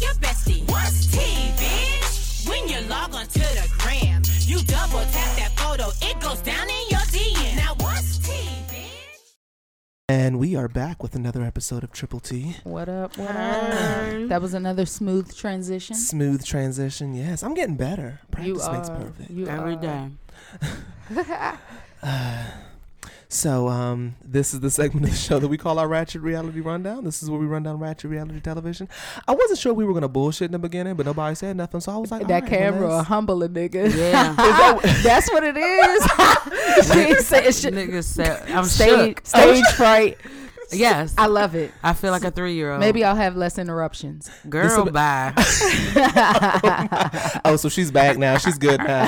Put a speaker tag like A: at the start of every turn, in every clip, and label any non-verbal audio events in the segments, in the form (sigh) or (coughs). A: your bestie. What's tea, bitch? When you log on to the gram, you double tap that photo, it goes down in your DM. Now what's tea, bitch?
B: And we are back with another episode of Triple T.
C: What up? What up? That was another smooth transition.
B: Smooth transition. Yes, I'm getting better.
C: You
B: Practice
C: are
B: makes perfect.
C: You
D: Every
C: are.
D: day.
B: So, um, this is the segment of the show that we call our Ratchet Reality Rundown. This is where we run down Ratchet Reality Television. I wasn't sure we were gonna bullshit in the beginning, but nobody said nothing, so I was like, "All right,
C: That
B: well,
C: camera will
B: let's-
C: humble a nigga. (laughs)
D: Yeah.
C: Is that- that's what it
D: (laughs)
C: is. (laughs) she said shit.
D: Niggas said, I'm
C: Stage,
D: shook. (laughs)
C: stage fright.
D: Yes.
C: I love it.
D: I feel like a three year old.
C: Maybe I'll have less interruptions. (laughs)
D: Girl,
B: This'll-
D: (laughs) bye.
B: Oh, so she's back now. She's good
C: (laughs)
B: now.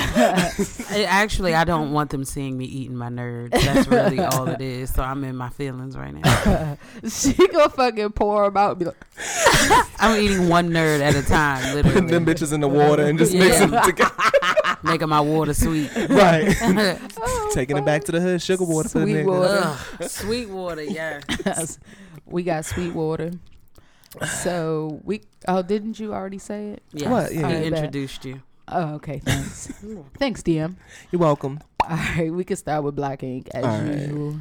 D: I- Actually, I don't want them seeing me eating my nerds. That's really all it is. So I'm in my feelings right now.
C: She gonna fucking pour 'em out. and Be like,
D: I'm eating one nerd at a time,
B: Putting them
D: literally,
B: bitches in the water and just
D: Yeah.
B: mixing
C: (laughs)
B: them together.
D: (laughs) making my water sweet.
B: Right.
D: Ugh,
C: oh.
D: (laughs)
B: (laughs) Taking it back to the hood. Sugar water for the
C: Sweet
B: nigga.
C: water.
D: sweet water, yeah.
C: (laughs) we got sweet water. So we. Oh, didn't you already say it?
D: Yes,
B: What? Yeah.
D: He
C: I bet.
D: introduced you.
C: Oh, okay.
D: (laughs)
C: Thanks. thanks, DM.
B: You're welcome.
C: All right, we can start with Black Ink as
B: All right.
C: usual.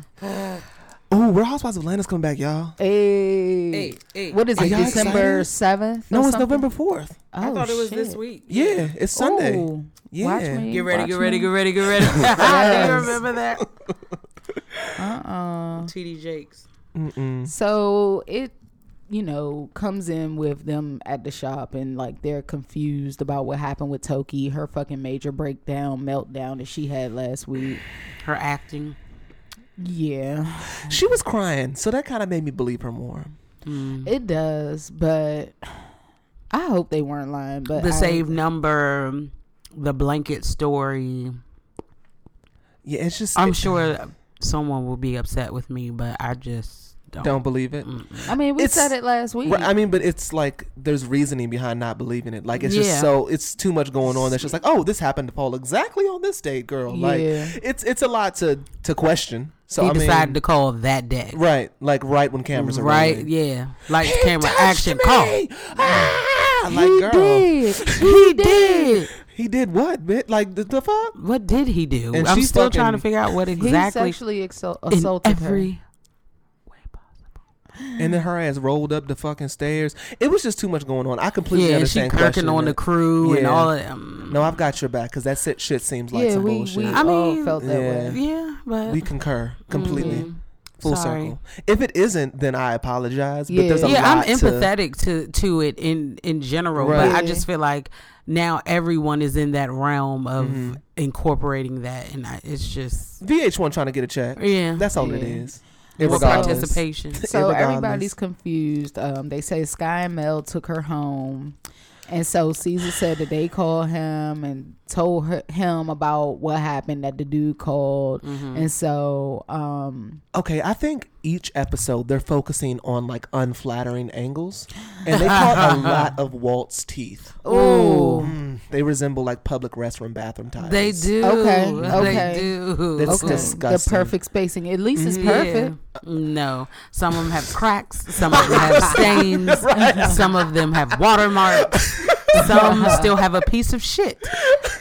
B: Oh, Real Housewives of Atlanta's coming back, y'all.
C: Hey. What is
B: Are
C: it?
B: y'all
C: December
B: excited?
C: seventh?
B: No, it's November 4th.
C: Oh,
D: I thought it was this
C: shit.
D: week.
B: Yeah, it's Sunday.
C: Ooh,
B: Yeah.
C: Watch me.
D: Get ready,
C: watch
D: get ready,
C: me.
D: get ready, get ready. (laughs) Do you remember that?
C: Uh-uh.
D: TD Jakes.
B: Mm-mm.
C: So it, you know, comes in with them at the shop and like they're confused about what happened with Toki, her fucking major breakdown, meltdown that she had last week.
D: Her acting.
C: Yeah,
B: She was crying, so that kind of made me believe her more.
D: Mm-hmm.
C: it does, but I hope they weren't lying. But
D: The
C: I-
D: save number, the blanket story.
B: Yeah, it's just.
D: I'm
B: it-
D: sure someone will be upset with me, but I just don't.
B: Don't believe it.
C: I mean, we
B: it's-
C: said it last week.
B: Right, I mean, but it's like there's reasoning behind not believing it. Like it's just
D: Yeah.
B: so it's too much going on. That's just like, oh, this happened to Paul exactly on this date, girl. Like
C: Yeah.
B: it's it's a lot to to question. So
D: he
B: I mean,
D: decided to call that day.
B: right, like right when cameras are
D: Right?
B: rolling.
D: Yeah. Like
B: He
D: camera
B: touched
D: action
B: me!
D: call.
B: Ah!
C: he
B: Like, girl,
C: did.
B: (laughs)
C: He did.
B: he did what, bitch? Like the, the fuck?
D: What did he do?
B: And
D: I'm
B: she's
D: still trying to
B: fucking-
D: figure out what
C: He
D: exactly
C: sexually exo-
D: in
C: assaulted
D: every
C: her.
D: way possible.
B: And then her ass rolled up the fucking stairs. It was just too much going on. I completely
D: Yeah, and she
B: understand.
D: kirking
B: questioning
D: on the
B: it.
D: crew and
B: Yeah.
D: all of that. Um,
B: No, I've got your back because that shit, shit seems like
C: yeah,
B: some
C: we,
B: bullshit.
C: we
D: I
C: all
D: mean-
C: felt that
B: Yeah.
C: way.
D: yeah, but
B: we concur completely.
D: Mhm.
B: Full
D: Sorry.
B: circle. If it isn't, then I apologize. But
C: Yeah.
B: there's a
D: yeah, I'm
B: lot to
D: empathetic to to it in in general, but
B: Right.
D: I just feel like now everyone is in that realm of
B: Mm-hmm.
D: incorporating that, and I, it's just
B: VH1 trying to get a check.
D: yeah,
B: That's all it
C: Yeah.
B: is.
D: more
B: Irregardless.
D: participation.
C: So
B: Irregardless.
C: everybody's confused. Um, they say Sky and Mel took her home, and so Caesar said that they called him and told her, him about what happened that the dude called,
D: Mm-hmm.
C: and so um,
B: Okay, I think each episode they're focusing on like unflattering angles, and they
D: (laughs)
B: caught a lot of Walt's teeth.
C: oh
B: Mm, they resemble like public restroom bathroom tiles. (laughs)
D: They do.
C: Okay, okay.
D: They do.
B: That's
C: okay, the
B: disgusting.
C: perfect spacing. At least it's
D: Yeah.
C: perfect.
D: No, some of them have cracks. Some of
B: (laughs)
D: them have stains. Some of them have watermarks. Some still have a piece of
B: (laughs)
D: shit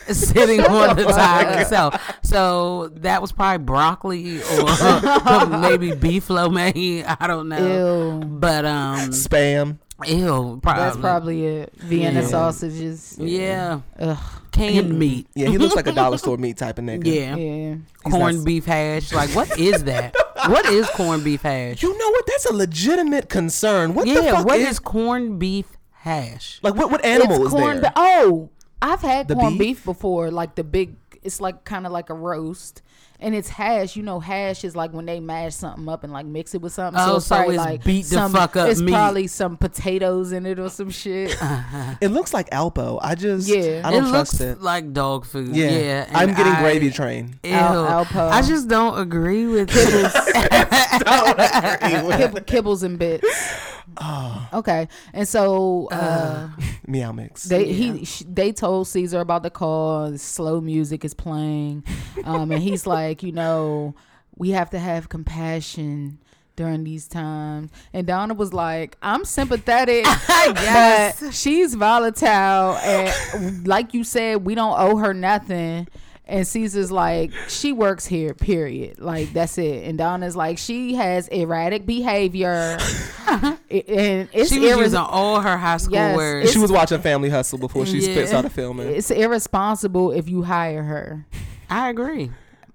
D: sitting
B: Oh
D: on the tile itself. So that was probably broccoli
B: (laughs)
D: or (laughs) maybe beef lo mein. I don't know.
C: Ew,
D: But um,
B: Spam.
D: ew, probably.
C: that's probably it. Vienna
D: Yeah.
C: sausages.
D: yeah.
C: Ugh.
D: Canned meat.
B: Yeah, he looks like
D: (laughs)
B: a dollar store meat type of nigga.
C: Yeah.
D: Yeah.
B: He's not-
D: Corned beef hash. Like, what is that? what is corned beef hash?
B: You know what? That's a legitimate concern. What the
D: yeah,
B: fuck
D: what
B: is,
D: is corned beef hash?
B: like what? What animal
C: it's
B: is
C: corn
B: there?
C: be- oh i've had
B: The
C: corned
B: beef?
C: beef? before like the big it's like kind of like a roast, and it's hash. You know, hash is like when they mash something up and like mix it with something.
D: Oh,
C: so it's
D: so
C: probably
D: it's
C: like
D: beat the
C: some,
D: fuck up
C: It's
D: meat.
C: probably some potatoes in it or some
D: (laughs)
C: shit.
B: It looks like Alpo. I just
C: Yeah.
B: I don't
D: it
B: trust
D: looks
B: it.
D: like dog food.
B: Yeah.
D: Yeah,
B: I'm
D: and
B: getting
D: I-
B: gravy
D: (laughs)
B: train. (laughs)
D: Ew.
C: Al- Alpo.
D: I just don't agree with it.
C: Kibble, kibbles and bits.
D: Oh.
C: Okay, and so uh,
B: Meow mix.
C: they he sh- they told Caesar about the call. and Slow music is playing, um, and he's like, you know, we have to have compassion during these times. And Donna was like, I'm sympathetic.
D: (laughs) Yes.
C: but she's volatile, and like you said, we don't owe her nothing. And Caesar's like, she works here, period. Like, that's it. And Donna's like, she has erratic
D: (laughs)
C: behavior. I- and it's
D: she was
C: irres-
D: using all her high school
C: Yes,
D: words.
C: it's-
B: she was watching Family Hustle before she
D: Yeah.
B: spits out of filming.
C: it's irresponsible if you hire her.
D: I agree.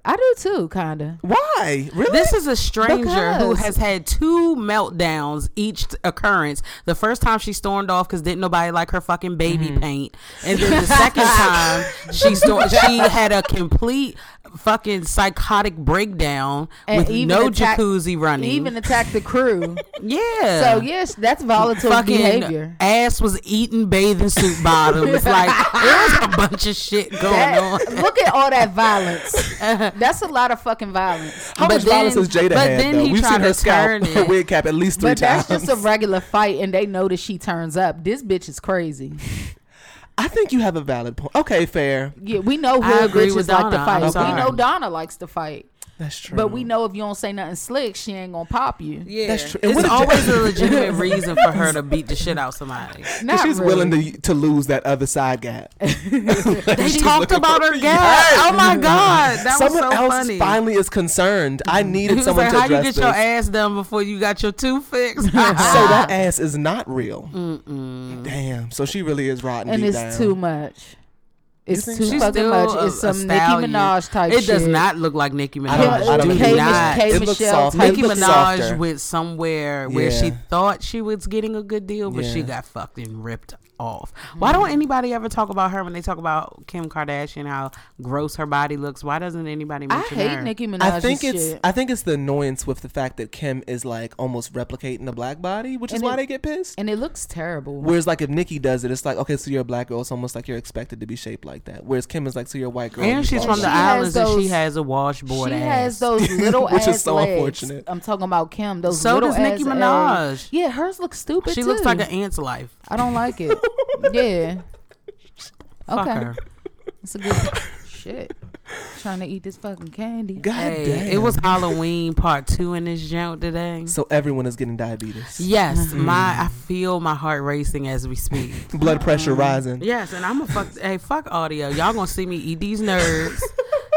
C: I do too, kinda.
B: Why? Really?
D: This is a stranger who
C: Because-
D: has had two meltdowns each t- occurrence. The first time she stormed off because didn't nobody like her fucking baby
B: Mm-hmm.
D: paint, and then the second
B: (laughs)
D: time she stor- she had a complete fucking psychotic breakdown
C: And
D: with
C: even
D: no
C: attack-
D: jacuzzi running.
C: Even attack the crew.
D: (laughs) yeah,
C: so yes, that's volatile
D: fucking (laughs)
C: behavior.
D: ass was eating bathing suit bottoms. like
B: (laughs)
D: there's a bunch of shit going on.
C: That- look at all that violence.
D: (laughs)
C: That's a lot of fucking violence.
B: How
D: but
B: much violence
D: then-
B: has Jada
D: but
B: had
D: then
B: though?
D: he
B: We've seen
D: tried
B: her
D: to
B: scalp
D: turn
B: her
D: it.
B: (laughs) wig cap at least three
C: But
B: times.
C: that's just a regular fight, and they know that she turns up. This bitch is crazy.
B: I think you have a valid point. Okay, fair.
C: Yeah, we know
D: I
C: hood
D: agree
C: bitches
D: with
C: like to
D: Donna. I'm
C: fight. We
D: sorry.
C: know Donna likes to fight,
B: That's true.
C: but we know if you don't say nothing slick, she ain't gonna pop you.
D: Yeah,
B: That's true. And
D: It's
B: what a
D: always
B: ja-
D: a
B: (laughs)
D: legitimate reason for her to beat the shit out somebody.
C: Not
B: she's
C: really.
B: willing to to lose that other side gap.
D: They talked about
B: (laughs)
D: her gap. Oh my god, that
B: someone
D: was so
B: else
D: funny. (laughs)
B: finally is concerned. I
D: he
B: needed
D: was
B: someone
D: like,
B: to
D: "How you
B: address
D: get
B: this.
D: your ass done before you got your tooth
B: (laughs)
D: fixed?"
B: so that ass is not real. Damn. So she really is rotten.
C: and
B: deep
C: it's
B: down.
C: too much. It's
B: think
C: too
B: so?
D: (laughs) She's
C: fucking
D: still
C: much.
D: a-
C: It's
D: a
C: some Nicki
D: stallion.
C: Minaj type.
D: It does
C: shit.
D: not look like Nicki Minaj.
B: I don't, I don't
D: Do
C: Kim-
B: think it
D: not.
B: is.
C: Kim
B: It looks
C: Michelle
B: soft.
C: type.
B: It
D: Nicki
B: looks
D: Minaj
B: softer.
D: went somewhere where she
B: Yeah.
D: thought she was getting a good deal, but she
B: Yeah.
D: got fucking ripped off. Why don't anybody ever talk about her when they talk about Kim Kardashian? How gross her body looks. Why doesn't anybody
C: I
D: mention
C: hate
D: her?
C: Nicki Minaj.
B: I think it's
C: shit.
B: I think it's the annoyance with the fact that Kim is like almost replicating the black body, which is
C: And
B: why
C: it-
B: they get pissed.
C: and it looks terrible.
B: Whereas like if Nikki does it, it's like okay, so you're a black girl. It's almost like you're expected to be shaped like that. Whereas Kim is like, so you're a white girl.
D: And
B: you
D: she's
B: fall
D: from the
B: short.
C: has
D: islands, and she
C: those-
D: has a washboard
C: she
D: ass.
B: (laughs)
C: has those little
B: Which is
C: ass
B: so
C: legs.
B: unfortunate.
C: I'm talking about Kim. Those
D: So
C: little
D: does Nicki
C: ass
D: Minaj.
C: legs. Yeah, hers looks stupid.
D: she
C: too.
D: looks like an ant's life.
C: I don't like
B: (laughs)
C: it. yeah.
D: Fuck
C: Okay.
D: her.
C: It's a good shit. Trying to eat this fucking candy.
B: God damn.
D: Hey, it was Halloween part two in this joint today.
B: So everyone is getting diabetes.
D: Yes,
B: (laughs)
D: my I feel my heart racing as we speak.
B: Blood pressure rising.
D: Yes, and I'm a fuck. hey, fuck audio. Y'all gonna see me eat these nerds,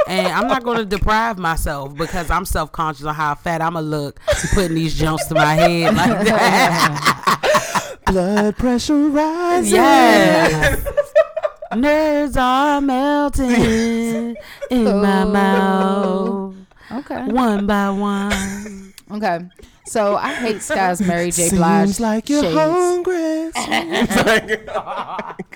D: and I'm not gonna deprive myself because I'm self conscious on how fat I'ma look putting these jumps to my head like that.
B: Blood pressure rising.
D: yes. Nerds are melting in my mouth,
C: Okay.
D: one by one.
C: Okay. So I hate Sky's Mary J. Blige.
B: Seems like you're
C: shades.
B: hungry.
C: (laughs)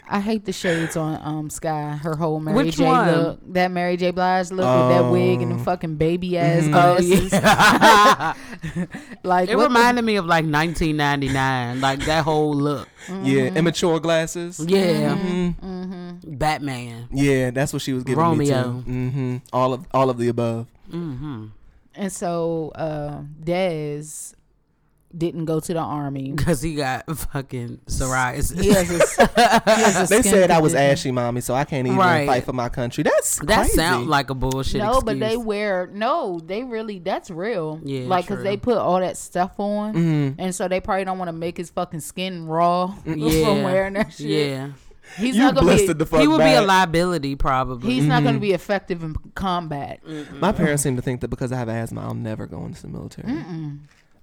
C: I hate the shades on um Sky. Her whole Mary
D: Which
C: J.
D: one?
C: look. That Mary J. Blige look with that wig and the
B: Oh.
C: fucking baby ass glasses. (laughs) like
D: Mm-hmm. Oh, It
C: what the-
D: reminded me of like 1999, like that whole look.
B: Yeah,
D: Mm-hmm.
B: immature glasses.
D: Yeah, Batman.
B: Yeah, that's what she was giving
D: Romeo.
B: me too. Mm-hmm. All of all of the above.
C: And so uh, Dez didn't go to
B: (laughs)
C: the army.
D: Cause he got fucking psoriasis.
C: He has his, he has a
B: They
C: skin
B: said I was
C: condition.
B: ashy mommy, so I can't even
D: Right.
B: fight for my country. That's
D: That
B: crazy.
D: sound like a bullshit.
C: No, but they (laughs)
D: excuse.
C: wear no. They really that's real.
D: Yeah,
C: like because
D: true.
C: they put all that stuff on,
B: Mm-hmm.
C: and so they probably don't want to make his fucking skin raw (laughs) from
D: Mm, yeah
C: wearing that shit.
D: Yeah,
C: He's
B: you
C: not gonna be.
B: blistered the Mm-hmm. fuck.
D: he would be
B: back.
D: a liability probably.
C: He's not going to be effective in combat.
D: Mm-hmm.
B: My parents seem to think that because I have asthma, I'll never go into the military.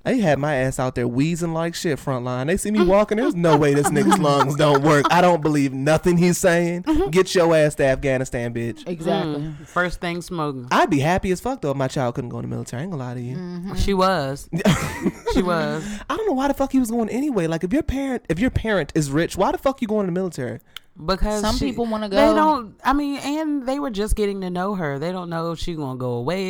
B: They had my ass out there wheezing like shit front line. They see me walking. There's no way this
D: (laughs)
B: nigga's lungs don't work. I don't believe nothing he's saying.
D: Mm-hmm.
B: Get your ass to Afghanistan, bitch.
C: Exactly.
D: Hmm. First thing smoking.
B: I'd be happy as fuck though if my child couldn't go in the military. I ain't gonna lie to you.
C: Mm-hmm.
D: She was.
B: (laughs)
D: she was.
B: I don't know why the fuck he was going anyway. Like if your parent if your parent is rich, why the fuck you going in the military?
D: because
C: Some
D: she-
C: people wanna go.
D: They don't. I mean, and they were just getting to know her. They don't know if she gonna go away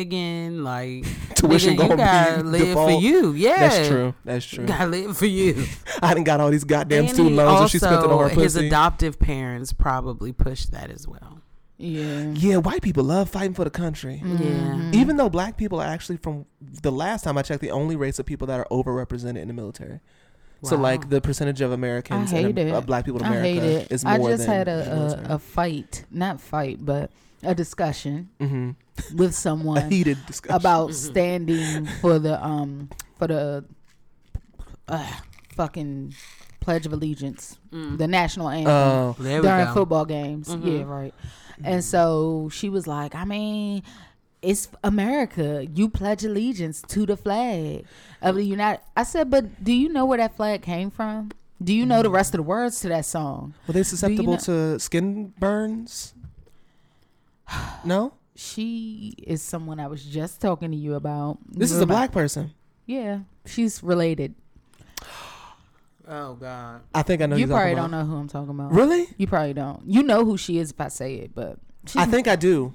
B: (laughs)
D: again. Like
B: Tuition
D: nigga,
B: gonna
D: you gotta
B: be
D: live for
B: default.
D: you. Yeah,
B: That's true. That's true.
D: Gotta live
B: (laughs)
D: for you.
B: I didn't got all these goddamn
D: And
B: student
D: he
B: loans, and she spent it on her
D: also- His
B: pussy.
D: adoptive parents probably pushed that as well.
C: Yeah.
B: yeah, white people love fighting for the country.
C: Mm-hmm.
D: Yeah.
B: Even though black people are actually from the last time I checked, the only race of people that are overrepresented in the military. So
D: Wow.
B: like the percentage of
C: I
B: Americans
C: hate
B: and
C: it.
B: uh, black people in
C: I
B: America
C: hate it.
B: is more
C: I just
B: than
C: had
B: the
C: a,
B: military.
C: a, a fight, not fight, but a discussion
B: Mhm. (laughs)
C: with
B: a
C: someone
B: heated discussion
C: about standing for the um for the uh, fucking Pledge of Allegiance, the national anthem
B: Oh,
D: There we
C: during
D: go.
C: football games. Yeah, right. And so she was like, I mean, it's America. You pledge allegiance to the flag of the United. I said, but do you know where that flag came from? Do you know the rest of the words to that song?
B: were they susceptible
C: know-
B: to skin burns? (sighs)
C: (sighs)
B: No,
C: She is someone I was just talking to you about.
B: this is a
C: Remi-
B: black person.
C: Yeah, she's related.
D: Oh God.
B: I think I know
C: you
B: who you're
C: probably
B: talking
C: don't
B: about.
C: know who I'm talking about.
B: Really?
C: You probably don't. You know who she is if I say it, but
B: I think I do.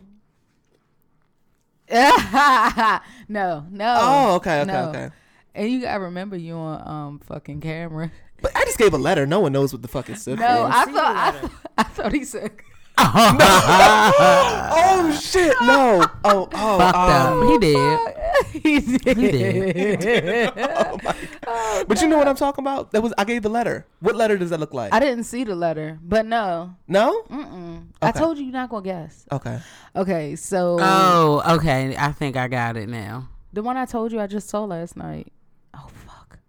C: (laughs) no, no.
B: Oh, okay, okay,
C: no.
B: okay.
C: And you gotta remember you on um fucking camera.
B: But I just gave a letter. No one knows what the fuck it stood
C: No,
B: for.
C: I thought I, I thought (laughs) he said
B: oh shit! No.
C: (laughs)
B: Oh, oh,
D: Fucked
B: um,
D: up. He did.
C: he did.
D: He did.
B: But you know what I'm talking about? That was I gave the letter. What letter does that look like?
C: I Mm. didn't see the letter, but no.
B: no.
C: Mm-mm. I
B: Okay.
C: told you you're not gonna guess.
B: Okay.
C: Okay, so
D: Oh, okay. I think I got it now.
C: the one I told you I just saw last night. Oh fuck.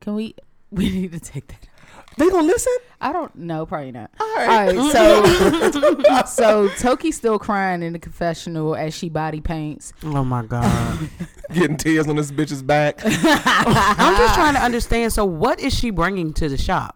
C: Can we? (laughs) We need to take that.
B: They gonna listen?
C: I don't know. Probably not. All
B: right.
C: so,
B: (laughs)
C: so Toki's still crying in the confessional as she body paints.
D: Oh my God.
B: Getting tears on this bitch's
C: (laughs)
B: back.
D: (laughs) I'm just trying to understand. So, what is she bringing to the shop?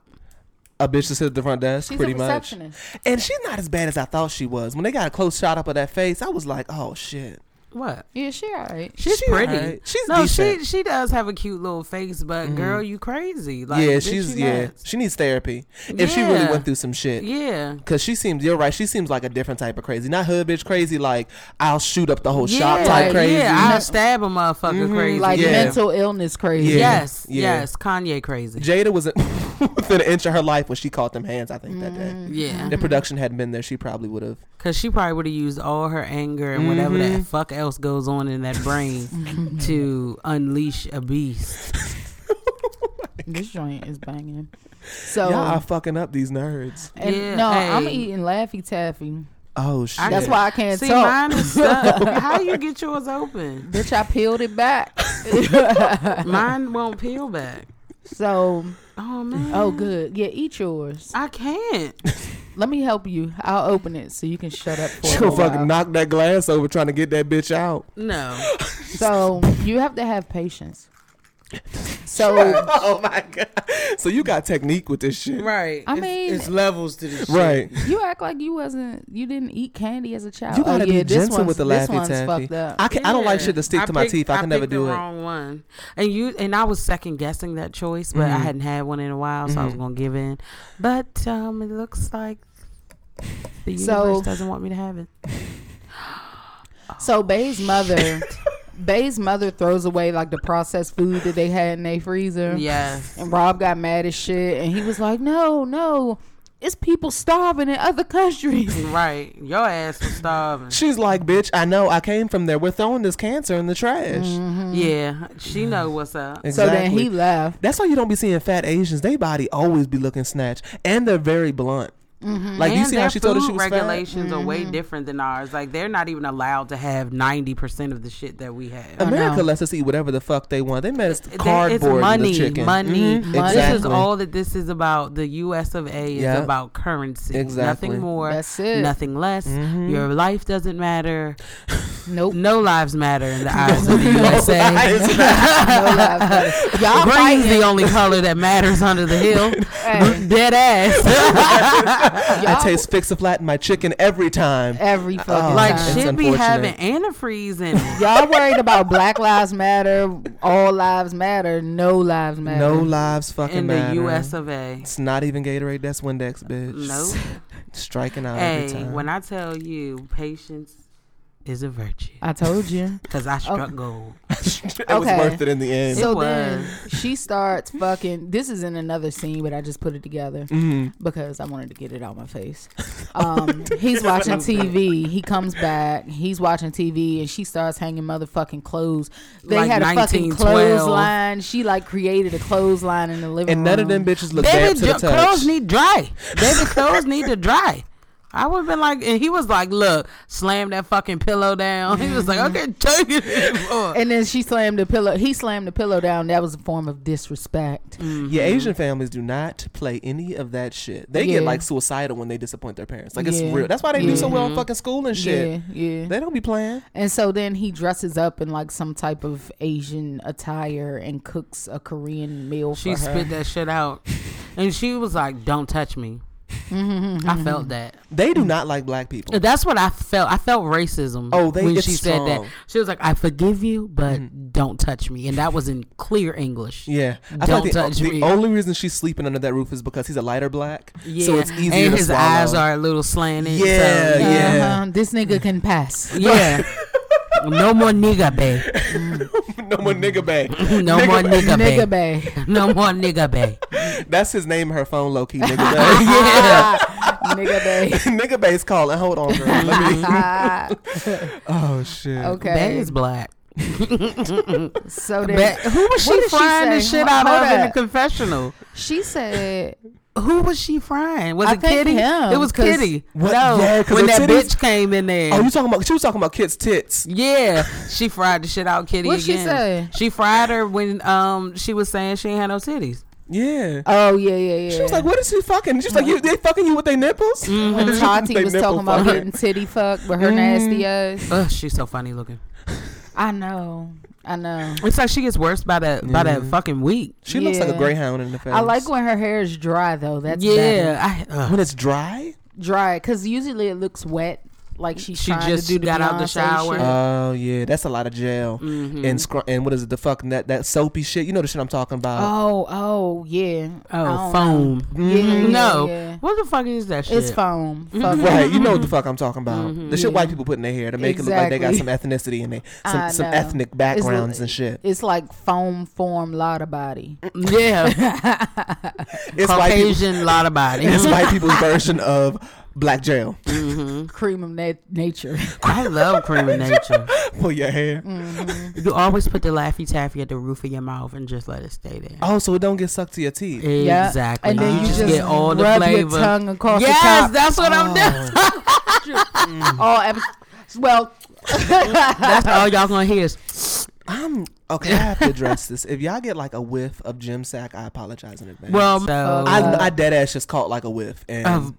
B: a bitch that sits at the front desk,
C: She's
B: pretty
C: a
B: much.
C: receptionist.
B: And she's not as bad as I thought she was. When they got a close shot up of that face, I was like, oh shit.
D: What?
C: Yeah, she alright.
D: She's
B: She
D: pretty.
B: alright. She's
D: no, she
B: decent. Mm-hmm.
D: she does have a cute little face, but girl, you crazy. Like,
B: yeah,
D: bitch,
B: she's
D: you
B: yeah.
D: nuts.
B: She needs therapy. If she really
D: Yeah.
B: went through some shit.
D: yeah.
B: Cause she seems, you're right. She seems like a different type of crazy, not hood bitch crazy. Like I'll shoot up the whole shop
D: yeah,
B: type crazy.
D: Yeah, I stab a motherfucker crazy.
C: Mm-hmm, Like
B: Yeah.
C: mental illness crazy.
B: Yeah.
D: yes,
B: Yeah.
D: yes, Kanye crazy.
B: Jada was in- (laughs) within an inch of her life when she caught them hands. I think that day.
D: yeah,
C: Mm-hmm.
B: If production hadn't been there, she probably would have.
D: because she probably would have used all her anger and whatever
C: Mm-hmm.
D: that fuck else goes on in that
C: (laughs)
D: brain to unleash a beast.
C: This joint is banging. So
B: Y'all are fucking up these nerds.
C: and
D: Yeah,
C: no, I'm
D: hey.
C: eating Laffy Taffy.
B: Oh shit! (laughs)
C: That's why I can't
D: See,
C: talk.
D: mine
C: (laughs)
D: is stuck. How you get yours open?
C: Bitch, I peeled
B: (laughs)
C: it back.
D: Mine won't peel back.
C: so
D: Oh man,
C: oh good. Yeah, eat yours.
D: I can't.
C: Let me help you. I'll open it so you can shut up for
B: She
C: a
B: gonna
C: little while.
B: fucking knock that glass over trying to get that bitch out.
D: No,
C: So you have to have patience. So
B: (laughs) Oh my god! So you got technique with this shit,
D: right.
C: I It's- mean- it's
D: levels to this.
B: Right.
C: you act like you wasn't you didn't eat candy as a child.
B: You gotta
C: oh, yeah,
B: be gentle
C: one's-
B: with the
C: this
B: Laffy
C: one's
B: Taffy.
C: fucked up.
B: I can, I don't like
D: Yeah.
B: shit to stick
D: I
B: to my
D: picked-
B: teeth. I can never
D: picked
B: do
D: the
B: it.
D: Wrong one, and you and I was second guessing that choice, but I hadn't had one in a while, so I was gonna give in. But um, it looks like the universe
C: So-
D: doesn't want me to have it.
C: So Bay's mother, Bay's mother throws away like the processed food that they had in their freezer.
D: Yes.
C: And Rob got mad as shit, and he was like, "No, no, it's people starving in other
D: (laughs)
C: countries."
D: Right, your ass was starving.
B: She's like, bitch. I know. I came from there. We're throwing this cancer in the trash.
D: Mm-hmm.
C: Mm-hmm.
D: Yeah, she know what's up.
B: Exactly.
C: So then he left.
B: That's why you don't be seeing fat Asians. They body always be looking snatched, and they're very blunt. Like
D: Mm-hmm. and
B: you see
D: their
B: how she told us she
D: food
B: was fat.
D: regulations are
C: Mm-hmm.
D: way different than ours. Like they're not even allowed to have ninety percent of the shit that we have.
B: America
C: no.
B: lets us eat whatever the fuck they want. They made us
D: There-
B: cardboard
D: it's money,
B: the chicken.
D: money,
B: Mhm,
D: money. This is
B: Exactly. (laughs)
D: all that this is about. The U.S. of A. is
B: Yeah.
D: about currency.
B: Exactly. Mm-hmm.
D: Nothing more.
C: That's it.
D: Nothing less. Your life doesn't matter.
C: Nope.
D: (laughs) No lives matter in
B: (laughs)
D: the eyes of the (laughs) USA.
C: No lives matter. Y'all
D: Green's
C: fighting.
D: the only color that matters under
B: (laughs)
D: the hill.
C: Hey.
D: Dead ass.
B: I
C: Y'all
B: taste fix a flat in my chicken every time.
C: every fucking
D: like
C: time.
B: It's
D: shit, be
B: unfortunate.
D: having antifreeze in it.
C: Y'all worried about Black Lives Matter, All Lives Matter, No Lives Matter.
B: No lives fucking
D: in the
B: matter.
D: U.S. of A.
B: It's not even Gatorade. That's Windex, bitch.
D: Nope.
B: (laughs) Striking out every
D: Hey,
B: time. (laughs)
D: when I tell you patience is a virtue,
C: I told you.
D: because I struck gold.
B: it was
C: Okay.
B: worth it in the end.
C: So
D: It
C: then she starts fucking. This is in another scene, but I just put it together
B: Mm-hmm.
C: because I wanted to get it out my face. Um, he's watching TV. He comes back. He's watching TV, and she starts hanging motherfucking clothes. They
D: Like
C: had a fucking
D: 1912.
C: clothesline. She like created a clothesline in the living
B: and
C: room.
B: none of them bitches look bad
D: Baby,
B: to the
D: Mm-hmm. ju- clothes
B: touch.
D: need dry. Baby, clothes need to dry. I would have been like, and he was like, look, slam that fucking pillow down. (laughs) He was like, I can't take
B: (laughs)
D: it anymore.
C: And then she slammed the pillow. He slammed the pillow down. That was a form of disrespect.
B: Yeah, Asian families do not play any of that shit. They
C: Yeah.
B: get like suicidal when they disappoint their parents. Like
C: Yeah.
B: it's real. That's why they do so
C: Yeah.
B: well in fucking school and shit.
C: Yeah, yeah.
B: They don't be playing.
C: And so then he dresses up in like some type of Asian attire and cooks a Korean meal
D: She
C: for her.
D: spit that shit out. And she was like, don't
B: (laughs)
D: touch me. I felt that.
B: They do not like black people.
D: That's what I felt. I felt racism.
B: Oh, they-
D: when
B: it's
D: she said
B: strong. Mm-hmm.
D: that, she was like, "I forgive you, but don't touch me," and that was in clear English.
B: Yeah, I
D: Don't
B: feel like
D: touch
B: the,
D: me.
B: the only reason she's sleeping under that roof is because he's a lighter black,
D: Yeah.
B: so it's easier
D: And
B: to
D: his
B: swallow.
D: eyes are a little slanted. so-
B: Yeah,
D: yeah,
B: yeah.
C: Uh-huh. This nigga can pass.
D: no more nigga bae.
B: (laughs) no more nigga bag.
D: No more nigga
C: nigga
D: bae.
C: bay.
D: No more nigga bae.
B: That's his name. in Her phone, low key
D: (laughs)
B: nigga bag. yeah,
C: nigga bay.
B: (laughs) nigga bag's calling. Hold on, girl. Let me. Oh shit.
D: Bae
C: Ah, okay.
D: is black.
C: So
D: Bae.
C: then
D: Who was
C: What
D: she
C: did she
D: frying the
C: say?
D: shit
C: Hold-
D: out
C: hold
D: of in the
C: up.
D: confessional?
C: she said
D: Who was she frying? Was
C: I
D: it
C: think
D: Kitty?
C: him,
D: it was
C: 'cause-
D: Kitty.
B: What?
D: No,
B: Yeah, 'cause
D: when
B: her
D: that
B: titties-
D: bitch came in there.
B: Oh, you talking about? She was talking about kids' tits.
D: Yeah, she fried the shit out Kitty
C: What'd she
D: again.
C: say?
D: She fried her when um she was saying she ain't had no titties.
B: Yeah.
C: Oh yeah, yeah, yeah.
B: She was like, "What is she fucking?" She was like, you, "They fucking you with their nipples."
C: when Tati
B: They
C: was
B: nipple
C: talking about
B: fucking.
C: getting titty fucked with her
D: Mm-hmm.
C: nasty ass.
D: Ugh, she's so funny looking.
C: I know. I know.
D: It's like she gets worse by that by that fucking week.
B: She looks like a
C: Yeah.
B: greyhound in the face.
C: I like when her hair is dry though. That's better.
D: yeah, I, uh, ugh.
B: when it's dry.
C: dry because usually it looks wet. Like she's
D: She
C: trying
D: just
C: to do the
D: got out the
C: Beyonce
D: shower.
C: shit.
B: Oh yeah, that's a lot of gel and scr- and what is it? The fucking that that soapy shit. You know the shit I'm talking about.
C: oh, oh yeah. I
D: oh
C: don't
D: foam.
C: know. Yeah, yeah,
D: No,
C: yeah.
D: what the fuck is that shit?
C: It's foam. Fuck it.
B: Right, you know what the fuck I'm talking about. The shit white people put in their hair to make it look like they got some ethnicity in they
C: I
B: some, some
C: know.
B: ethnic backgrounds and shit.
C: It's like foam form lotta body.
D: (laughs)
C: (laughs)
D: Yeah,
B: It's white people,
D: Caucasian lot of body.
B: it's
C: (laughs)
B: white people's version of black jail.
C: Cream of na-
B: (laughs)
C: nature. (laughs)
D: I love cream of nature.
B: Pull your hair.
C: Mm.
D: You always put the laffy taffy at the roof of your mouth and just let it stay there.
B: Oh, so it don't get sucked to your teeth.
C: Yeah.
D: Exactly.
C: And then you,
D: just
C: just
D: get all the
C: rub
D: flavor.
C: your tongue across the
D: yes,
C: top. Oh.
D: that's what I'm doing. (laughs)
C: all ab- well,
D: That's all y'all gonna hear is
B: I'm okay. I have to address this. If y'all get like a whiff of Jim Sack, I apologize in advance.
D: well, so,
C: uh,
B: I, I dead ass just caught like a whiff and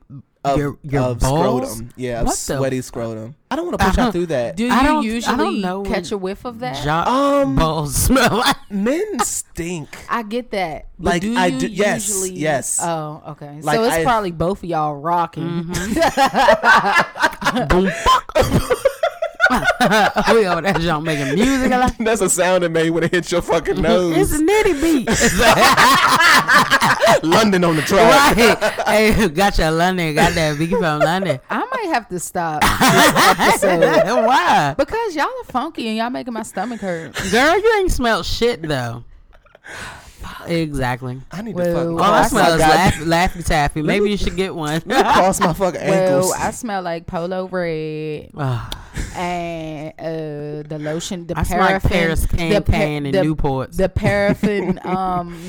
D: Of your- your balls?
B: scrotum. Yeah, of
D: What the
B: sweaty scrotum. I don't want to push y'all through that.
C: do
D: I
C: you
D: don't- I
C: usually
D: don't know
C: catch
D: when-
C: a whiff of that?
D: jo-
B: Um,
D: balls (laughs) smell like.
B: Men stink.
C: I get that. But
B: Like,
C: do
B: I
C: you
B: do- yes,
C: usually
B: yes.
C: Oh, okay.
B: Like,
C: so it's
B: I- Mm-hmm.
C: probably both of y'all rocking.
D: Boom, fuck. (laughs) we over there, y'all making music. I like
B: That's a sound it made when it hits your fucking nose.
D: it's a nitty beat.
B: London on the track.
D: (laughs) right? Hey, got your London, got that Biggie from London.
C: (laughs) I might have
B: (laughs)
C: to stop this episode
B: Oh.
D: (laughs) Why,
C: because y'all are funky and y'all making my stomach hurt.
D: girl? You ain't smelled shit though. Exactly.
B: Oh, I need
C: Well,
B: to fucking
D: All I
B: cross my,
D: smell is laff,
B: goddamn-
D: laffy taffy. Maybe you should get one.
B: (laughs)
D: (laughs)
B: cross my fucking ankles.
C: Well, I smell like polo red
D: Ah,
C: and uh, the lotion. The
D: I smell like
C: paraffin,
D: Paris
C: the
D: Can
C: pa-
D: Can and
C: the-
D: Newports.
C: The
D: (laughs)
C: paraffin um,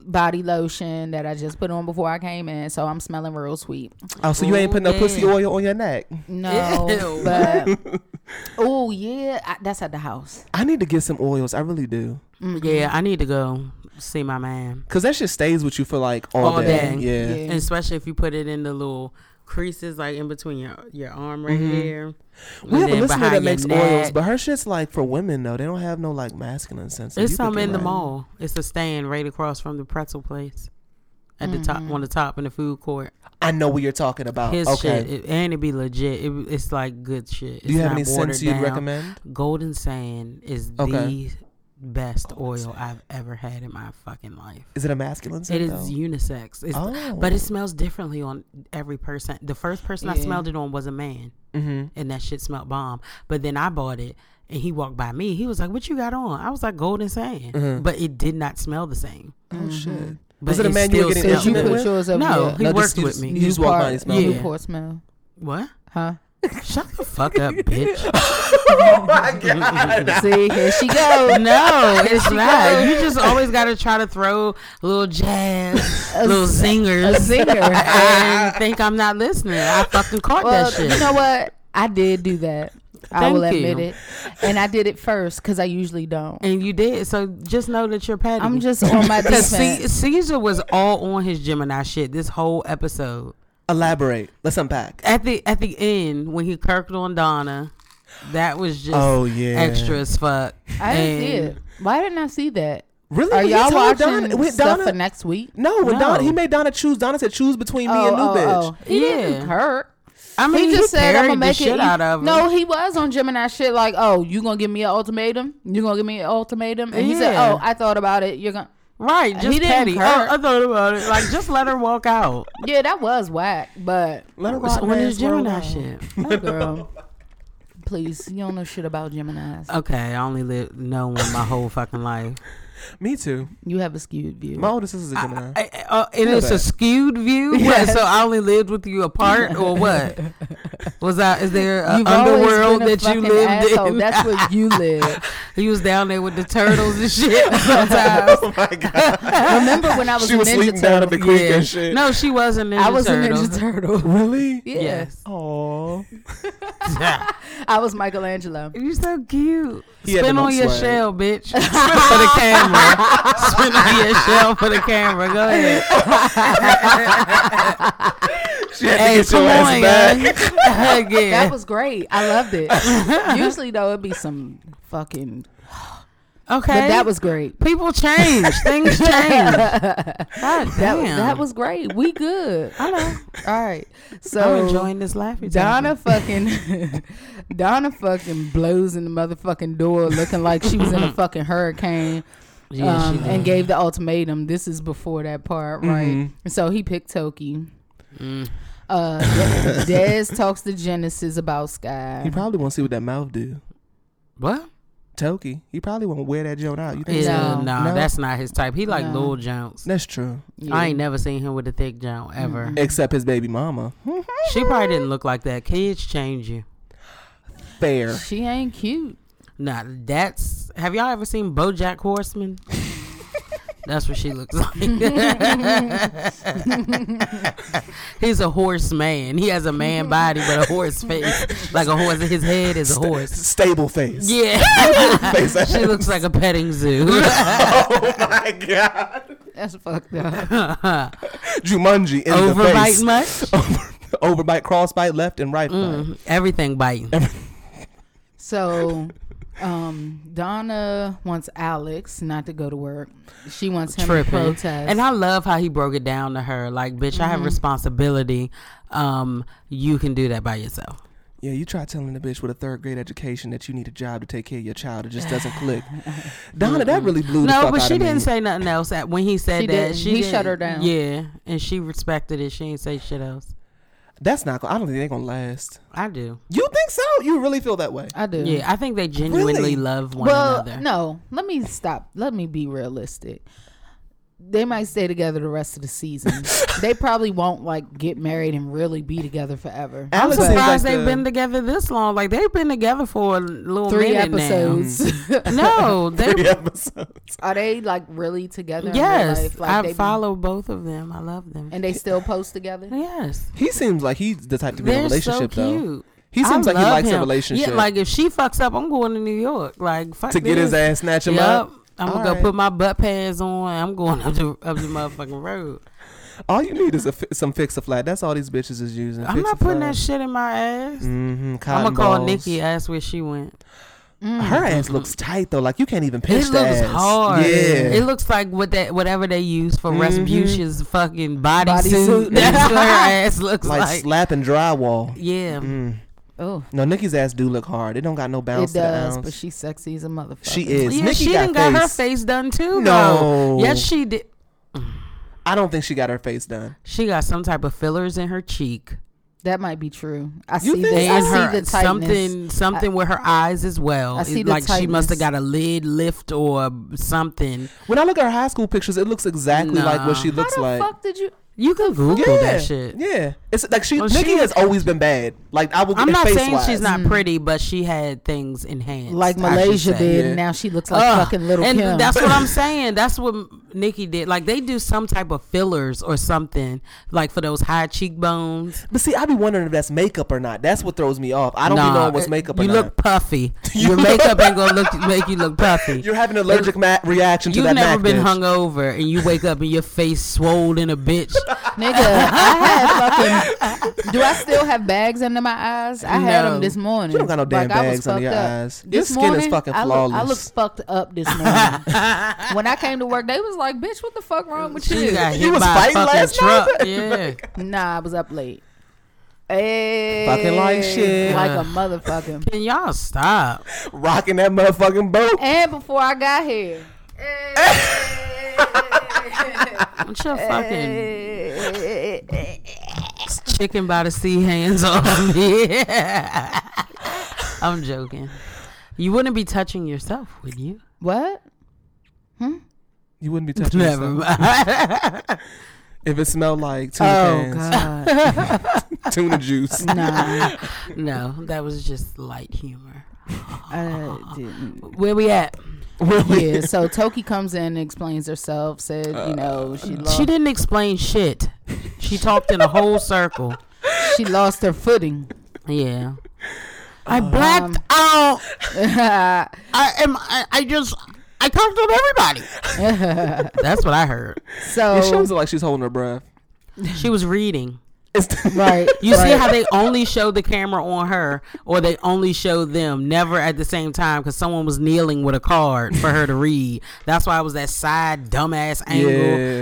C: body lotion that I just put on before I came in, so I'm smelling real sweet.
B: oh, so you ain't putting no
D: Ooh,
B: pussy
D: yeah.
B: oil on your neck?
C: No,
D: Ew.
C: but
D: (laughs)
C: oh yeah, I, that's at the house.
B: I need to get some oils. I really do,
D: Yeah, I need to go see my man.
B: cause that shit stays with you for like all,
D: All
B: day.
D: day.
B: Yeah.
C: Yeah.
D: And especially if you put it in the little creases like in between your your arm right here.
B: Mm-hmm. We have a listener that makes oils, but
D: but
B: her shit's like for women though. They don't have no like masculine sense. So
D: it's
B: you could
D: some
B: do
D: in the
B: that.
D: mall. It's a stand right across from the pretzel place. At the top, on the top in the food court,
B: I know what you're talking about.
D: his
B: Oh, okay.
D: shit, it, and it be legit. It, it's like good shit. It's
B: do you have
D: not
B: any
D: watered
B: scents you'd
D: down.
B: recommend?
D: Golden Sand is
B: Okay.
D: the best oil I've ever had in my fucking life.
B: Is it a masculine scent?
D: It is
B: though?
D: unisex. It's, But
B: Oh.
D: it smells differently on every person. The first person I
C: Yeah.
D: smelled it on was a man.
B: Mm-hmm.
D: And that shit smelled bomb. But then I bought it and he walked by me. He was like, What you got on? I was like, Golden Sand. But it did not smell the same.
B: Oh shit.
D: But
B: Mm-hmm. Was it a
D: it
B: man you were getting
D: still smells
C: Did you
D: Yeah.
B: intimate
C: put
B: with?
C: yours over
D: No,
C: there?
D: Mm-hmm. he
B: No, just-
D: worked
B: you
D: with
B: just-
D: me.
B: you just walked by and smelled
D: yeah.
B: it.
C: Newport smell,
D: What? (laughs)
C: huh?
D: Shut the fuck
B: (laughs)
D: up, bitch.
C: See, here she
B: Oh,
C: goes.
D: No, it's not. You just always got to try to throw
B: (laughs)
D: little jazz, little zingers, (laughs)
C: Zinger.
D: and think I'm not listening. I fucking caught
C: Well,
D: that shit.
C: you know what? I did do that. I will
D: Thank you.
C: admit it, and I did it first because I usually don't.
D: and you did. So just know that you're petty.
C: I'm just on my
D: Because C-
C: defense.
D: Caesar was all on his Gemini shit this whole episode.
B: Elaborate. Let's unpack.
D: At the at the end when he kirked on Donna, that was just
B: Oh, yeah.
D: extra as fuck.
C: I didn't see
D: And
C: it. Why didn't I see that?
B: Really?
C: Are
B: He
C: y'all
B: told
C: watching
B: Donna- wait,
C: stuff
B: Donna-
C: for next week?
B: No, when
D: No.
B: Donna, he made Donna choose. Donna said, "Choose between me
C: Oh,
B: and new bitch."
C: He
D: Yeah.
C: didn't hurt.
D: I mean,
C: He just said, "I'm gonna
D: the
C: make
D: shit
C: it." e-"
D: out of
C: no,
D: her.
C: he was on Gemini shit. Like, oh, you gonna give me an ultimatum? You gonna give me an ultimatum? And he said,
D: Yeah.
C: "Oh, I thought about it. You're gonna."
D: right? Just
C: didn't
D: petty.
C: kirk.
D: I, I thought about it. Like, just let her walk
C: (laughs)
D: out.
C: Yeah, that was whack. But
B: Let her
D: So
B: rock.
D: on this
B: man's world
D: Gemini
B: out.
D: shit.
C: my girl, please, you don't know shit about Gemini's.
D: Okay, I only live know one my whole fucking life.
B: Me too.
C: You have a skewed view.
B: My older sister's a Gemini.
D: I, I- uh, and it's a
B: that.
D: skewed
C: (laughs)
D: view. What, so I only lived with you apart, or what? Was I? Is there an
C: You've always
D: underworld
C: been a
D: that
C: fucking
D: you lived
C: asshole.
D: in?
C: That's
D: (laughs)
C: where you live.
D: He was down there with the turtles
C: (laughs)
D: and shit sometimes.
B: (laughs) oh
D: (laughs)
B: my god.
C: Remember when I was
B: she
C: a
B: was
C: Ninja
B: sleeping down
C: Turtle?
B: at the creek
D: Yeah.
B: and shit.
D: No, she was a ninja
C: I was
D: turtle.
C: a Ninja
D: (laughs)
C: Turtle. (laughs)
B: Really?
C: Yeah.
D: Yes.
B: Aww.
C: I was Michelangelo.
D: You're so cute.
B: He had the
D: Spin on
B: most
D: your
B: swag.
C: (laughs)
D: shell, bitch. for the camera. Spin on your shell for the camera.
B: (laughs)
D: Go ahead.
B: (laughs) She had to
D: Hey,
B: get your
D: come
B: ass
D: on,
B: back.
D: (laughs) young.
C: That
D: yeah.
C: was great. I loved it.
D: (laughs)
C: Usually though, it'd be some fucking.
D: okay.
C: But that was great.
D: People change.
C: (laughs)
D: Things change. God
C: That
D: damn.
C: that was great. We
D: (laughs)
C: good.
D: I know.
C: All right.
D: I'm
C: So
D: enjoying this laughing.
C: Donna fucking (laughs) Donna fucking blows in the motherfucking door looking like she was in
D: (laughs)
C: a fucking hurricane.
D: Yeah, she Mm-hmm.
C: um, and gave the ultimatum. This is before that part, right? So he picked Toki. Uh,
D: (laughs)
C: Des talks to Genesis about
B: (laughs) He
C: Sky.
B: probably won't see what that mouth do.
D: What?
B: Toki. He probably won't wear that joint out. You think?
D: Yeah,
C: No.
D: no,
B: No?
D: that's not his type. He like
C: No.
D: little Jones.
B: That's true.
D: I ain't never seen him with a thick Jones ever.
C: Mm.
B: Except his baby mama.
D: She probably didn't look like that. Kids change you.
B: Fair.
C: She ain't cute.
D: Nah, that's. Have y'all ever seen
B: (laughs)
D: BoJack Horseman? that's what she looks like. (laughs) He's a horse man. He has a man body, but a horse face. Like a horse. His head is a horse.
B: Stable face.
D: Yeah,
B: Face ass.
D: (laughs) she looks like a petting zoo.
B: (laughs) oh my god.
C: That's fucked up.
B: Jumanji in the face. Oh.
D: Overbite much? Mm-hmm.
B: Over, overbite, crossbite, left and right.
D: Mm.
B: bite.
D: Everything biting.
C: So, um, Donna wants Alex not to go to work. She wants him
D: tripping.
C: to protest.
D: And I love how he broke it down to her. Like, bitch, I
B: Mm-hmm.
D: have responsibility. Um, you can do that by yourself.
B: Yeah, you try telling the bitch with a third grade education that you need a job to take care of your child. It just doesn't
D: (sighs)
B: click. Donna, that really blew the
D: No,
B: fuck
D: but
B: out
D: she
B: of me.
D: didn't say nothing else at, when he said
C: She
D: that.
C: didn't.
D: She
C: He shut
D: didn't-
C: her down.
D: Yeah, and she respected it. She didn't say shit else.
B: That's not. I don't think they're gonna last.
D: I do.
B: You think so? You really feel that way?
C: I do.
D: Yeah, I think they genuinely
B: Really?
D: love one
C: well,
D: another.
C: no. Let me stop. Let me be realistic. They might stay together the rest of the
D: (laughs)
C: season. they probably won't like get married and really be together forever.
D: I'm
B: Alex seems
D: surprised
B: like
D: they've
B: the- (laughs)
D: been together this long. Like they've been together for a little
C: Three
D: minute now.
C: episodes.
D: (laughs) No, they
B: Three episodes.
C: (laughs) Are they like really together? in real
D: yes,
C: life? Like, they
D: I
C: be-
D: follow both of them. I love them.
C: and they still post together.
D: yes,
B: He seems like he's the type to be in a
D: they're
B: relationship
D: so cute.
B: though. He seems
D: I
B: like he
D: love
B: likes
D: him.
B: a relationship
D: Yeah, like if she fucks up, I'm going to New York. Like fuck
B: to get
D: this.
B: his ass, snatch him
D: Yep.
B: up.
D: I'm
B: All
D: gonna go
B: right.
D: put my butt pads on. I'm going up the up the motherfucking road.
B: All you need is a fi- some fix a flat. That's all these bitches is using.
D: I'm not putting that shit in my ass.
B: Mm-hmm,
D: I'm gonna call Nikki. Ask where she went.
B: Her ass looks tight though. Like you can't even pinch
D: it
B: the
D: looks
B: ass.
D: hard.
B: Yeah. Mm-hmm.
D: It looks like what that whatever they use for Respucia's fucking bodysuit.
C: Bodysuit.
D: (laughs)
B: (laughs)
D: That's what her ass looks
B: like, Mm.
D: like.
B: slapping drywall.
D: yeah.
C: Oh,
B: No, Nikki's ass do look hard. It don't got no bounce
C: it
B: to the
C: does,
B: ounce.
C: but she's sexy as a motherfucker.
B: She is.
D: Yeah,
B: Nikki
D: she
B: got,
D: done got her
B: face.
D: face done too.
B: No.
D: though. Yes, she did.
B: I don't think she got her face done.
D: She got some type of fillers in her cheek.
C: That might be true. I
B: You
C: see
B: think
C: the
B: so?
C: I
D: and
C: see
D: her
C: the tightness.
D: something something with her eyes as well.
C: I see
D: It-
C: the
D: like she
C: tightness.
D: must have got a lid lift or something.
B: When I look at her high school pictures, it looks exactly like what
D: Nah.
B: she
C: How
B: looks
C: the
B: like.
C: fuck did you?
D: You can Google
B: yeah,
D: that shit.
B: yeah. It's like she
D: Well,
B: Nikki
D: she-
B: has always been bad. Like I will.
D: I'm not saying she's
B: face-wise.
D: not pretty, but she had things enhanced.
C: Like
D: I should
C: Malaysia
D: say.
C: did,
B: Yeah.
C: and now she looks like
D: Ugh.
C: fucking little
D: and
C: Kim.
D: that's
C: (laughs)
D: what i'm saying that's what nikki did like they do some type of fillers or something like for those high cheekbones
B: But see, I be wondering if that's makeup or not. That's what throws me off. I don't be
D: Nah,
B: knowing what's
D: it-
B: makeup or
D: you
B: not.
D: look
B: (laughs)
D: puffy your makeup ain't gonna look make you look puffy
B: You're having an allergic ma- reaction to
D: You've
B: that.
D: never
B: Mac
D: been
B: bitch.
D: hungover and you wake up and your face swollen a bitch.
C: Nigga, I had
B: (laughs)
C: fucking. Do I still have bags under my eyes? I had
D: No.
C: them this morning.
B: You don't got no damn
C: I was
B: bags under
C: fucked
B: your
C: up.
B: eyes. Your
C: This
B: skin is
C: morning,
B: fucking
C: I look, I
B: flawless.
C: look fucked up this morning.
B: (laughs)
C: when I came to work, they was like, "Bitch, what the fuck wrong with
D: She
C: you?"
D: got
B: You
D: hit
B: was
D: by
B: fighting
D: a fucking
B: last night?
D: truck. Yeah.
C: Nah, I was up late. Hey,
B: Fucking like shit.
C: like a motherfucking.
D: Can y'all stop?
B: Rocking that motherfucking boat.
C: And before I
B: (laughs)
C: got here,
D: Put your fucking chicken by the sea hands (laughs) off me. I'm joking. You wouldn't be touching yourself, would you?
C: what?
B: You wouldn't be touching
D: Never
B: yourself. (laughs)
D: mind.
B: if it smelled like tuna
C: Oh
B: cans,
C: God,
B: (laughs) tuna juice. (laughs)
C: nah,
D: no, that was just light humor.
C: I didn't.
D: Where we at?
B: Really?
D: (laughs)
C: Yeah, so Toki comes in and explains herself. Said, you know, she lost,
D: Uh, She didn't explain shit. She talked in a whole circle.
C: she lost her footing. Um,
D: Yeah. I blacked out. (laughs) I am. I, I just. I talked to everybody. (laughs) That's what I heard.
B: Yeah, she
C: So
B: was like she's holding her breath.
D: She was reading.
B: (laughs) It's
C: (laughs) right,
D: (laughs) You see
C: right.
D: how they only showed the camera on her, or they only showed them, never at the same time, because someone was kneeling with a card for her to read. That's why it was that side dumbass
B: yeah.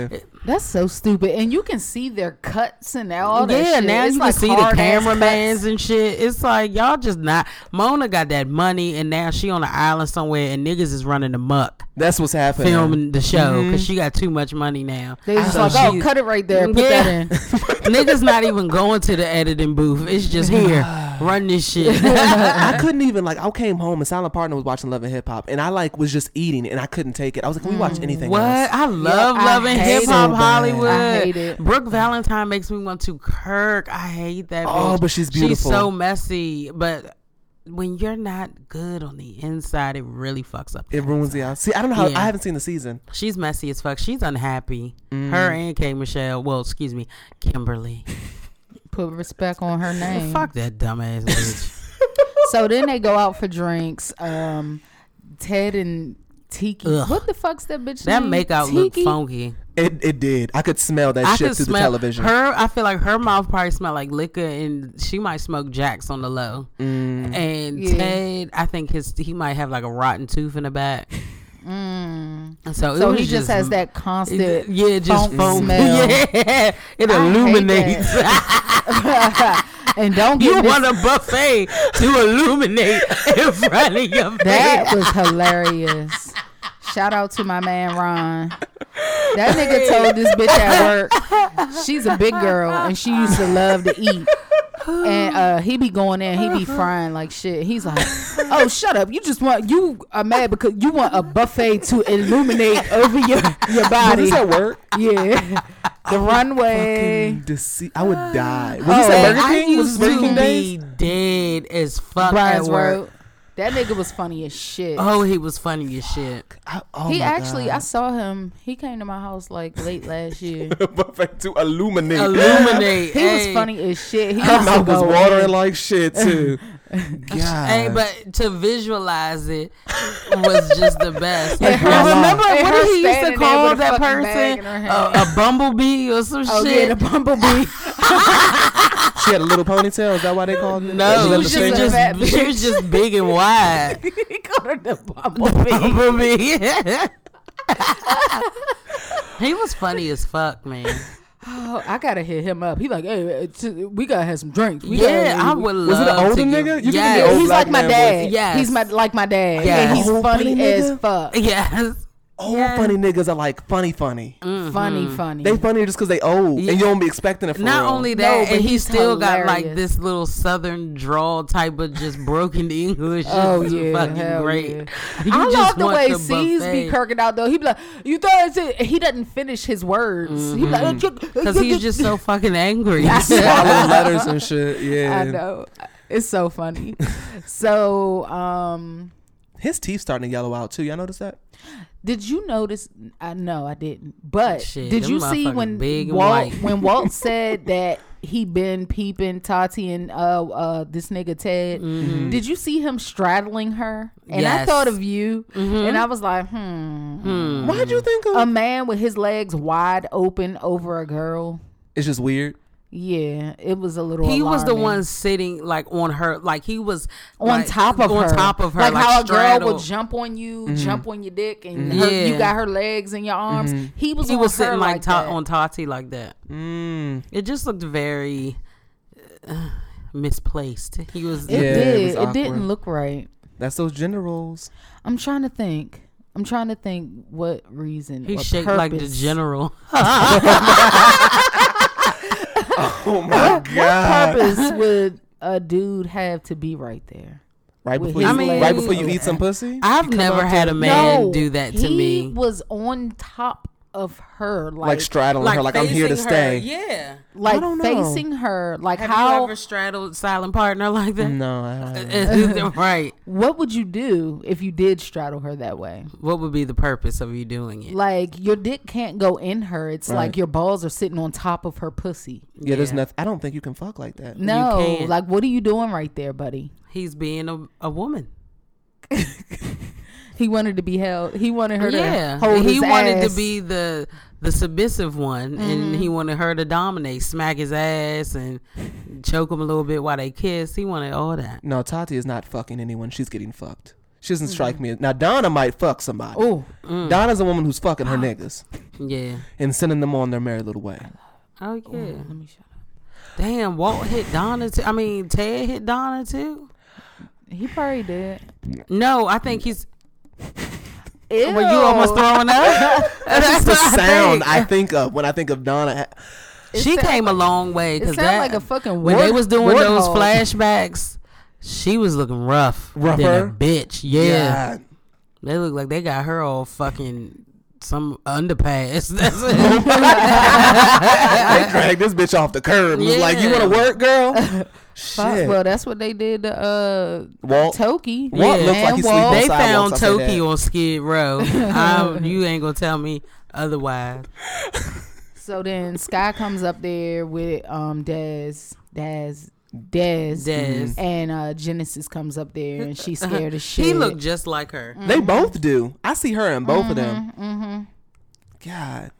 D: angle.
C: that's so stupid, and you can see their cuts and all that.
D: yeah,
C: shit.
D: now
C: It's
D: you
C: like
D: can see the
C: hard-ass
D: cameramans
C: cuts.
D: and shit. It's like y'all just not. Mona got that money, and now she on an island somewhere, and niggas is running amok.
B: That's what's happening. (laughs)
D: filming the show because she got too much money now.
C: Mm-hmm. They just
D: So
C: like, oh,
D: she-
C: cut it right there, put
D: Yeah.
C: that in.
D: (laughs) Niggas not even going to the editing booth. It's just here,
C: (sighs)
D: run
C: (laughs)
D: this shit.
B: I couldn't even like. I came home and Silent Partner was watching Love and Hip Hop, and I like was just eating, and I couldn't take it. I was like, "Can we watch anything?"
D: Mm. what?
B: else?
D: I love
C: I
D: loving
C: hate
D: hip
C: it.
B: So
D: hop
B: bad.
D: Hollywood.
C: I hate it.
D: Brooke Valentine makes me want to Kirk. I hate that.
B: Oh,
D: bitch.
B: but she's
D: She's
B: beautiful.
D: so messy, but. When you're not good on the inside, it really fucks up.
B: It ruins the eye. See, I don't know how.
D: Yeah.
B: I haven't seen the season.
D: She's messy as fuck. She's unhappy.
B: Mm.
D: Her and K Michelle. Well, excuse me, Kimberly.
C: Put respect on her name.
D: Fuck
C: (laughs)
D: that dumbass bitch.
C: So then they go out for drinks. Um, Ted and Tiki.
D: Ugh.
C: What the fuck's that bitch
D: That
C: name?
D: makeout look
C: Tiki?
D: funky.
B: It it did. I could smell that
D: I
B: shit
D: could
B: through
D: smell
B: the television.
D: her. I feel like her mouth probably smelled like liquor, and she might smoke Jacks on the low.
B: Mm.
D: And
C: Yeah.
D: Ted, I think his he might have like a rotten tooth in the back. And So, it
C: Mm. So
D: was
C: he just, has that constant.
D: it- yeah, just
C: funk
D: funk.
C: smell.
D: (laughs) Yeah, it
C: I hate
D: illuminates.
C: and don't
D: (laughs)
C: (laughs)
D: you
C: get me
D: want a buffet to illuminate in front of your face.
C: That was hilarious. Shout out to my man Ron. That nigga told this bitch at work, she's a big girl and she used to love to eat. And uh, he be going in, he be frying like shit. He's like, "Oh, shut up! You just want you are mad because you want a buffet to illuminate over your your
B: Was
C: body."
B: this at work?
C: Yeah, the runway.
B: Fucking dece- I would die. Was
C: Oh,
B: this at Burger
D: Uh, I
B: King? Was
D: used
B: this Burger King
D: to
B: days?
D: be dead as fuck at
C: Brian's
D: work.
C: Road. That nigga was funny as shit.
D: Oh, he was funny as shit.
B: I, oh
C: he
B: my
C: actually,
B: (laughs)
C: I
B: God.
C: saw him. He came to my house like late last year.
B: buffet to illuminate. (laughs)
D: Illuminate.
C: He
D: Hey.
C: was funny as (laughs) shit. He
B: Her
C: used to
B: mouth was
C: go
B: watering
C: in.
B: like shit too. God.
D: (laughs) Hey, but to visualize it was just the
C: (laughs)
D: best.
B: And her-
D: I remember
C: and
D: what
C: her
D: did he used to
C: standing there
D: call
C: with a
D: that
C: fucking bag
D: person?
C: in her
D: A,
C: hand.
D: a bumblebee or some
C: Oh yeah,
D: shit.
C: the bumblebee. (laughs)
B: she had a little ponytail. Is that why they called it?
D: no, she
B: that
D: was,
B: the
C: just a
B: distinction?
C: fat
D: just, (laughs) she was just big
C: (laughs)
D: and wide. (laughs)
C: he called her the bumblebee. (laughs)
D: Bumblebee. he was funny as fuck, man.
C: Oh, I gotta hit him up. He like, hey, it's- we gotta have some drinks. We
D: yeah,
C: gotta-
D: I would love
B: Was it an older
D: to
B: nigga?
D: Give,
B: You can
D: yes.
B: get old
C: he's
B: black
C: like my
B: man voice.
C: dad.
D: Yes.
C: He's my like my dad.
D: Yes.
C: Yeah, he's
B: Old
C: funny
B: funny
C: as
B: nigga?
C: fuck.
D: (laughs) Yes.
B: Old
D: Yeah.
B: Oh,
D: Mm.
B: funny niggas are like funny, funny.
C: Funny, funny.
B: They funny just because they old,
D: Yeah.
B: and you don't be expecting it. For
D: Not
B: real. (laughs)
D: only
C: No,
D: that,
C: but
D: and he
C: he's
D: still got like
C: hilarious.
D: this little southern drawl type of just broken (laughs) English.
C: Oh
D: It's
C: yeah,
D: fucking
C: hell
D: great.
C: yeah.
D: You
C: I love
D: just
C: the
D: want
C: way C's be
D: buffet.
C: kirking out though. He be like, "You thought it's it?" He doesn't finish his words. He be like, "Uh,
D: Cause he's just
C: (laughs)
D: so fucking angry.
B: swallow letters and
D: (laughs)
B: shit.
C: I
B: Yeah,
C: know. It's so (laughs) funny. so, um,
B: his teeth starting to yellow out too. Y'all notice that?
C: did you notice? I no, I didn't. But
D: Shit,
C: did
D: them
C: you see
D: motherfuckers
C: when
D: big and
C: Walt
D: white.
C: when
D: (laughs)
C: Walt said that he been peeping Tati and uh uh this nigga Ted? Did you see him straddling her? And I
D: Mm-hmm. Yes. Mm-hmm.
C: thought of you, and I was like, hmm.
D: Mm.
B: Why'd you think
D: Um,
B: of?
C: a man with his legs wide open over a girl.
B: it's just weird.
C: Yeah, it was a little.
D: (laughs) he was the
C: alarming.
D: one sitting like on her, like he was
C: on
D: like,
C: top of
D: on
C: her,
D: top of her,
C: like, how a girl
D: straddled.
C: will jump on you, jump on your dick, and her,
D: Yeah.
C: you got her legs in your arms. He was
D: He
C: on
D: was
C: her
D: sitting like,
C: like
D: ta-
C: that.
D: on Tati like that.
B: Mm.
D: It just looked very uh, misplaced. He was
C: It
B: Yeah, it
C: did.
B: was
C: It,
B: awkward.
C: didn't look right.
B: That's those gender roles.
C: I'm trying to think. I'm trying to think what reason.
D: he
C: or
D: shaped
C: purpose.
D: like the general.
B: Oh
D: (laughs)
B: my god!
C: Purpose would a dude have to be right there?
B: Right
C: with
B: before, you,
C: his
B: right
D: legs
B: before you
C: open.
B: eat some pussy.
D: I've never had a man do that to
C: he
D: me.
C: was on top of her,
B: like straddling her, like I'm here to
D: facing her,
B: stay.
D: Yeah.
C: like
B: don't know.
C: facing her like
D: Have
C: how
D: you ever straddled silent partner like that?
B: No, I don't.
D: (laughs) right.
C: what would you do if you did straddle her that way
D: What would be the purpose of you doing it?
C: like your dick can't go in her it's
B: Right.
C: like your balls are sitting on top of her pussy
B: Yeah, there's nothing. I don't think you can fuck like that.
C: no
D: can't.
C: like what are you doing right there buddy
D: He's being a, a woman.
C: he wanted to be held he wanted her
D: Yeah.
C: to hold
D: He
C: his
D: wanted to
C: ass. Mm-hmm.
D: be the the submissive one and he wanted her to dominate, smack his ass and choke him a little bit while they kiss. He wanted all that.
B: No, Tati is not fucking anyone. She's getting fucked. She doesn't strike me. as- Now Donna might fuck somebody.
C: oh
B: Donna's a woman who's fucking
D: Ah.
B: her niggas
D: Yeah.
B: and sending them on their merry little
D: (laughs)
B: way.
D: Oh yeah. Let me shut up. Damn, Walt hit Donna too. I mean, Ted hit Donna too.
C: he probably did
D: No, I think he's.
C: Ew.
D: Were you almost
C: (laughs)
D: throwing up?
B: That's the
D: what I
B: sound
D: think.
B: I think of when I think of Donna.
D: she
C: sound-
D: came a long way
C: it
D: because
C: sound
D: that
C: like a fucking
D: when they
C: wart-
D: was doing those
C: warthog.
D: flashbacks, she was looking rough, than a
B: Rougher?
D: bitch. Yeah.
B: God.
D: they look like they got her all fucking some (laughs) underpass. That's it.
B: they dragged this bitch off the curb. It was like, you
D: Yeah.
B: want to work,
D: (laughs)
B: girl?
C: Fuck,
B: Shit.
C: well that's what they did to uh
B: Walt.
C: toki
B: Walt looks
D: Yeah.
B: like
C: And
B: he sleep
C: Walt.
B: on
D: they
B: sidewalks.
D: found
B: I say that.
D: Toki on Skid Row.
C: (laughs)
D: i (laughs) you ain't gonna tell me otherwise.
C: So then Sky comes up there with um Dez, Dez, Dez,
D: Dez. Uh-huh.
C: and uh, Genesis comes up there and she's scared as shit.
D: He looked just like her.
B: They both do. I see her in both of them. God.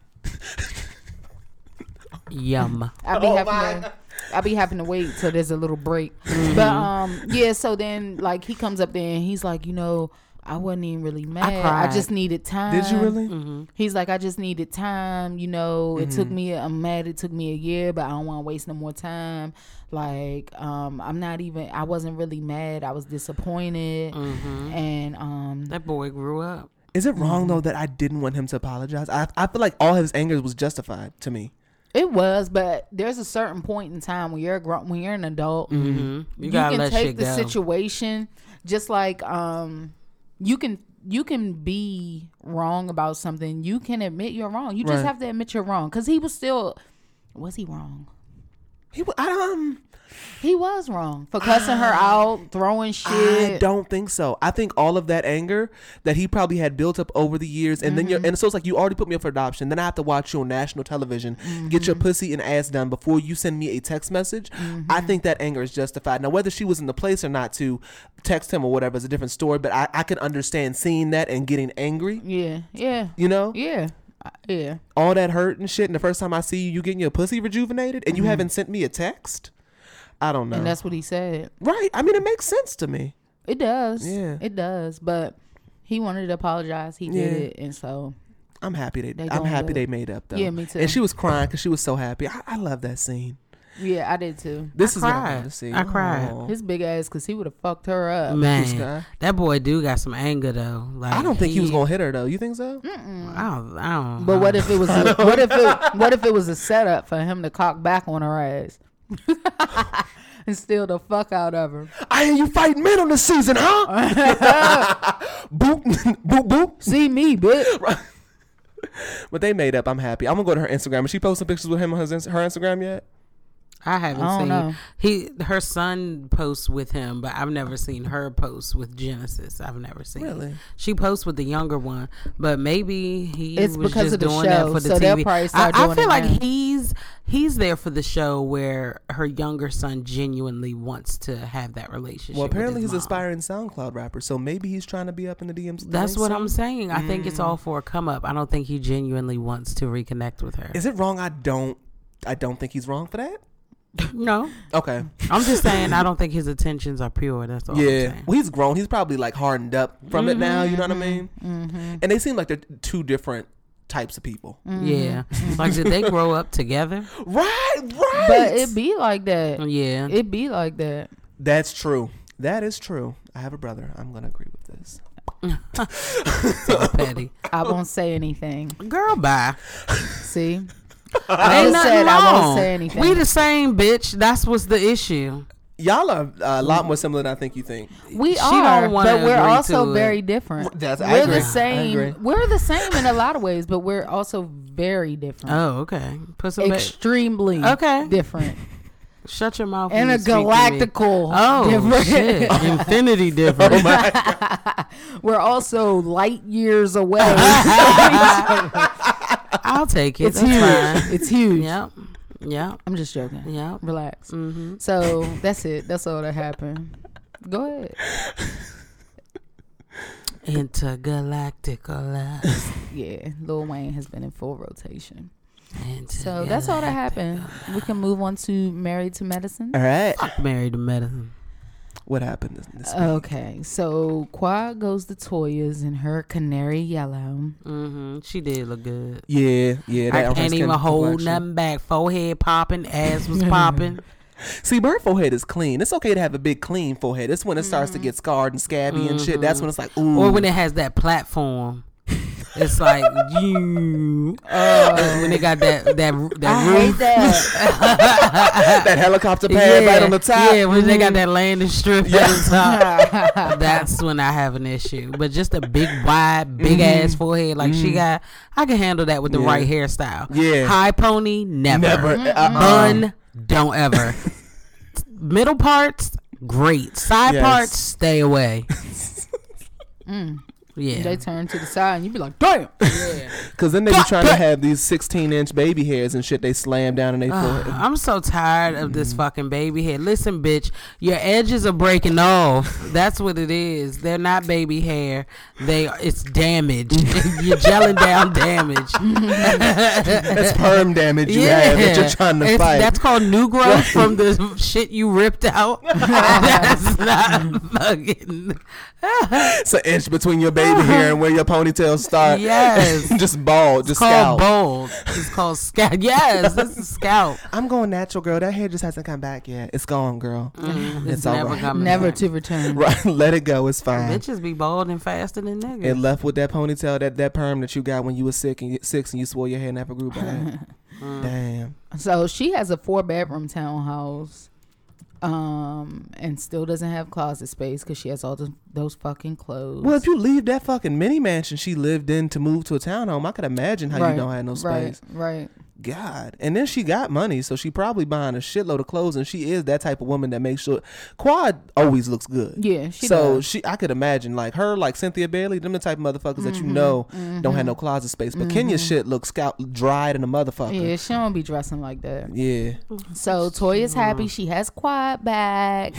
D: Yum.
C: I
B: Oh,
C: be having to, I be having to wait till there's a little break.
B: Mm-hmm.
C: But um, yeah. So then like he comes up there and he's like, you know, I wasn't even really mad. I,
D: cried.
C: just needed time.
B: Did you really?
C: He's like, I just needed time. You know, it
B: Mm-hmm.
C: took me. I'm mad. It took me a year, but I don't want to waste no more time. Like, um, I'm not even. I wasn't really mad. I was disappointed, and um,
D: That boy grew up.
B: Is it wrong, though, that I didn't want him to apologize? I, I feel like all his anger was justified to me.
C: It was, but there's a certain point in time when you're a grown, when you're an adult,
D: You,
C: you
D: gotta
C: can
D: let shit
C: take the
D: go.
C: situation just like um, you can you can be wrong about something. You can admit you're wrong. You just
B: Right.
C: have to admit you're wrong because he was still was he wrong?
B: He, wa- I, um,
C: He was wrong for cussing her out, throwing
B: Ah. I
C: shit.
B: don't think so. I think all of that anger that he probably had built up over the years, and then you're,
C: Mm-hmm.
B: and so it's like you already put me up for adoption. Then I have to watch you on national television, get
C: Mm-hmm.
B: your pussy and ass done before you send me a text message. I
C: Mm-hmm.
B: think that anger is justified. Now, whether she was in the place or not to text him or whatever is a different story, but I, I can understand seeing that and getting angry,
C: Yeah, yeah,
B: you know?
C: yeah, Uh, yeah.
B: all that hurt and shit, and the first time I see you, you getting your pussy rejuvenated, and you haven't sent me a text. I don't know.
C: Mm-hmm. And that's what he said.
B: right. I mean, it makes sense to me.
C: It does.
B: Yeah.
C: it does. But he wanted to apologize. He did
B: Yeah.
C: it, and so
B: I'm happy they.
C: They
B: I'm
C: gonna
B: happy
C: do
B: they
C: it.
B: made up though.
C: Yeah, me too.
B: And she was crying because she was so happy. I, I love that scene.
C: Yeah, I did too.
B: This
D: I
B: is what I
D: cried.
B: want to see.
D: I cried.
B: Aw.
C: His big ass, cause he would have fucked her up.
D: Man,
B: Sky?
D: that boy do got some anger though. Like
B: I don't think he was gonna hit her though. You think so?
D: Mm. I don't. I don't
C: But
D: know.
C: what if it was?
D: (laughs)
C: A, what if it? What if it was a setup for him to cock back on her ass (laughs) and steal the fuck out of her?
B: I hear you fighting men on this season,
D: (laughs)
B: huh? boop, (laughs) boop, boop.
C: See me,
D: (laughs)
C: bitch.
B: But they made up. I'm happy. I'm gonna go to her Instagram. Is she posting pictures with him on his, ins- her Instagram yet?
D: I haven't
C: I don't
D: seen
C: know.
D: he her son posts with him, but I've never seen her post with Genesis. I've never seen.
B: Really?
D: She posts with the younger one, but maybe he
C: It's
D: was
C: because
D: just
C: of the
D: doing
C: show,
D: that for the
C: so they'll
D: TV.
C: probably start
D: I, I
C: doing
D: feel
C: it
D: like
C: now.
D: he's he's there for the show where her younger son genuinely wants to have that relationship.
B: Well,
D: with
B: apparently
D: his
B: he's
D: mom.
B: aspiring SoundCloud rapper, so maybe he's trying to be up in the DMs.
D: That's what I'm saying. I think it's
C: Mm.
D: all for a come up. I don't think he genuinely wants to reconnect with her.
B: Is it wrong? I don't. I don't think he's wrong for that.
D: no,
B: Okay.
D: I'm just saying I don't think his intentions are pure. That's all. I'm
B: Yeah.
D: saying.
B: Well, he's grown. He's probably like hardened up from it now. You know what I mean?
D: Mm-hmm.
B: And they seem like they're two different types of people.
D: Yeah. Like, did they grow up together?
B: Right. Right.
C: But it be like that.
D: (laughs) Yeah.
C: It be like that.
B: That's true. That is true. I have a brother. I'm gonna agree with this.
D: so petty.
C: I won't say anything.
D: Girl, bye.
C: See,
D: I
C: just said I won't say anything.
D: We the same, bitch. That's what's the issue.
B: Y'all are uh, a
D: Mm-hmm.
B: lot more similar than I think you think.
C: we
D: She
C: are,
D: don't wanna
C: but we're
D: agree
C: also
D: to it.
C: very different.
B: That's-
C: we're
B: I agree. I
C: the same.
B: agree.
C: We're the same in a lot of ways, but we're also very different.
D: Oh, okay. Put some ba-
C: Extremely
D: Okay.
C: different.
D: Shut your mouth.
C: And
D: when
C: a
D: you speak to me.
C: galactical (laughs)
D: Oh,
C: different. Oh (laughs)
D: shit. (laughs) Infinity different.
C: We're also light years (laughs) away.
D: (laughs) I'll take it.
C: it's
D: That's (laughs)
C: huge.
D: fine.
C: It's huge.
D: Yep. Yep.
C: I'm just joking. Mm-hmm.
D: Yep.
C: Relax. So that's it. That's all that happened. Go ahead.
D: Intergalactic.
C: Yeah, Lil Wayne has been in full rotation. So
D: So
C: that's all that happened. We can move on to Married to Medicine.
B: All right.
D: Married to medicine.
B: What happened this, this week?
C: Okay, so Quad goes to Toya's in her canary yellow.
D: Mm-hmm. She did look good.
B: Yeah, yeah.
D: I
B: orange
D: can't
B: skin
D: even hold
B: complexion.
D: nothing back. Forehead popping, ass (laughs) was popping.
B: See, bird forehead is clean. It's okay to have a big clean forehead. It's when it starts to get scarred and scabby and shit. That's when it's like, ooh.
D: Mm-hmm. or when it has that platform. It's like you uh, when they got that that that
C: I hate (laughs)
D: roof.
C: that.
B: (laughs) that helicopter pad right on the top. Mm-hmm.
D: Yeah, when they got that landing strip
B: (laughs)
D: at the top. That's when I have an issue. But just a big wide, big ass forehead like she got, I can handle that with the
B: Mm-hmm. Yeah.
D: right hairstyle.
B: Yeah.
D: High pony, never.
B: Never. Uh-uh.
D: Bun,
B: (laughs)
D: don't ever. Middle parts, great. Side
B: Yes.
D: parts, stay
B: (laughs)
D: away. Yeah.
C: They turn to the side and you be like, damn.
B: (laughs) Cause then they be trying to have these 16 inch baby hairs and shit. They slam down in
D: Ah.
B: their
D: (sighs)
B: forehead.
D: I'm so tired of
B: Mm.
D: this fucking baby hair. Listen, bitch, your edges are breaking off. That's what it is. They're not baby hair. They it's damage.
B: (laughs)
D: (laughs) You're gelling down damage.
B: That's perm damage (laughs) you have that you're trying to
D: It's-
B: fight.
D: That's called new
B: (laughs)
D: growth from the shit you ripped out. that's not fucking.
B: It's an inch between your baby hair and where your ponytail starts.
D: Uh-huh. Yes.
B: (laughs) just bald, just scalp.
D: called bold. It's called scalp. Yes, this is scalp.
B: I'm going natural, girl. That hair just hasn't come back yet. It's gone, girl.
D: Mm-hmm. It's,
B: It's all
D: never
B: right.
D: coming.
C: Never
D: back.
C: to
B: (laughs)
C: return.
B: Right, let it go. It's fine.
D: Bitches be bald and faster than niggas.
B: It left with that ponytail, that that perm that you got when you was sick and six, and you swore your hair never grew
D: (laughs)
B: back. Damn.
C: So she has a four bedroom townhouse. Um and still doesn't have closet space because she has all those those fucking clothes.
B: Well, if you leave that fucking mini mansion she lived in to move to a townhome, I could imagine how you don't have no space.
C: Right, right.
B: God. And then she got money, so she probably buying a shitload of clothes, and she is that type of woman that makes sure Quad always looks good.
C: Yeah, she
B: so
C: does.
B: she, I could imagine like her, like Cynthia Bailey, them the type of motherfuckers that you
C: Mm-hmm,
B: know don't have no closet space. But Kenya's shit looks scout dried and a
C: Yeah,
B: motherfucker.
C: she don't be dressing like that.
B: Yeah.
C: So Toya's happy she has
B: (laughs)
C: quad back.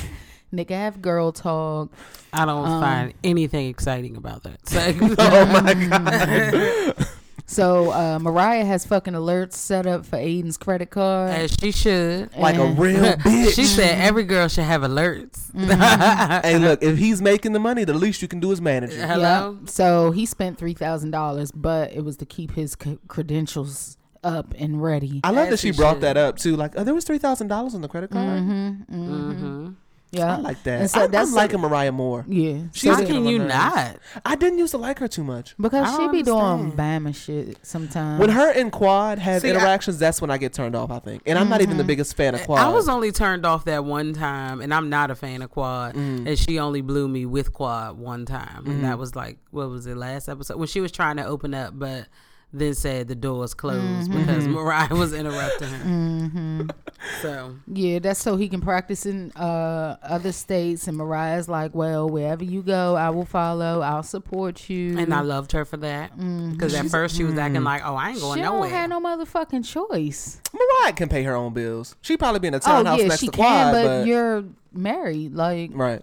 C: Nigga have girl talk.
D: (laughs)
B: (laughs)
D: I don't find anything exciting about that. So,
B: Oh my god.
C: So uh, Mariah has fucking alerts set up for Aiden's credit card.
D: As she should.
B: like a
C: And- (laughs)
D: (laughs)
B: real bitch.
D: she said every girl should have alerts.
C: Mm-hmm.
B: "Hey, look,
C: (laughs)
B: if he's making the money, the least you can do is manage it."
D: (laughs) Hello.
C: Yep. So he spent three thousand dollars, but it was to keep his c- credentials up and ready.
B: I love
D: As
B: that she
D: you
B: brought
D: should.
B: that up too. Like, oh, there was three thousand dollars on the credit card.
C: Mm-hmm. yeah,
B: I like that.
C: And so
B: I,
C: that's
B: am liking Mariah more.
C: yeah.
B: She's
D: How
B: getting on
D: can
B: my
D: you
B: nerves.
D: not?
B: I didn't used to like her too much.
C: Because
D: I
C: she
D: don't
C: be doing
D: understand.
C: Bama shit sometimes.
B: When her and Quad have
E: See, I-
B: interactions, that's when I get turned off. I think, and I'm not even the biggest fan of Quad.
D: I was only turned off that one time, and I'm not a fan of Quad.
C: Mm.
D: And she only blew me with Quad one time, and
C: Mm-hmm.
D: that was like, what was it, last episode when she was trying to open up, but then said the door's closed
C: Mm-hmm.
D: because Mariah was interrupting her. So
C: yeah, that's so he can practice in uh, other states. And Mariah's like, well, wherever you go, I will follow. I'll support you.
D: And I loved her for that because at first she was acting like, "Oh, I ain't going
C: Mm-hmm. Mm. she
D: nowhere."
C: don't have no motherfucking choice.
B: Mariah can pay her own bills. She probably be in a
C: Oh
B: townhouse
C: yeah,
B: next
C: she
B: to
C: can,
B: Quad,
C: but,
B: but,
C: you're married, like,
D: Mm.
B: right.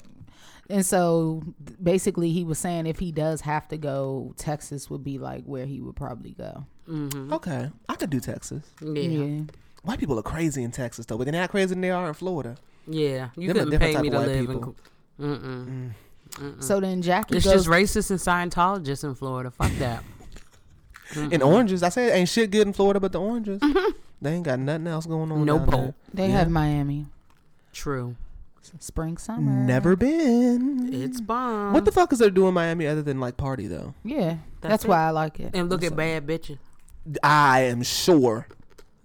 C: and so th- basically he was saying if he does have to go, Texas would be like where he would probably go.
B: Okay, I could do Texas.
D: yeah,
C: yeah.
B: White people are crazy in Texas though, but they're not crazier than they are in Florida.
D: yeah. You
B: Them a
D: couldn't
B: different
D: pay
B: type
D: me
B: of
D: to
B: white
D: live in.
B: people.
D: Mm-mm.
C: So then Jackie
D: It's
C: goes.
D: just racists and Scientologists in Florida. Fuck that.
B: And oranges, I said, ain't shit good in Florida, but the oranges, they ain't got nothing else going on.
D: No
B: down there.
D: pole.
C: they have Miami,
D: True.
C: spring, summer.
B: Never been.
D: It's bomb.
B: What the fuck is there doing in Miami other than like party though?
C: Yeah, that's,
D: That's it.
C: why I like it.
D: and look at bad bitches.
B: I am sure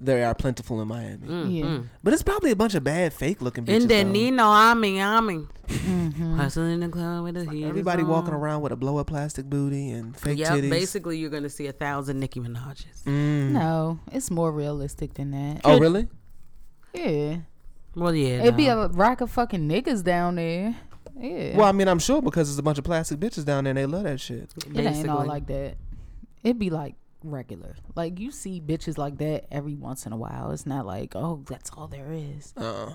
B: there are plentiful in Miami,
C: yeah.
B: but it's probably a bunch of bad fake looking bitches.
D: Mm. And then
B: though.
D: Nino, I mean, I mean, hustling in the club with a
B: Mm-hmm. Everybody walking
D: um,
B: around with a blow up plastic booty and fake
D: Yeah,
B: titties. Mm.
D: basically, you're gonna see a thousand Nicki Minaj's.
C: No, it's more realistic than that.
B: Mm-hmm. Oh really?
C: Yeah,
D: Well, yeah,
C: it'd be
D: no.
C: a rack of fucking niggas down there. Yeah,
B: Well, I mean, I'm sure because there's a bunch of plastic bitches down there and they love that shit.
C: it ain't all
D: basically.
C: like that. It'd be like regular. Like you see bitches like that every once in a while. It's not like oh that's all there is.
B: Uh,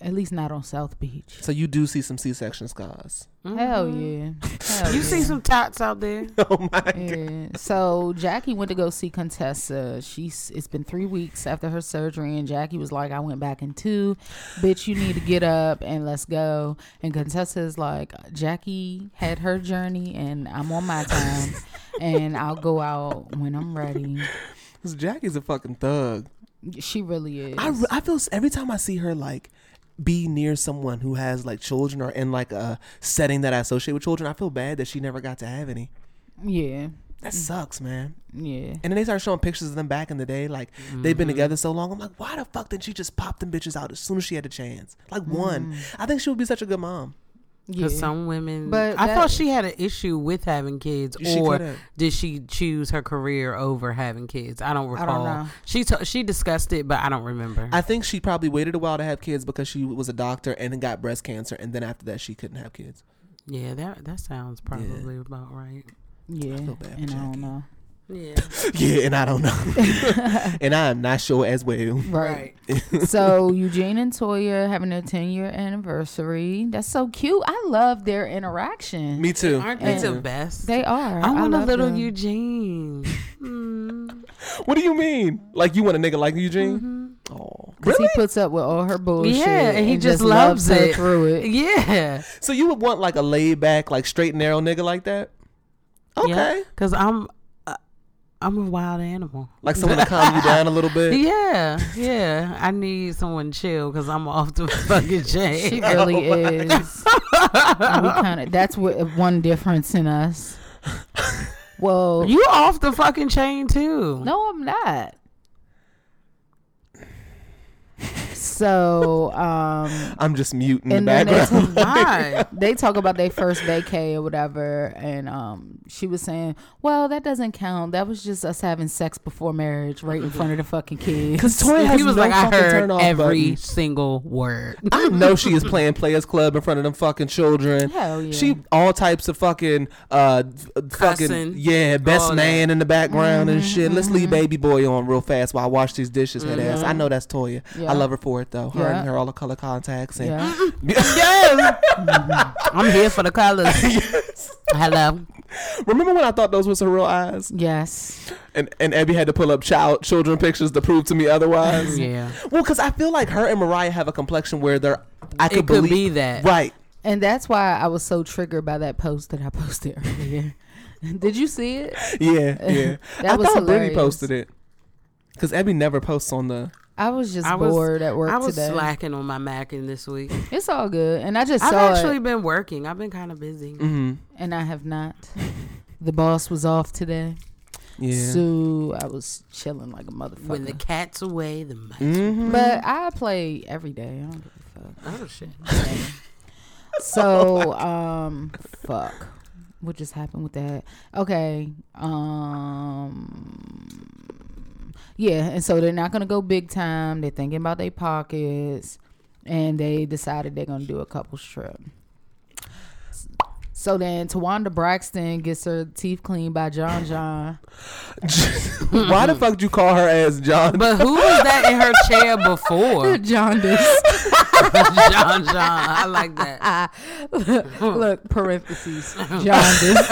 C: At least not on South Beach.
B: so you do see some C-section scars.
C: Hell yeah. Hell
D: You see some tots out there.
B: Oh my god.
C: Yeah. So Jackie went to go see Contessa. She's it's been three weeks after her surgery, and Jackie was like, "I went back in two, bitch. You need to get up and let's go." And Contessa is like, "Jackie had her journey, and I'm on my time, and I'll go out when I'm ready."
B: This Jackie's a fucking thug.
C: She really is.
B: I, re- I feel s- every time I see her like be near someone who has like children or in like a setting that I associate with children, I feel bad that she never got to have any.
C: yeah,
B: That
D: Mm.
B: sucks, man.
C: yeah.
B: And then they start showing pictures of them back in the day, like they've been together so long. I'm like, why the fuck didn't she just pop them bitches out as soon as she had a chance? Like one, I think she would be such a good mom.
D: For
C: Yeah.
D: some women,
C: But
D: I
C: that-
D: thought she had an issue with having kids,
B: She
D: or
B: could've.
D: did she choose her career over having kids? I don't
C: don't
D: recall.
C: know.
D: She to- she discussed it, but I don't remember.
B: I think she probably waited a while to have kids because she was a doctor and then got breast cancer, and then after that she couldn't have kids. (laughs)
D: yeah, that that sounds probably about right.
C: Yeah,
B: feel bad for
C: and I don't
B: Jackie.
C: know.
D: Yeah,
B: yeah, and I don't know, and I am not sure as well.
C: Right. (laughs) so Eugene and Toya having their 10 year anniversary. That's so cute. I love their interaction.
B: Me too.
D: (laughs) aren't
B: Me
D: they the
B: too.
D: best?
C: They are.
D: I want a
C: love
D: little
C: them. (laughs)
D: Eugene. Hmm.
B: What do you mean? Like you want a nigga like Eugene? Oh,
C: 'Cause
B: really?
C: He puts up with all her bullshit.
D: yeah, and he just, loves,
C: her
D: it
C: through it.
D: (laughs) Yeah.
B: So you would want like a laid back, like straight and narrow nigga like that? Okay,
D: Because I'm uh, I'm a wild animal.
B: like someone to calm you down a little bit.
D: Yeah, yeah. I need someone chill because I'm
C: (laughs)
D: off the fucking
C: She
D: chain.
C: really is. And we kind of that's what one difference in us. Well,
D: You off the fucking chain too.
C: no, I'm not. So, um,
B: I'm just mute in the
C: And then they
B: background.
C: took-
B: (laughs)
D: Why?
C: they talk about their first vacay or whatever, and um, she was saying, "Well, that doesn't count. That was just us having sex before marriage, right in front of the fucking kids."
B: Because Toya has
D: he was
B: no
D: like, I
B: fucking
D: heard
B: turn off
D: every
B: button.
D: single word. (laughs)
B: I know she is playing Players Club in front of them fucking children.
C: Hell yeah.
B: She all types of fucking uh f- fucking
D: Cussing.
B: yeah, best
D: All that.
B: man in the background and shit. Let's leave baby boy on real fast while I wash these dishes head ass. I know that's Toya.
C: Yeah.
B: I love her for it though. Her
C: Yeah.
B: and her all the color contacts and (laughs)
C: Yeah.
B: (laughs)
D: yes. I'm here for the colors. Hello.
B: Remember when I thought those was her real eyes,
C: Yes.
B: and and Abby had to pull up child children pictures to prove to me otherwise.
D: (laughs) Yeah.
B: Well, because I feel like her and Mariah have a complexion where they're I could,
D: It could
B: believe,
D: be that.
B: right.
C: And that's why I was so triggered by that post that I (laughs) posted earlier. Did you see it?
D: (laughs)
B: Yeah, yeah.
C: That
B: I
C: was
B: thought Brittany
C: hilarious.
B: posted it because Abby never posts on the.
C: I was just
D: I was-
C: bored at work
D: I was
C: today.
D: slacking on my Mackin this
B: (laughs)
D: week.
C: It's all good. And I just
D: I've
C: saw
D: actually
C: it
D: been working. I've been kind of busy.
B: Mm,
C: and I have not. The boss was off today.
B: yeah.
C: So I was chilling like a motherfucker.
D: When the cat's away,
B: (laughs)
D: the mice. (laughs)
B: Mhm.
C: but I play every day. I don't give a fuck.
D: Oh shit!
C: So, um, fuck. What just happened with that? Okay. Um, yeah. And so they're not going to go big time. They're thinking about their pockets. And they decided they're going to do a couple's trip. So then Tawanda Braxton gets her teeth cleaned by John John.
B: Why the fuck did you call her as John?
D: But who was that in her
B: (laughs)
D: chair
C: (laughs)
D: before? (laughs)
C: Jaundice.
D: John, John. I like that.
C: Look, parentheses. Jaundice.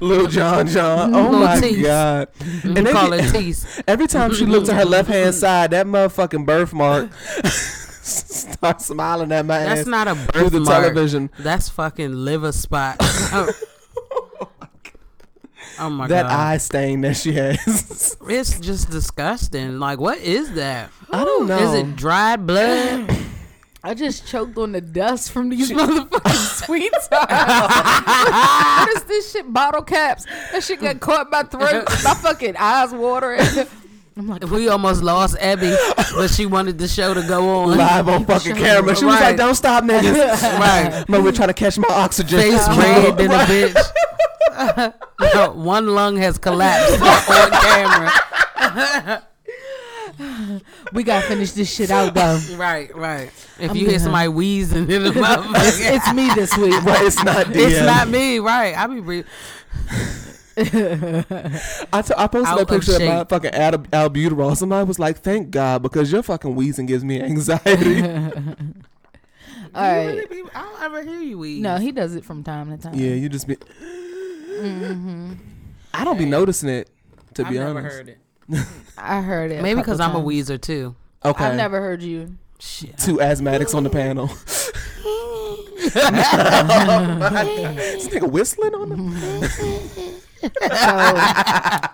C: (laughs)
B: Little John
D: (laughs)
B: John. Oh
D: Lil
B: my
D: Tease. Mm-hmm.
B: god. And
D: You call
B: every, (laughs)
D: it teeth.
B: every time she looked to her left hand side, that motherfucking birthmark (laughs) start smiling at my ass
D: That's not a
B: through
D: birthmark.
B: the television.
D: That's fucking liver spot. (laughs) oh
B: (laughs)
D: my
B: that
D: god!
B: eye stain that she has. (laughs)
D: it's just disgusting. Like, what is that?
B: I don't know.
D: Is
C: Oh.
D: it dried blood?
C: (laughs) I just choked on the dust from these (laughs) motherfucking sweets. what is this shit? Bottle caps. That shit got caught in my throat. My fucking eyes watering. I'm like,
D: we almost lost Abby, but she wanted the show to go on.
B: Live
D: (laughs)
B: on fucking camera. She was
D: Right.
B: like, "Don't stop, (laughs)
D: (laughs)
B: niggas."
D: Right.
B: No, we're trying to catch my oxygen.
D: Face red than a bitch. (laughs) No, one lung has collapsed
C: (laughs)
D: on camera.
C: (laughs) we gotta finish this shit out though.
D: Right, right. If
C: I'm
D: you hear
C: good.
D: somebody wheezing in the motherfucker,
C: (laughs) It's, it's me this (laughs) week.
B: (laughs) Right, it's not. DM.
D: (laughs) it's not me. Right, I be breathing.
B: I, t- I posted
D: Out
B: that
D: of
B: picture of, my
D: shape.
B: fucking ad- albuterol. Somebody was like, "Thank God," because your fucking wheezing gives me anxiety.
C: All right.
D: Really be- I don't ever hear you wheeze.
C: No, he does it from time to time.
B: yeah, you just be. I don't be noticing it, to
E: I've
B: be
E: never
B: honest.
E: heard it.
C: I heard it.
D: maybe
C: because
D: because I'm a wheezer too.
B: Okay,
C: I've never heard (laughs) you.
D: Shit.
B: two asthmatics on the panel. This nigga whistling on them.
C: So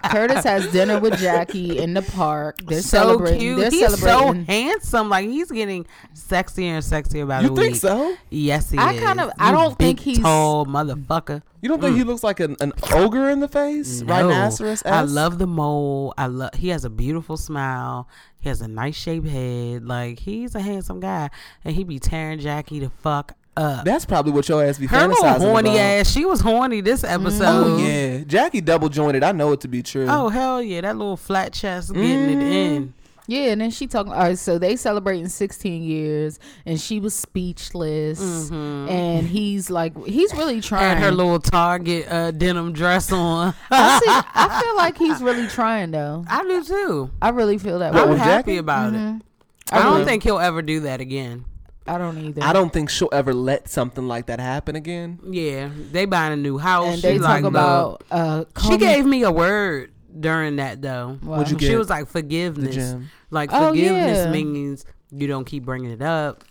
C: Curtis has dinner with Jackie in the park. They're
D: so
C: celebrating.
D: cute.
C: They're
D: he's so
C: celebrating.
D: handsome. Like he's getting sexier and sexier by the
B: You
D: week.
B: think so?
D: Yes, he
C: I
D: is.
C: kind of- I
D: You
C: don't think
D: big,
C: he's-
D: tall, motherfucker.
B: You don't think he looks like an, an ogre in the face?
D: No.
B: Rhinoceros?
D: I
B: ass?
D: love the mole. I love. He has a beautiful smile. He has a nice shaped head. Like he's a handsome guy, and he be tearing Jackie the fuck up.
B: That's probably what your ass be
D: Her little
B: fantasizing
D: horny
B: about.
D: ass. She was horny this
C: Mm-hmm.
D: episode.
B: Oh yeah, Jackie double jointed. I know it to be true.
D: Oh hell yeah! That little flat chest getting it
B: Mm-hmm.
D: in.
C: Yeah, and then she talking. All right, so they celebrating 16 years, and she was speechless, and he's like, he's really trying.
D: Mm-hmm. (laughs) And her little Target uh, denim
B: (laughs)
D: dress on. (laughs)
C: I, see, I feel like he's really trying though.
D: I do too.
C: I really feel that.
B: What
D: I'm
C: way.
B: with
D: happy
B: Jackie?
D: about it.
C: Mm-hmm. I
D: I don't
C: really-
D: think he'll ever do that again.
C: I don't either.
B: I don't think she'll ever let something like that happen again.
D: Yeah, they buying a new house.
C: and they
D: she
C: talk
D: like, "Look,
C: about. Uh,
D: She
C: Comey-
D: gave me a word during that though.
C: Wow. What'd
B: you
D: She
B: get?
D: was like forgiveness.
B: gym.
D: Like
C: Oh,
D: forgiveness
C: yeah.
D: means you don't keep bringing it up.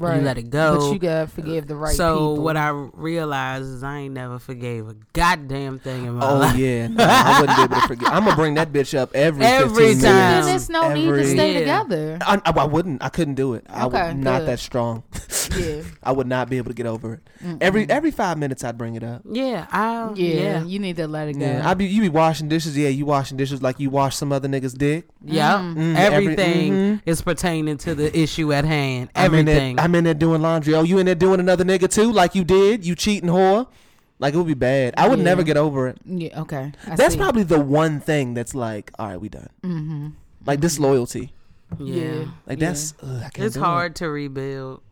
C: right.
D: let it go.
C: but you gotta forgive the right
D: so
C: people.
D: what I realized is I ain't never forgave a goddamn thing in my
B: Oh
D: life.
B: yeah, no, I wouldn't be able to forget. I'm gonna bring that bitch up every
D: Every
B: 15
D: time.
C: then
B: Minutes.
C: there's no need to
B: every-
C: stay
D: Yeah.
C: together.
B: I, I, I wouldn't. I couldn't do it. I would
C: Okay,
B: not
C: good.
B: that strong. (laughs)
C: Yeah.
B: I would not be able to get over it. Every every five minutes, I'd bring it up.
D: (laughs) Yeah, I
C: yeah, Mm-hmm.
D: yeah.
C: You need to let it go.
B: Yeah, I be you be washing dishes. Yeah, you washing dishes like you wash some other niggas dick.
D: Yeah,
C: Mm-hmm.
B: every- mm-hmm.
D: everything is pertaining to the issue at hand. Everything.
B: I'm in, there, I'm in there doing laundry. Oh, you in there doing another nigga too? Like you did? You cheating whore? Like it would be bad. I would
C: Yeah.
B: never get over it.
C: Yeah, okay. I
B: That's
C: see.
B: probably the one thing that's like, all right, we done. Mm-hmm. Like disloyalty.
D: yeah.
C: Yeah.
B: Like that's ugh, I can't
D: it's
B: do it.
D: hard to rebuild.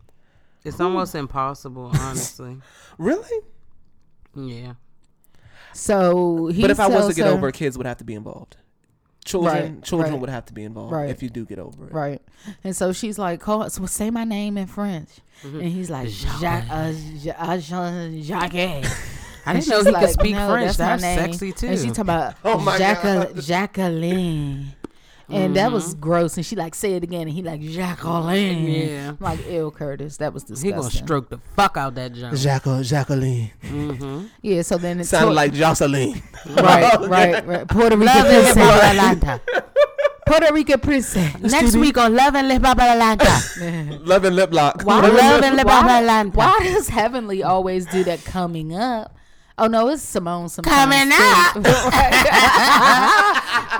D: It's almost impossible, honestly. (laughs)
B: Really?
D: yeah.
C: So he
B: but if I was to
C: tells
B: get
C: her-
B: over, it, kids would have to be involved. children
C: Right,
B: children
C: right.
B: would have to be involved
C: Right.
B: if you do get over it.
C: Right. And so she's like, call so say my name in French.
D: Mm-hmm.
C: And he's like, Jacques. Uh, Ja- uh, Jean-
D: (laughs)
C: Jacques.
D: I
C: And
D: didn't know
C: she's
D: he could
C: like,
D: speak
C: "No,
D: French.
C: that's my
D: That's
C: name."
D: sexy too.
C: And she talking
D: (laughs)
C: about
B: Oh my
C: Jacque,
B: God.
C: Jacqueline. And that
D: Mm-hmm.
C: was gross. And she like say it again, and he like Jacqueline.
D: Yeah.
C: I'm like ill Curtis. That was disgusting.
D: he gonna stroke the fuck out that junk.
B: Jacqueline. Jacqueline.
C: Yeah. So then it
B: Sounded like Jocelyn.
C: (laughs) right, right, right. Puerto Rican
D: Love and
C: princess.
D: Lanta.
C: Puerto Rican
D: (laughs)
C: princess.
D: Next week on Love and Lanta.
B: Love and lip lock.
D: Why
B: Love
D: love
B: and
D: and
B: lip-
D: lip
C: Why, why does Heavenly always do that coming up? Oh no, it's Simone. Sometimes
D: Coming
C: too.
D: up.
C: coming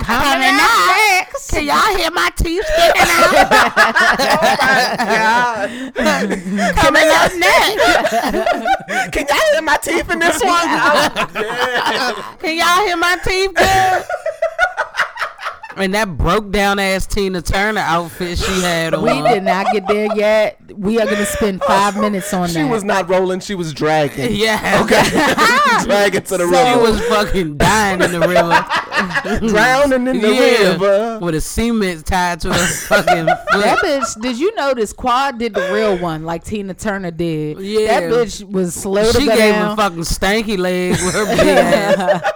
D: Coming
C: up.
D: up. Can y'all hear my teeth sticking (laughs) out? Oh Coming up next.
B: Can y'all hear my teeth in this one?
D: Oh, Can y'all hear my teeth good? (laughs) And that broke down ass Tina Turner outfit she had
C: (laughs)
D: on.
C: We did not get there yet. We are going to spend five minutes on
B: she
C: that.
B: was not rolling. She was dragging.
D: Yeah.
B: (laughs)
D: (laughs)
B: dragging to the
D: She
B: river.
D: was fucking dying in the river.
B: (laughs) drowning in the
D: yeah.
B: river.
D: With a cement tied to her fucking
C: that
D: foot.
C: bitch, did you notice Quad did the real one like Tina Turner did?
D: Yeah.
C: That bitch was slow to
D: She
C: go
D: gave
C: down.
D: a fucking stanky leg
C: (laughs)
D: with her big ass.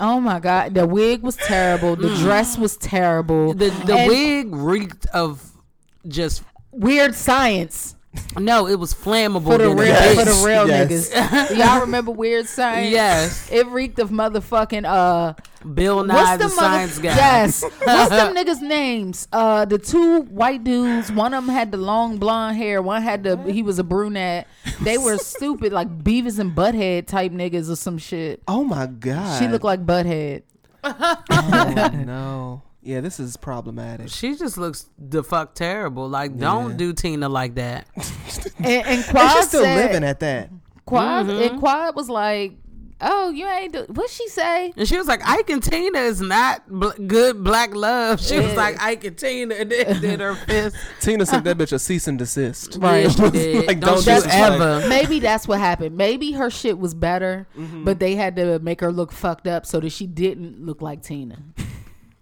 C: Oh my god, the wig was terrible. The dress was terrible.
D: Mm. The, the
C: And
D: wig reeked of just.
C: weird science
D: No, it was flammable.
C: for the
D: than a
C: real
B: Yes.
C: for the real
B: Yes.
D: (laughs)
C: niggas. Y'all remember weird science?
D: Yes.
C: It reeked of motherfucking uh
D: bitch. Bill
C: What's
D: Nye, the,
C: the mother-
D: science guy.
C: Yes. What's (laughs) them niggas' names? Uh, the two white dudes. One of them had the long blonde hair. One had the. He was a brunette. They were (laughs) stupid, like Beavis and Butthead type niggas or some shit.
B: Oh my god.
C: She looked like Butthead.
B: Oh, (laughs) no. Yeah, this is problematic.
D: She just looks the fuck terrible. Like, don't do Tina like that.
C: And, and
B: And
C: Quad
B: she's still
C: said,
B: living at that.
C: Quad and Quad was like, "Oh, you ain't do what she say."
D: And she was like, Ike and Tina is not bl- good black love. She was
C: Yeah.
D: like, Ike and Tina, and then
C: (laughs)
D: did her fist.
B: Tina sent that bitch a cease and desist.
D: Yeah, she did.
B: Like,
D: don't,
B: don't do
D: you
B: this, like-
D: ever.
C: Maybe that's what happened. Maybe her shit was better, but they had to make her look fucked up so that she didn't look like Tina.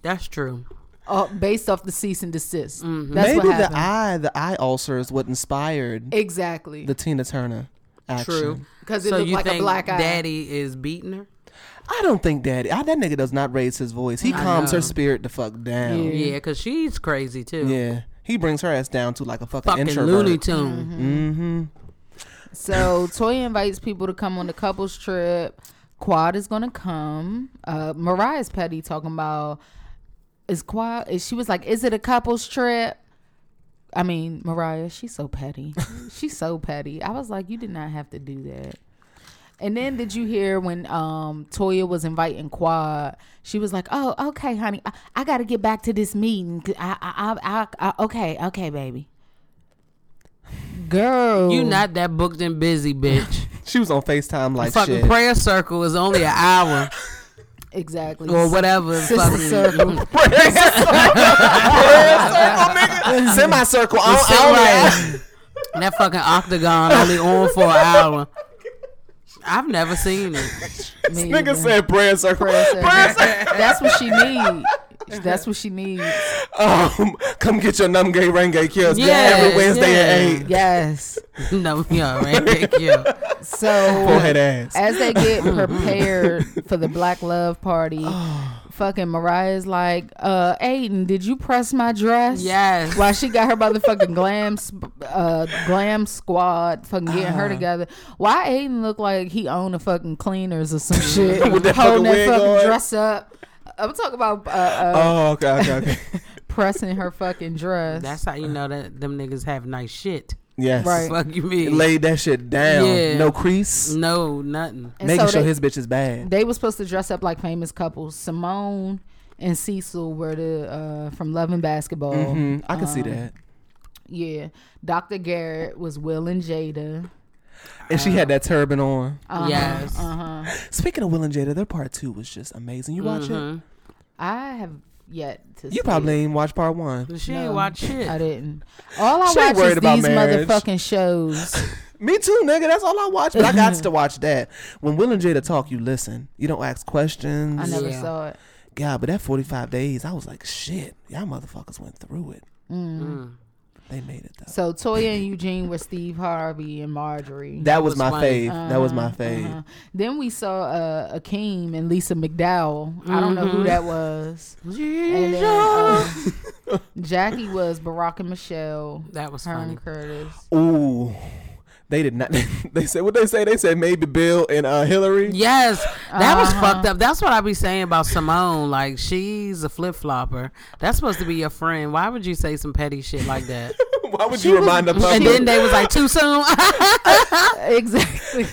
D: That's true.
C: uh, based off the cease and desist. That's
B: Maybe
C: what
B: the
C: happened.
B: eye, the eye ulcer is what inspired
C: exactly.
B: the Tina Turner action.
D: True.
C: Because it looked like a black eye.
D: Daddy is beating her?
B: I don't think Daddy. I, that nigga does not raise his voice. He calms
D: know.
B: her spirit the fuck down.
D: Yeah, because she's crazy too.
B: Yeah. He brings her ass down to like a fucking,
D: Fucking
B: introvert.
D: Looney Tune.
C: Mm-hmm. So Toya invites people to come on the couples trip. Quad is gonna come. Uh, Mariah's petty talking about is Quad. Is, she was like, "Is it a couples trip?" I mean, Mariah, she's so petty. she's so petty. I was like, you did not have to do that. And then did you hear when um, Toya was inviting Quad? She was like, "Oh, okay, honey, I, I got to get back to this meeting. I, I, I, I, okay, okay, baby, girl,
D: You not that booked
B: (laughs)
D: and busy, bitch.
B: She was on Facetime like
D: fucking
B: shit.
D: prayer circle is only an hour
C: exactly (laughs)
D: or whatever.
C: Sister circle.
D: Fucking.
B: Semicircle. I don't- I don't-
D: Right. (laughs) that fucking octagon only on for an hour. I've never seen it. (laughs)
C: Me either.
B: Nigga said prayer circle.
C: Prayer
B: (laughs)
C: circle. That's what she needs. That's what she needs.
B: Um, (laughs) come get your numb gay renge kills
D: Yes,
B: every Wednesday
D: yes.
B: at eight.
C: Yes.
D: No, yeah, (laughs) right. Thank you.
C: So
B: Forehead Mm-hmm. ass.
C: as they get prepared for the Black Love Party,
B: Oh.
C: fucking Mariah's like, uh, Aiden, did you press my dress?
D: Yes.
C: While she got her motherfucking glam, sp- uh, glam squad fucking getting
B: Uh-huh.
C: her together. Why Aiden look like he owned a fucking cleaners or
B: (laughs)
C: some shit?
B: With that fucking
C: holding that
B: wig
C: fucking
B: on.
C: dress up. I'm talking about uh, uh,
B: Oh, okay, okay, okay.
C: pressing her fucking dress.
D: That's how you know that them niggas have nice shit.
B: Yes.
C: Right.
D: Fuck you mean?
B: Laid that shit down.
D: Yeah.
B: No crease.
D: No, nothing.
C: And
B: Making
C: so
B: sure
C: they-
B: his bitch is bad.
C: they were supposed to dress up like famous couples. Simone and Cecil were the uh, from Love and Basketball.
B: Mhm, I can see that.
C: Yeah, Dr. Garrett was Will and Jada.
B: And she had that turban on.
C: Uh-huh,
D: yes.
B: Speaking of Will and Jada, their part two was just amazing. You watch it?
C: I have yet to. see
B: You probably ain't watched part one.
D: She
C: it.
D: ain't watch shit.
C: I didn't. All I
B: She ain't
C: watch is
B: worried about
C: these
B: marriage.
C: motherfucking shows.
B: Me too, nigga. That's all I watch. But I got to watch that. When Will and Jada talk, you listen. You don't ask questions.
C: I never
D: Yeah.
C: saw it.
B: God, but that 45 days, I was like, shit, y'all motherfuckers went through it.
D: Mm.
B: They made it though.
C: So Toya and Eugene were Steve Harvey and Marjorie.
B: That was,
D: was
B: my
D: funny. Uh-huh.
B: fave. that was my fave.
C: Uh, then we saw uh, Akeem and Lisa McDowell. I don't
D: Mm-hmm.
C: know who that was. And then, uh,
D: (laughs)
C: Jackie was Barack and Michelle.
D: That was
C: Herman
D: funny.
C: Curtis.
B: Ooh. They did not. (laughs) They said what they say. They said maybe Bill and uh, Hillary.
D: Yes, that was fucked up. That's what I be saying about Simone. Like she's a flip flopper. That's supposed to be your friend. Why would you say some petty shit like that?
B: (laughs) Why would you remind them?
D: and then they was
B: (laughs)
D: like, too soon. (laughs)
C: Exactly.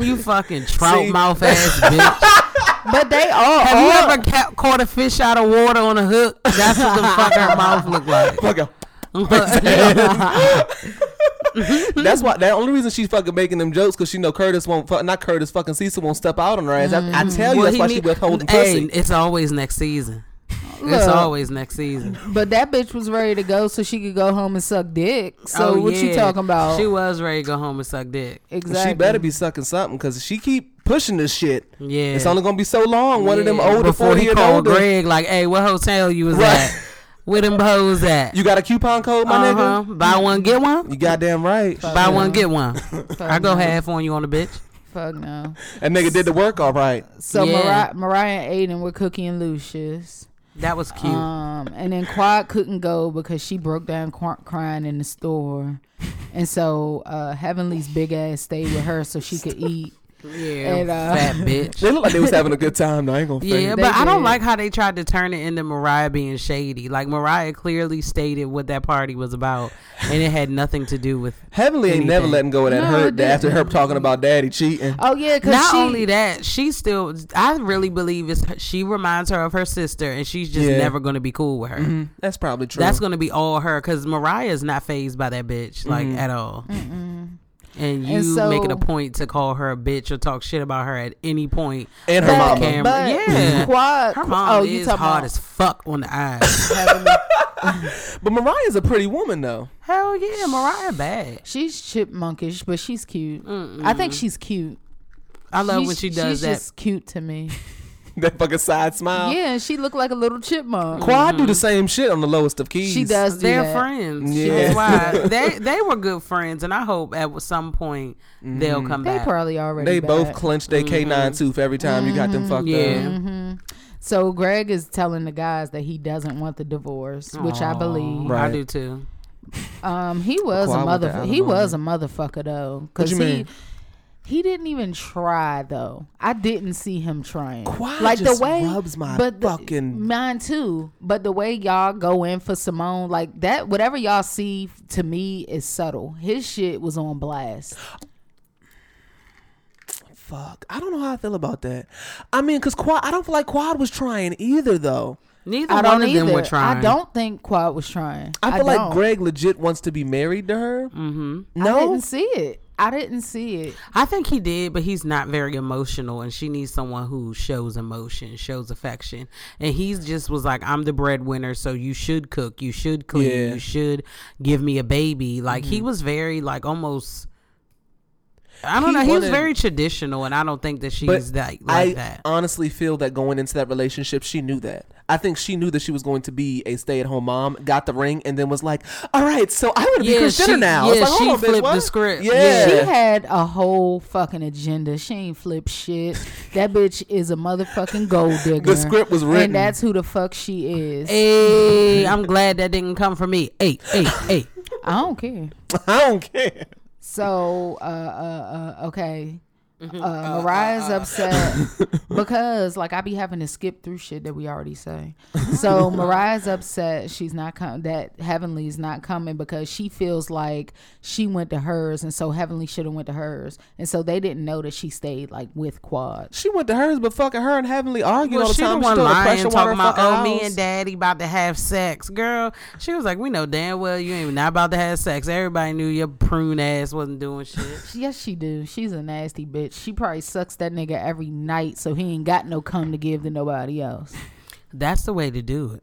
C: (laughs)
D: you fucking trout
B: See-
D: mouth ass bitch.
C: but they all.
D: Have you
C: all-
D: ever ca- caught a fish out of water on a hook? That's what the fuck her mouth look (laughs) like.
B: fuck up. That's why. The only reason she's fucking making them jokes because she know Curtis won't. Fuck, not Curtis. Fucking Cecil won't step out on her ass. I, I tell (laughs) you,
D: Mm. Well,
B: that's
D: he
B: why she
D: need-
B: withholding
D: Hey,
B: pussy.
D: it's always next season. It's
C: Look.
D: always next season.
C: But that bitch was ready to go so she could go home and suck dick. So
D: Oh,
C: what you
D: yeah.
C: talking about?
D: She was ready to go home and suck dick.
C: exactly.
B: She better be sucking something because she keep pushing this shit.
D: Yeah.
B: It's only gonna be so long. One of them
D: Yeah.
B: older,
D: Before
B: forty
D: he
B: year
D: called
B: old.
D: Greg, like, hey, what hotel you was
B: Right.
D: at? Where them hoes at?
B: You got a coupon code, my
D: uh-huh. Buy one, get one.
B: nigga. You goddamn right.
D: Buy one, get one.
B: (laughs)
C: Fuck
D: I go
C: no.
D: half on you on the bitch.
C: Fuck no.
B: That nigga did the work all right.
C: So
D: Yeah.
C: Mariah, Mariah and Aiden were Cookie and Lucius.
D: That was cute.
B: Uh,
C: Um, and then Quad couldn't go because she broke down qu- crying in the store, and so uh, Heavenly's big ass stayed with her so she could eat.
D: yeah,
C: and, uh,
D: fat bitch.
B: (laughs) They look like they was having a good time. though. I ain't gonna.
D: Yeah,
B: Yeah.
D: but I
C: did.
D: don't like how they tried to turn it into Mariah being shady. Like Mariah clearly stated what that party was about, and it had nothing to
B: (laughs)
D: do with.
B: Heavenly ain't never
D: Anything.
B: letting go of that
C: No, it
B: hurt that after her
C: didn't.
B: talking about daddy cheating.
C: Oh yeah, because
D: Not
C: she,
D: only that, she still. I really believe it's. her- She reminds her of her sister, and she's just
B: Yeah. Mm-hmm.
D: never going to be cool with her.
B: That's probably true.
D: That's going to be all her because Mariah is not phased by that bitch like at all. And you
C: Mm-hmm. so-
D: make it a point to call her a bitch or talk shit about her at any point.
B: And her
D: on
B: mama.
D: camera.
C: But
D: yeah,
C: Quad.
D: her mom
C: oh, you
D: is
C: talking
D: hard
C: about
D: as fuck
C: (laughs)
D: on the eyes. (laughs)
C: Heavenly.
B: but Mariah's a pretty woman though. (laughs)
D: Hell yeah, Mariah bad.
C: She's chipmunkish, but she's cute. I think she's cute.
D: I love
C: she's,
D: when she does
C: she's
D: that.
C: Just cute to me.
B: that fucking side smile.
C: yeah, and she looked like a little chipmunk.
B: Quad do the same shit on the lowest of keys.
C: She does. Do
D: They're
C: that.
D: friends.
B: Yeah.
C: (laughs)
D: That's why they they were good friends, and I hope at some point they'll
C: Mm-hmm.
D: come
C: They
D: back.
C: probably already.
B: They both
C: back.
B: clench their K9 tooth every time you got them fucked
D: yeah,
B: up.
C: so Greg is telling the guys that he doesn't want the divorce, which I believe.
D: I
B: Right.
D: do too.
C: Um, he was
B: Kawhi
C: a
B: with the
C: mother. He
B: alimony.
C: was a motherfucker though,
B: What
C: because
B: you
C: he
B: mean?
C: he didn't even try though. I didn't see him trying.
B: Kawhi just rubs my fucking-
C: mine too. But the way y'all go in for Simone, like that, whatever y'all see to me is subtle. His shit was on blast.
B: Fuck. I don't know how I feel about that. I mean, because Quad, I don't feel like Quad was trying either, though.
D: Neither
C: I
D: one
C: don't
D: of
C: either.
D: them were trying.
C: I don't think Quad was trying.
B: I feel like
C: don't.
B: Greg legit wants to be married to her. Mm-hmm.
C: I
B: No?
C: didn't see it. I didn't see it.
D: I think he did, but he's not very emotional, and she needs someone who shows emotion, shows affection. And he just was like, "I'm the breadwinner, so you should cook, you should clean,
B: Yeah. Mm-hmm.
D: you should give me a baby." Like he was very like almost. I don't
B: He
D: know. He was
B: wanted-
D: very traditional, and I don't think that she's
B: But
D: that like
B: I (laughs)
D: that.
B: honestly feel that going into that relationship, she knew that. I think she knew that she was going to be a stay at home mom, got the ring, and then was like, all right, so I want to be
D: Yeah,
B: Chris Jenner
D: she-
B: now.
D: yeah,
B: it's like,
D: she
B: hold on, bitch,
D: flipped the
B: what?
D: script.
B: Yeah.
C: She had a whole fucking agenda. She ain't flip shit. That bitch is a motherfucking gold digger.
B: (laughs) The script was written.
C: And that's who the fuck she is.
D: Hey, I'm glad that didn't come from me. Hey, hey, hey.
C: I don't care.
B: (laughs) I don't care.
C: So, uh, uh, uh okay. Uh,
B: (laughs)
C: Mariah's upset because, like, I be having to skip through shit that we already say.
B: (laughs)
C: So Mariah's upset. She's not coming. That Heavenly's not coming because she feels like she went to hers, and so Heavenly should have went to hers, and so they didn't know that she stayed like with Quad.
B: She went to hers, but fucking her and Heavenly argued
D: Well,
B: all the
D: she
B: time.
D: the one
B: throw the
D: lying,
B: pressure on her
D: talking about,
B: fucking
D: oh, me
B: house."
D: and daddy about to have sex. Girl, she was like, we know damn well you ain't not about to have sex. Everybody knew your prune ass wasn't doing shit.
C: (laughs) Yes, she do. She's a nasty bitch. She probably sucks that nigga every night, so he ain't got no cum to give to nobody else.
D: That's the way to do it.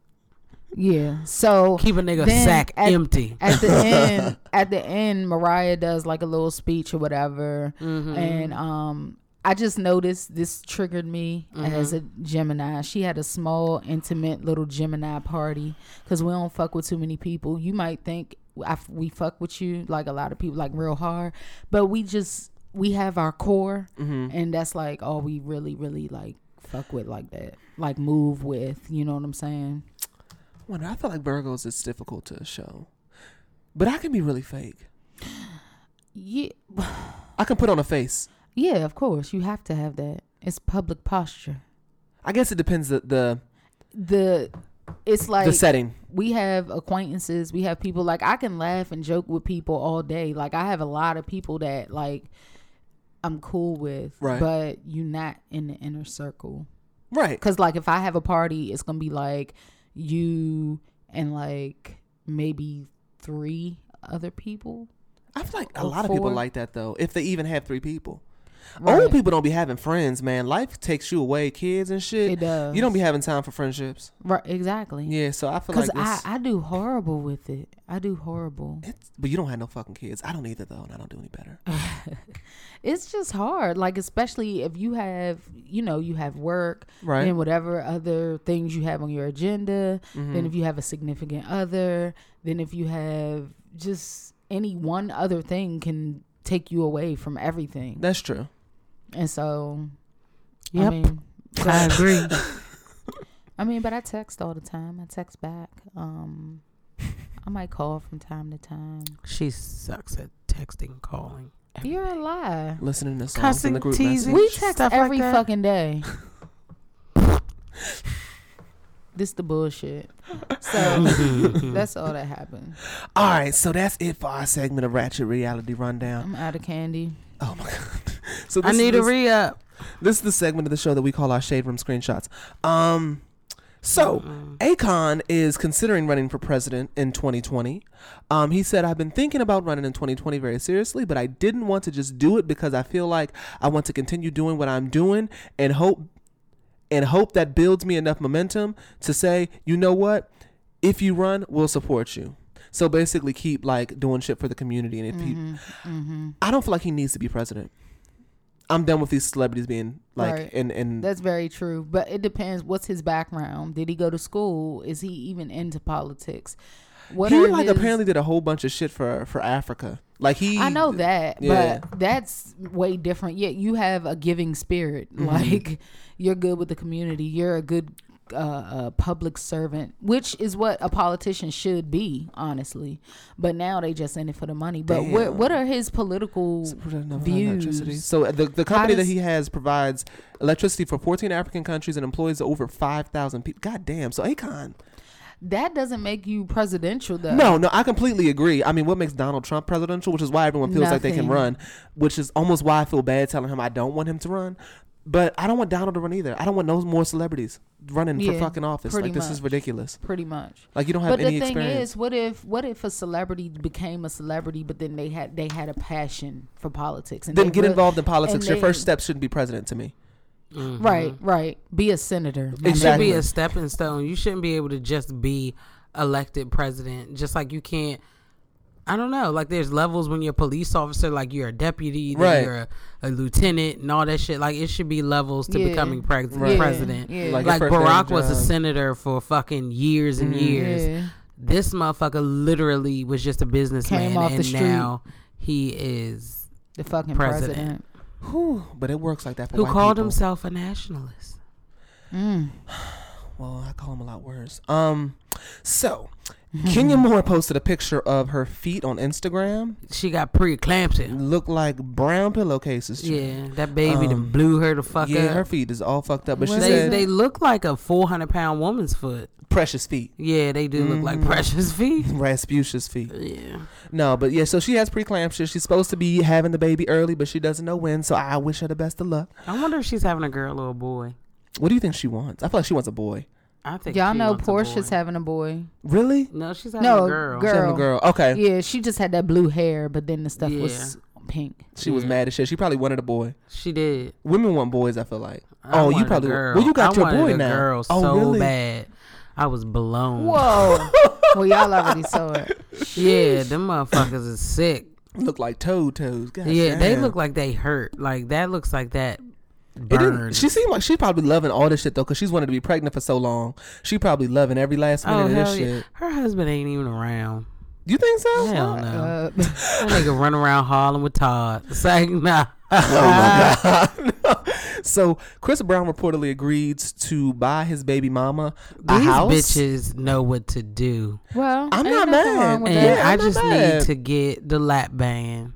C: Yeah. So
D: Keep a nigga
C: then
D: sack
C: at-
D: empty.
C: At
D: (laughs)
C: the
D: Mm-hmm.
C: end, at the end, Mariah does like a little speech or whatever, and um, I just noticed this triggered me
D: Mm-hmm.
C: as a Gemini. She had a small, intimate little Gemini party because we don't fuck with too many people. You might think I f we fuck with you like a lot of people, like real hard, but we just we have our core,
D: Mm-hmm.
C: and that's like all we really, really like fuck with like that, like move with. You know what I'm saying?
B: Wonder, I feel like Virgos is difficult to show, but I can be really fake.
C: Yeah,
B: I can put on a face.
C: yeah. Of course, you have to have that. It's public posture.
B: I guess it depends the the,
C: The it's like
B: the setting.
C: we have acquaintances we have people like i can laugh and joke with people all day like i have a lot of people that like i'm cool with
B: Right.
C: but you not in the inner circle
B: Right.
C: because like if i have a party it's gonna be like you and like maybe three other people
B: I feel like a
C: Or
B: lot of people
C: four.
B: like that though. If they even have three people,
C: Right.
B: old people don't be having friends, man. Life takes you away, kids and shit.
C: It does.
B: You don't be having time for friendships.
C: right exactly
B: Yeah, so I feel like
C: because
B: this.
C: i i do horrible with it i do horrible
B: it's, but you don't have no fucking kids. I don't either though, and I don't do any better.
C: it's just hard like especially if you have you know you have work
B: Right.
C: and whatever other things you have on your agenda
D: Mm-hmm.
C: then if you have a significant other then if you have just any one other thing can take you away from everything
B: (laughs) That's true.
C: and so i
D: Yep.
C: mean but-
D: (laughs) I agree.
C: i mean but i text all the time i text back um i might call from time to time
D: (laughs) she sucks at texting, calling.
C: you're a lie
B: Listening to songs in
D: Cussing,
B: the group
D: teasing.
B: message.
C: we text
D: Stuff like
C: every
D: that.
C: fucking
D: (laughs)
C: day this the bullshit
B: (laughs)
C: so that's all that happened
B: All right, so that's it for our segment of Ratchet Reality Rundown.
C: i'm out of candy
B: Oh my (laughs) god. So
D: I
B: this-
D: need a
B: this-
D: re up.
B: This is the segment of the show that we call our shade room screenshots. Um, so Akon is considering running for president in 2020. Um, he said, "I've been thinking about running in 2020 very seriously, but I didn't want to just do it because I feel like I want to continue doing what I'm doing and hope and hope that builds me enough momentum to say, you know what? If you run, we'll support you." So basically, keep like doing shit for the community. And if he, I don't feel like he needs to be president. I'm done with these celebrities being like
C: Right.
B: and and
C: That's very true, but it depends. What's his background? Did he go to school? Is he even into politics? What
B: he
C: are
B: like
C: his-
B: apparently did a whole bunch of shit for for Africa. Like he,
C: I know that,
B: Yeah.
C: but that's way different. Yet you have a giving spirit.
B: Mm-hmm.
C: Like you're good with the community. You're a good uh, uh, public servant, which is what a politician should be, honestly. But now they just in it for the money. But what
B: Damn.
C: what are his political
B: Put it on electricity.
C: views?
B: So uh, the the company
C: does-
B: that he has provides electricity for 14 African countries and employs over 5,000 people. God damn. So Akon.
C: That doesn't make you presidential, though.
B: No, no, I completely agree. I mean, what makes Donald Trump presidential, which is why everyone feels like they can
C: Nothing.
B: run, which is almost why I feel bad telling him I don't want him to run. But I don't want Donald to run either. I don't want no more celebrities running for
C: Yeah,
B: fucking office.
C: pretty
B: Like this is
C: much.
B: ridiculous.
C: pretty much.
B: Like you don't have
C: But the
B: any
C: thing
B: experience.
C: is, what if what if a celebrity became a celebrity, but then they had they had a passion for politics and
B: then
C: they
B: get
C: re-
B: involved in politics.
C: and
B: Your
C: they-
B: first step shouldn't be president to me.
C: Right,
D: Mm-hmm.
C: right. Be a senator. my
D: It should
B: Exactly.
D: be a stepping stone. You shouldn't be able to just be elected president. Just like you can't. I don't know. Like there's levels when you're a police officer, like you're a deputy, then
B: Right.
D: you're a, a lieutenant, and all that shit. Like it should be levels to
C: Yeah.
D: becoming pre-
C: Right.
D: president.
C: Yeah.
B: Like
D: Like,
B: your first day on
D: Barack
B: the
D: was a
B: job.
D: senator for fucking years and
C: nigga.
D: years.
C: Mm-hmm. Yeah.
D: This motherfucker literally was just a businessman,
C: off the
D: and
C: street.
D: now he is
C: The fucking
D: President.
C: president.
B: Whew, but it works like that for
D: who
B: white
D: called
B: people.
D: himself a nationalist.
B: Well, I call him a lot worse. Um,
D: (laughs)
B: so Kenya Moore posted a picture of her feet on Instagram.
D: She got preeclampsia.
B: Look like brown pillowcases. to me.
D: Yeah, that baby done blew her the fuck
B: Um, yeah,
D: up.
B: her feet is all fucked up. But she
D: they,
B: said
D: they look like a 400 pound woman's foot.
B: precious feet,
D: Yeah, they do look
B: Mm-hmm.
D: like
B: (laughs)
D: precious feet.
B: Raspucious feet.
D: Yeah.
B: No, but yeah, so she has preeclampsia. She's supposed to be having the baby early, but she doesn't know when. So I wish her the best of luck.
D: I wonder if she's having a girl or a boy.
B: What do you think she wants? I feel like she wants a boy.
D: I think
C: Y'all
D: she
C: know
D: wants a
C: Portia's
D: boy.
C: having a boy.
B: Really?
D: No, she's having
C: No,
D: a girl.
B: She's having a girl. Okay.
C: Yeah, she just had that blue hair, but then the stuff was pink.
B: She was mad as shit. She probably wanted a boy.
D: She did.
B: Women want boys. I feel like.
D: I
B: oh,
D: wanted
B: you
D: a
B: probably.
D: girl.
B: Well, you got
D: I
B: your
D: wanted
B: boy
D: a
B: now.
D: Girl
B: oh,
D: so
B: really?
D: bad. I was blown.
C: Whoa. (laughs) well, y'all already saw it.
D: Yeah, them motherfuckers is sick.
B: Look like toad toes. God
D: Yeah, they
B: damn.
D: look like they hurt. Like that looks like that
B: It didn't,
D: Burn.
B: she seemed like she probably loving all this shit though, cause she's wanted to be pregnant for so long. She probably loving every last minute
D: Oh
B: of this
D: hell yeah!
B: shit.
D: Her husband ain't even around.
B: You think so?
D: Hell (laughs) no!
C: Uh, (laughs)
D: That nigga run around Harlem with Todd. It's like
B: (laughs)
D: nah.
B: Oh, So Chris Brown reportedly agreed to buy his baby mama a
D: These
B: house.
D: bitches know what to do,
C: well,
B: I'm
C: ain't
B: not
C: nothing
B: mad.
C: wrong with
D: and
C: that.
B: Yeah,
D: I
B: I'm not
D: just
B: mad.
D: need to get the lap band.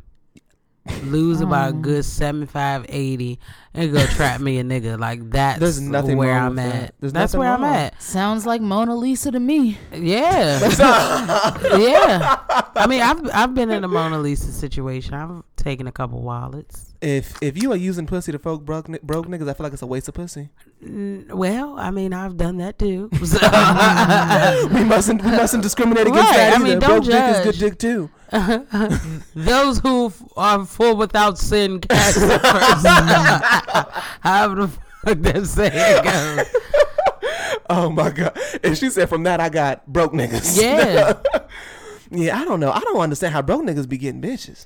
D: Lose about a good 75, 80 and go trap me a nigga
B: (laughs)
D: like that's
B: There's nothing
D: where
B: wrong
D: I'm
B: with that.
D: at.
B: There's
D: that's
B: nothing
D: where I'm
B: wrong.
D: at.
C: Sounds like Mona Lisa to me.
B: (laughs)
D: Yeah, (laughs) yeah. I mean, I've I've been in a Mona Lisa situation. I've taken a couple wallets.
B: If if you are using pussy to folk broke, ni- broke niggas, I feel like it's a waste of
D: (laughs)
B: pussy.
D: Mm, Well, I mean, I've done that too. (laughs) So-
B: We mustn't we mustn't discriminate against
D: Right,
B: that.
D: I mean,
B: either.
D: don't
B: broke dick is
D: judge.
B: good dick too.
D: Those who f- are full without sin cast
B: (laughs)
D: the first. However the fuck that saying goes.
B: Oh my god! And she said, from that I got broke niggas. (laughs)
D: Yeah.
B: yeah. I don't know. I don't understand how broke niggas be getting bitches.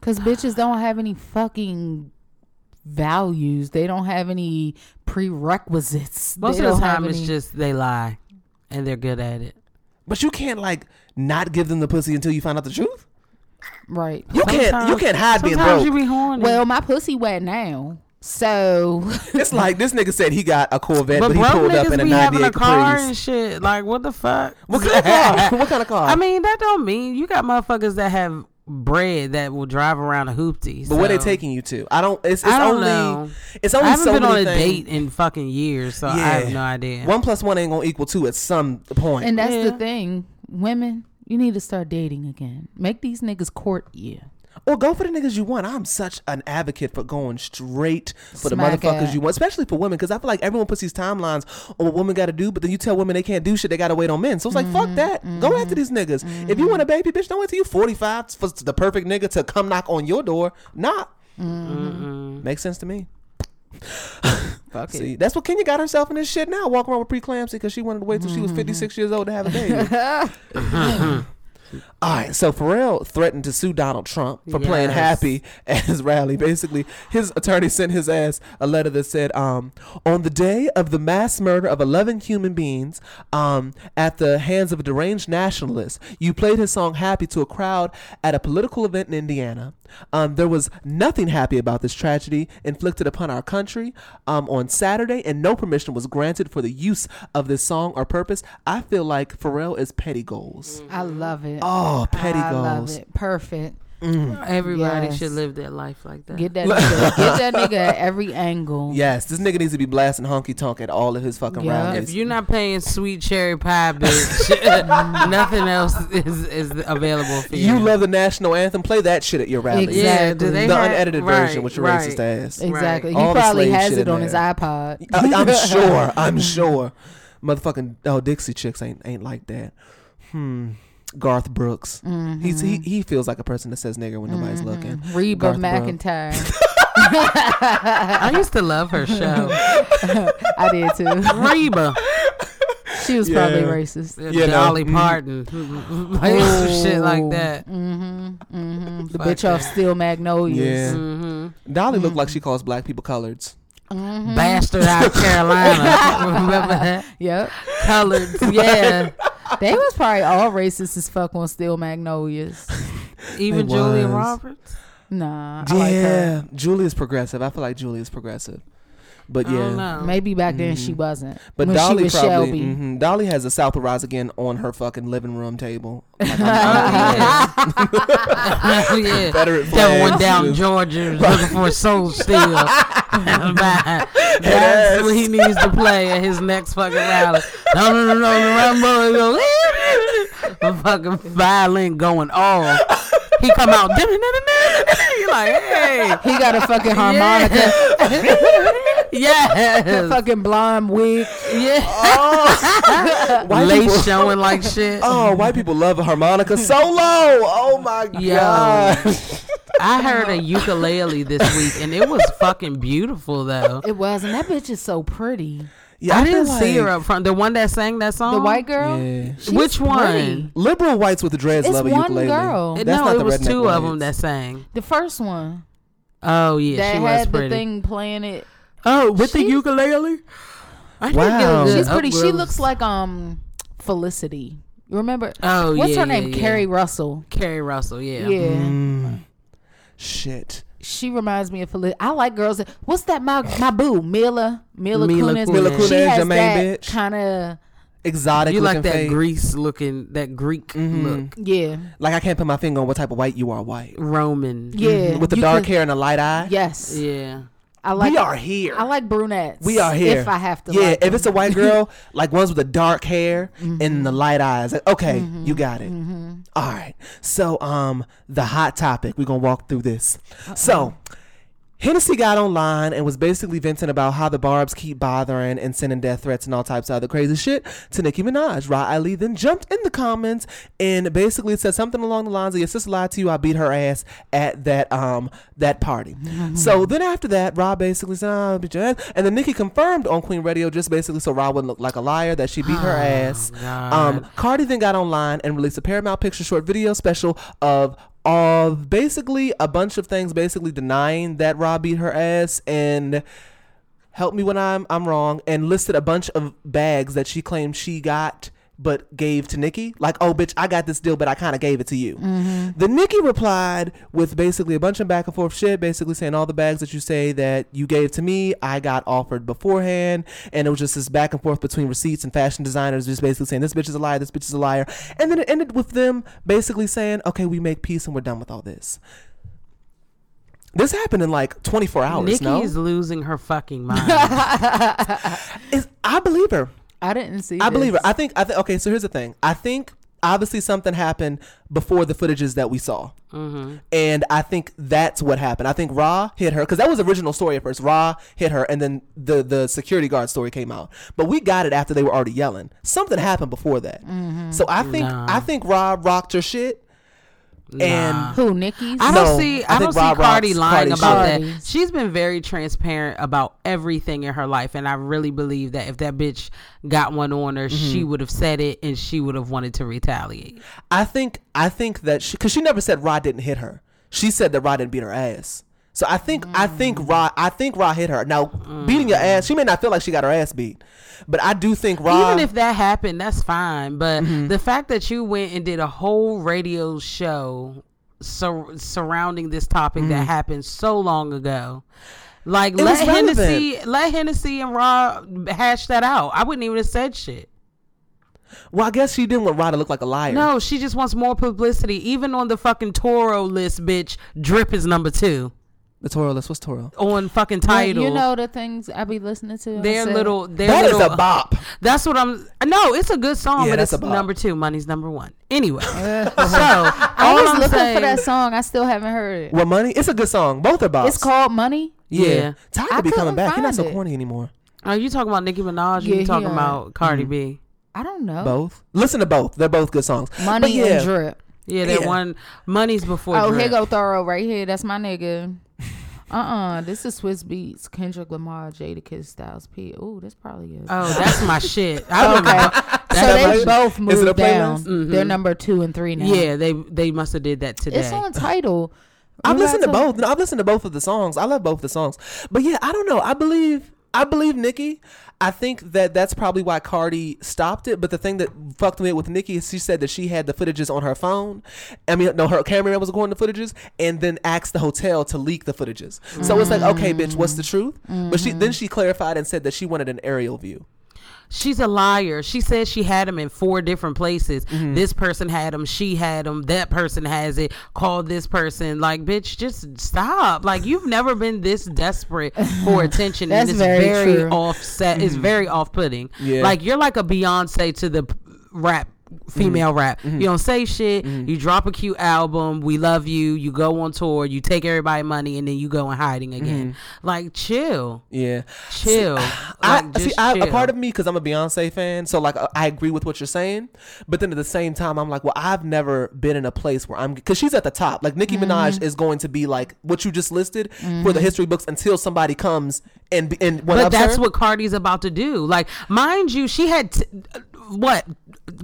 C: Because bitches don't have any fucking values. They don't have any prerequisites.
D: Most
C: they
D: of
C: don't
D: the time,
C: have
D: it's
C: any-
D: just they lie, and they're good at it.
B: But you can't like not give them the pussy until you find out the truth.
C: right.
B: You can't. You
D: Sometimes-
B: can't hide being
D: Sometimes
B: broke.
D: you be horny.
C: Well, my pussy wet now, so (laughs)
B: It's like this nigga said he got a Corvette,
D: but
B: but, he
D: broke
B: pulled up in
D: niggas
B: a
D: be having a
B: '98
D: car
B: Caprice.
D: and shit. Like what the fuck?
B: What kind of
D: (laughs)
B: car? What kind of car?
D: I mean, that don't mean you got motherfuckers that have bread that will drive around a hoopty.
B: but where they
D: so-
B: taking you to? I don't. It's, it's
D: I don't
B: only.
D: know.
B: It's
D: I
B: only
D: haven't
B: so
D: been on
B: many
D: a
B: things.
D: date in fucking years, so I have no idea.
B: One plus one ain't gonna equal two at some point.
C: and that's the
D: Yeah.
C: thing, women. You need to start dating again. Make these niggas court you.
B: Or go for the niggas you want. I'm such an advocate for going straight for the
C: Smack
B: motherfuckers
C: it.
B: you want, especially for women, because I feel like everyone puts these timelines on what women got to do, but then you tell women they can't do shit, they got to wait on men. So it's like,
C: Mm-hmm.
B: fuck that. Go after these niggas. If you want a baby, bitch, don't wait till you 45 for the perfect nigga to come knock on your door. Nah. Makes sense to me.
C: Mm-hmm.
B: (laughs)
C: Fuck
B: See, that's what Kenya got herself in this shit now, walking around with preeclampsia because she wanted to wait till
C: Mm-hmm.
B: she was 56 years old to have a
C: (laughs)
B: baby. All right, so Pharrell threatened to sue Donald Trump for playing
D: Yes.
B: happy (laughs) at his rally. Basically, his attorney sent his ass a letter that said, um, "On the day of the mass murder of 11 human beings um, at the hands of a deranged nationalist, you played his song Happy to a crowd at a political event in Indiana. Um, there was nothing happy about this tragedy inflicted upon our country um, on Saturday, and no permission was granted for the use of this song or purpose. I feel like Pharrell is petty goals.
C: I love it.
B: Oh, petty
C: I love
B: goals.
C: it. Perfect.
D: Everybody
C: Yes.
D: should live their life like
B: (laughs)
D: that.
C: Get that nigga. Get that nigga at every angle.
B: Yes, this nigga needs to be blasting honky tonk at all of his fucking
C: Yeah.
D: if
B: rallies.
D: you're not paying sweet cherry pie, bitch, (laughs) nothing else is, is available for you.
B: You love the national anthem, play that shit at your rally.
C: Exactly.
D: yeah, do they
B: The
D: have-
B: unedited
D: right,
B: version with your
D: right.
B: racist ass.
C: Exactly.
B: All
C: He
B: the
C: probably
B: slave
C: has
B: shit
C: it
B: in
C: on his
B: there.
C: iPod.
B: I, (laughs) I'm
C: (laughs)
D: (laughs)
B: sure. I'm sure. Motherfucking oh, Dixie chicks ain't ain't like that. Hmm. Garth Brooks.
C: Mm-hmm.
B: He's
D: Mm-hmm.
B: he he feels like a person that says nigger when nobody's looking.
C: Reba
B: Garth Brooks.
C: McIntyre.
B: (laughs)
D: I used to love her show.
C: I did too. (laughs)
D: Reba.
C: She was probably
B: Yeah. Mm-hmm.
C: racist.
D: Yeah,
B: You know.
D: Dolly Parton. like some shit like that.
C: Mm-hmm. The
D: Fuck
C: bitch off Steel Magnolias.
B: Yeah. Dolly looked
D: Mm-hmm.
B: like she calls black people coloreds.
D: Bastard out of Carolina. (laughs) Remember that?
C: Yep.
D: Colored. Yeah.
C: They was probably all racist as fuck on Steel
B: (laughs)
C: Magnolias.
D: Even
B: It
D: Julia
B: was.
D: Roberts.
C: Nah. I like her.
B: yeah. Julia's progressive. I feel like Julia's progressive. But
D: I don't
B: yeah.
D: know.
C: Maybe back then she wasn't.
B: Mm-hmm. But
C: when
B: Dolly
C: she was
B: probably
C: Shelby.
B: mhm. Dolly has a South of Rise again on her fucking living room table. Like, I'm-
D: Oh,
B: I'm-
D: yeah. oh, (laughs) yeah.
B: Confederate
D: (laughs) That one
B: flags. (laughs)
D: down Georgia is looking for a soul (laughs) steal. That's what he needs to play at his next fucking rally. No, no, no, no, no, Rambo go. (laughs) The fucking violin going off. He come out. You're like, hey,
C: He got a fucking harmonica,
D: (laughs) yes,
C: fucking blonde wig.
D: yeah.
B: Oh.
D: (laughs)
B: White people-
D: Lace showing like shit.
B: Oh, white people love a harmonica solo. Oh my
D: Yo.
B: god.
D: I heard a ukulele this week, and it was fucking beautiful though.
C: It was, and that bitch is so pretty.
B: Yeah,
D: I,
B: feel
D: didn't see her
B: like-
D: up front. The one that sang that song,
C: The white girl.
B: Yeah.
C: She's
D: Um, Which one?
C: pretty.
B: Liberal whites with the dreads
C: It's
B: love a
C: one
B: ukulele.
C: girl.
D: It-
B: That's
D: no,
B: not
D: it
B: the
D: was
B: redneck
D: two of
B: whites.
D: them that sang.
C: The first one
D: Oh yeah,
C: that
D: she was
C: had the
D: pretty.
C: thing playing it
D: Oh, with the ukulele. I didn't get a
B: Wow.
D: good
C: She's pretty. She
D: upgrowth.
C: looks like um Felicity. You remember?
D: Oh,
C: what's
D: yeah,
C: her name?
D: yeah, yeah.
C: Carrie Russell.
D: Carrie Russell.
C: Yeah,
D: Yeah.
B: Mm-hmm. Shit.
C: she reminds me of Felicity. I like girls. That, what's that? My my boo, Mila. Mila,
D: Mila
C: Kunis.
D: Mila
C: She
B: Kunis,
C: has
B: your main
C: that
B: bitch.
C: kind of
B: Exotic.
D: You like
B: looking
D: that
B: face.
D: Greece looking, that Greek look,
C: yeah,
B: Like I can't put my finger on what type of white you are. White
D: Roman. Mm-hmm.
C: yeah.
B: with the
C: You
B: dark
C: can-
B: hair and the light eye.
C: Yes,
D: Yeah.
C: I like.
B: we are here.
C: I like brunettes.
B: we are here.
C: If I have to,
B: yeah.
C: like Mm-hmm.
B: if it's a white
C: (laughs)
B: girl, like ones with the dark hair and the light eyes. like, Okay, you got it. All right. So, um, the hot topic. We're gonna walk through this. So. Hennessy got online and was basically venting about how the Barbs keep bothering and sending death threats and all types of other crazy shit to Nicki Minaj. Ra Ali then jumped in the comments and basically said something along the lines of "Your sister lied to you. I beat her ass at that um that party." so then after that, Ra basically said, "Ah, "I beat your ass," and then Nicki confirmed on Queen Radio just basically so Ra wouldn't look like a liar that she beat her ass. Um, Cardi then got online and released a Paramount Picture short video special of of basically a bunch of things basically denying that Rob beat her ass and help me when I'm I'm wrong and listed a bunch of bags that she claimed she got but gave to Nikki like oh bitch I got this deal but I kind of gave it to you.
D: Mm-hmm.
B: The Nikki replied with basically a bunch of back and forth shit basically saying all the bags that you say that you gave to me I got offered beforehand and it was just this back and forth between receipts and fashion designers just basically saying this bitch is a liar this bitch is a liar and then it ended with them basically saying okay we make peace and we're done with all this. This happened in like 24 hours.
D: Nikki
B: no,
D: is losing her fucking mind.
B: It's- I believe her.
C: I didn't see.
B: I believe
C: this.
B: it. I think. I think. Okay, so here's the thing. I think obviously something happened before the footages that we saw, and I think that's what happened. I think Ra hit her because that was the original story at first. Ra hit her, and then the the security guard story came out. But we got it after they were already yelling. Something happened before that. So I think I think Ra rocked her shit, and
C: Who Nikki's?
D: I don't
B: No,
D: see.
B: I
D: I,
B: think
D: don't see
B: Rob
D: Cardi
B: Rock's
D: lying
B: Cardi's
D: about
C: shit.
D: that.
C: Cardi's.
D: She's been very transparent about everything in her life, and I really believe that if that bitch got one on her, she would have said it, and she would have wanted to retaliate.
B: I think I think that she because she never said Ra didn't hit her. She said that Ra didn't beat her ass. So I think I think
C: Mm.
B: Ra I think Ra hit her. Now beating your ass, she may not feel like she got her ass beat, but I do think Ra.
D: Even if that happened, that's fine. But
B: Mm-hmm.
D: the fact that you went and did a whole radio show sur- surrounding this topic that happened so long ago. Like
B: Mm-hmm. was
D: let
B: relevant.
D: Hennessy, let Hennessy and Raw hash that out. I wouldn't even have said shit.
B: well, I guess she didn't want Ra to look like a liar.
D: No, she just wants more publicity. Even on the fucking Toro list, bitch, Drip is number two
B: the Toro list was Toro.
D: on fucking
C: Well,
D: title.
C: You know the things I be listening to. I
D: their
C: said-
D: little, their
B: That is
D: little,
C: uh,
B: a bop.
D: That's what I'm. No, it's a good song,
B: Yeah,
D: but
B: that's
D: it's
B: a bop.
D: number two. Money's number one.
B: (laughs)
D: Anyway, so
C: I
D: I
C: was looking for that song. I still haven't heard it.
B: Well, money. It's a good song. Both are bops.
C: It's called Money.
B: yeah.
D: Yeah.
B: Tiger
C: I
B: be coming
C: couldn't
B: back. He's not
C: find
B: so
C: it.
B: corny anymore.
D: Are you talking about Nicki Minaj? or
C: Yeah,
D: you talking
C: yeah.
D: about Cardi
B: Mm-hmm.
D: B?
C: I don't know.
B: Both. Listen to both. They're both good songs. But
C: Oh. Money
B: yeah,
C: and drip.
D: Yeah, that
B: Yeah.
D: one. Money's before.
C: Oh,
D: Drip.
C: here go Thorough right here. That's my nigga.
B: (laughs)
C: Uh uh This is Swiss Beats, Kendrick Lamar, Jadakiss, Styles P. Ooh, that's probably it. (laughs)
D: Oh, that's my shit.
B: (laughs)
D: I remember.
C: so
B: that
C: they
B: right?
C: both
B: Is it a
C: moved down.
B: playlist? Mm-hmm.
C: They're number two and three now.
D: Yeah, they they must have did that today.
C: It's on title.
B: I've
C: Remember I
B: listened to
C: told-
B: both. No, I've listened to both of the songs. I love both the songs. But yeah, I don't know. I believe I believe Nikki. I think that that's probably why Cardi stopped it. But the thing that fucked me with Nikki is she said that she had the footages on her phone. I mean, no, her cameraman was recording the footages, and then asked the hotel to leak the footages. So it's like, okay, bitch, what's the truth? But she then she clarified and said that she wanted an aerial view.
D: She's a liar. She said she had him in four different places.
C: Mm-hmm.
D: This person had him. She had him. That person has it. Call this person. Like, bitch, just stop. Like, you've never been this desperate
C: (laughs)
D: for attention.
C: That's
D: and it's
C: very
D: very,
C: true. Mm-hmm.
D: offset. It's very off putting.
B: Yeah.
D: Like, you're like a Beyonce to the p- rap. Female
C: Mm-hmm.
D: rap. You don't say shit. You drop a cute album. We love you. You go on tour. You take everybody money, and then you go in hiding again.
C: Mm-hmm.
D: Like chill,
B: Yeah.
D: chill.
B: (sighs) I
D: Like,
B: see.
D: just
B: I, a
D: chill.
B: part of me, because I'm a Beyonce fan, so like I- I agree with what you're saying, but then at the same time, I'm like, well, I've never been in a place where I'm because she's at the top. Like Nicki
D: Mm-hmm.
B: Minaj is going to be like what you just listed for the history books until somebody comes and be- and one
D: but
B: ups
D: that's
B: her.
D: what Cardi's about to do. Like, mind you, she had t- what?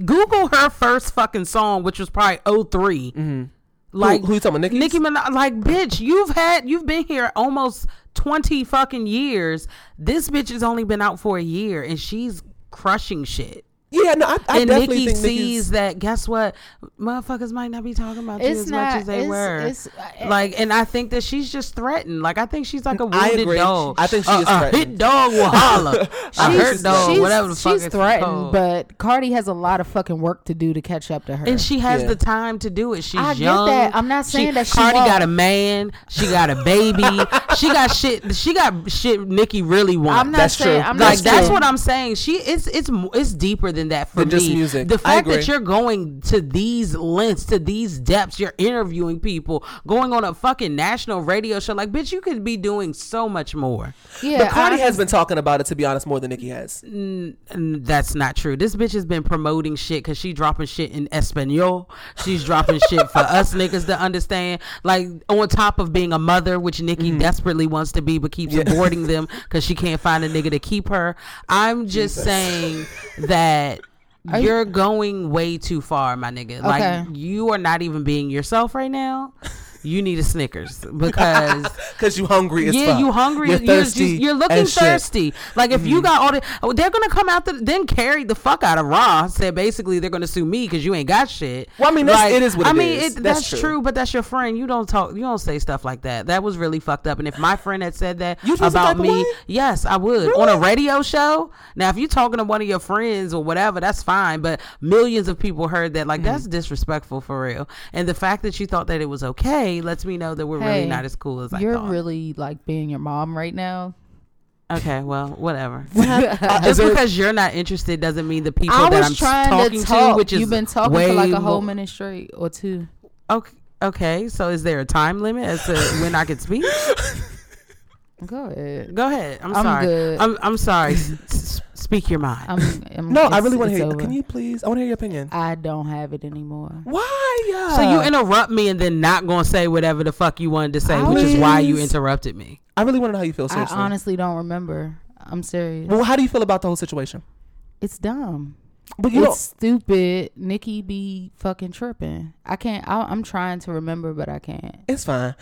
D: Google her first fucking song, which was probably 3 oh Like
B: Mm-hmm. who you talking about, Nicki's?
D: Nicki Minaj. Like bitch, you've had you've been here almost twenty fucking years. This bitch has only been out for a year, and she's crushing shit.
B: Yeah, no, I, I
D: and
B: definitely
D: Nikki
B: think
D: sees
B: Nicki's,
D: that. Guess what? Motherfuckers might not be talking about you
C: It's
D: as
C: not-
D: much as they
C: it's-
D: were.
C: it's- uh, I-
D: like, and I think that she's just threatened. Like, I think she's like a
B: (laughs) I
D: wounded
B: agree.
D: dog.
B: I think she
D: a,
B: is
D: a hit
B: threatened.
D: dog will
B: (laughs)
D: holler. a
B: She's-
D: hurt dog,
C: she's,
D: whatever the fuck
C: she's
D: it's
C: threatened,
D: called.
C: but Cardi has a lot of fucking work to do to catch up to her.
D: And she has
B: Yeah.
D: the time to do it. She's
C: I get
D: young.
C: that. I'm not saying that she
D: Cardi
C: won't.
D: got a man. She got a baby.
C: (laughs)
D: she got shit. She got shit. Nikki really wants.
C: I'm not
B: That's
C: saying.
B: true.
C: I'm
D: like
C: not
D: that's
C: saying-
D: what I'm saying. She it's it's mo- it's deeper than that for
B: Than just
D: me.
B: music.
D: The
B: I
D: fact that
B: agree.
D: you're going to these lengths, to these depths, you're interviewing people, going on a fucking national radio show. Like, bitch, you could be doing so much more.
C: Yeah,
B: but Cardi
C: I-
B: has been talking about it to be honest more than Nicki has.
D: And that's not true. This bitch has been promoting shit because she dropping shit in Espanol. She's dropping shit for us niggas to understand. Like on top of being a mother, which Nikki desperately wants to be, but keeps aborting them because she can't find a nigga to keep her. I'm just saying that.
C: you-
D: You're going way too far, my nigga.
C: Okay.
D: Like you are not even being yourself right now. You need a Snickers because
B: Cause you hungry as
D: yeah,
B: fuck.
D: you hungry.
B: You're
D: You're, you're, just-
B: thirsty.
D: you're looking
B: as shit. Mm-hmm.
D: thirsty. Like if you got all the, oh, they're gonna come out the, then carry the fuck out of Raw. Said basically they're gonna sue me because you ain't got shit.
B: Well, I mean, that's- it is what
D: I
B: it
D: mean,
B: is.
D: that's,
B: That's
D: true.
B: true.
D: but that's your friend. You don't talk. You don't say stuff like that. That was really fucked up. And if my friend had said that
B: You feel some
D: about
B: type of
D: me,
B: way?
D: yes, I would on a radio show. Now, if you're talking to one of your friends or whatever, that's fine. But millions of people heard that. Like
B: Mm-hmm.
D: that's disrespectful for real. And the fact that you thought that it was okay lets me know that we're really
C: Hey,
D: not as cool as I
C: You're
D: thought.
C: really like being your mom right now.
D: Okay,
C: (laughs)
D: well, whatever. Uh, Just because you're not interested doesn't mean the people
C: I
D: that
C: was
D: I'm
C: trying
D: talking
C: to
D: to,
C: talk.
D: which is
C: You've been talking
D: way
C: for like a whole
D: more-
C: minute straight or two.
D: Okay, okay, so is there a time limit as to when I can speak?
C: Go ahead.
D: Go ahead. I'm,
C: I'm
D: sorry.
C: good.
D: I'm I'm sorry. S- s- speak your mind.
C: I'm, I'm,
B: No, I
C: it's-
B: really want to
C: it's
B: hear.
C: over.
B: Can you please? I want to hear your opinion.
C: I don't have it anymore.
B: Why?
D: so you interrupt me and then not gonna say whatever the fuck you wanted to say, which is why you
B: Please.
D: interrupted me.
B: I really want to know how you feel.
C: I
B: Seriously.
C: honestly don't remember. I'm serious.
B: well, how do you feel about the whole situation?
C: It's dumb.
B: But you
C: it's stupid. Nikki be fucking tripping. I can't. I, I'm trying to remember, but I can't.
B: don't. It's fine.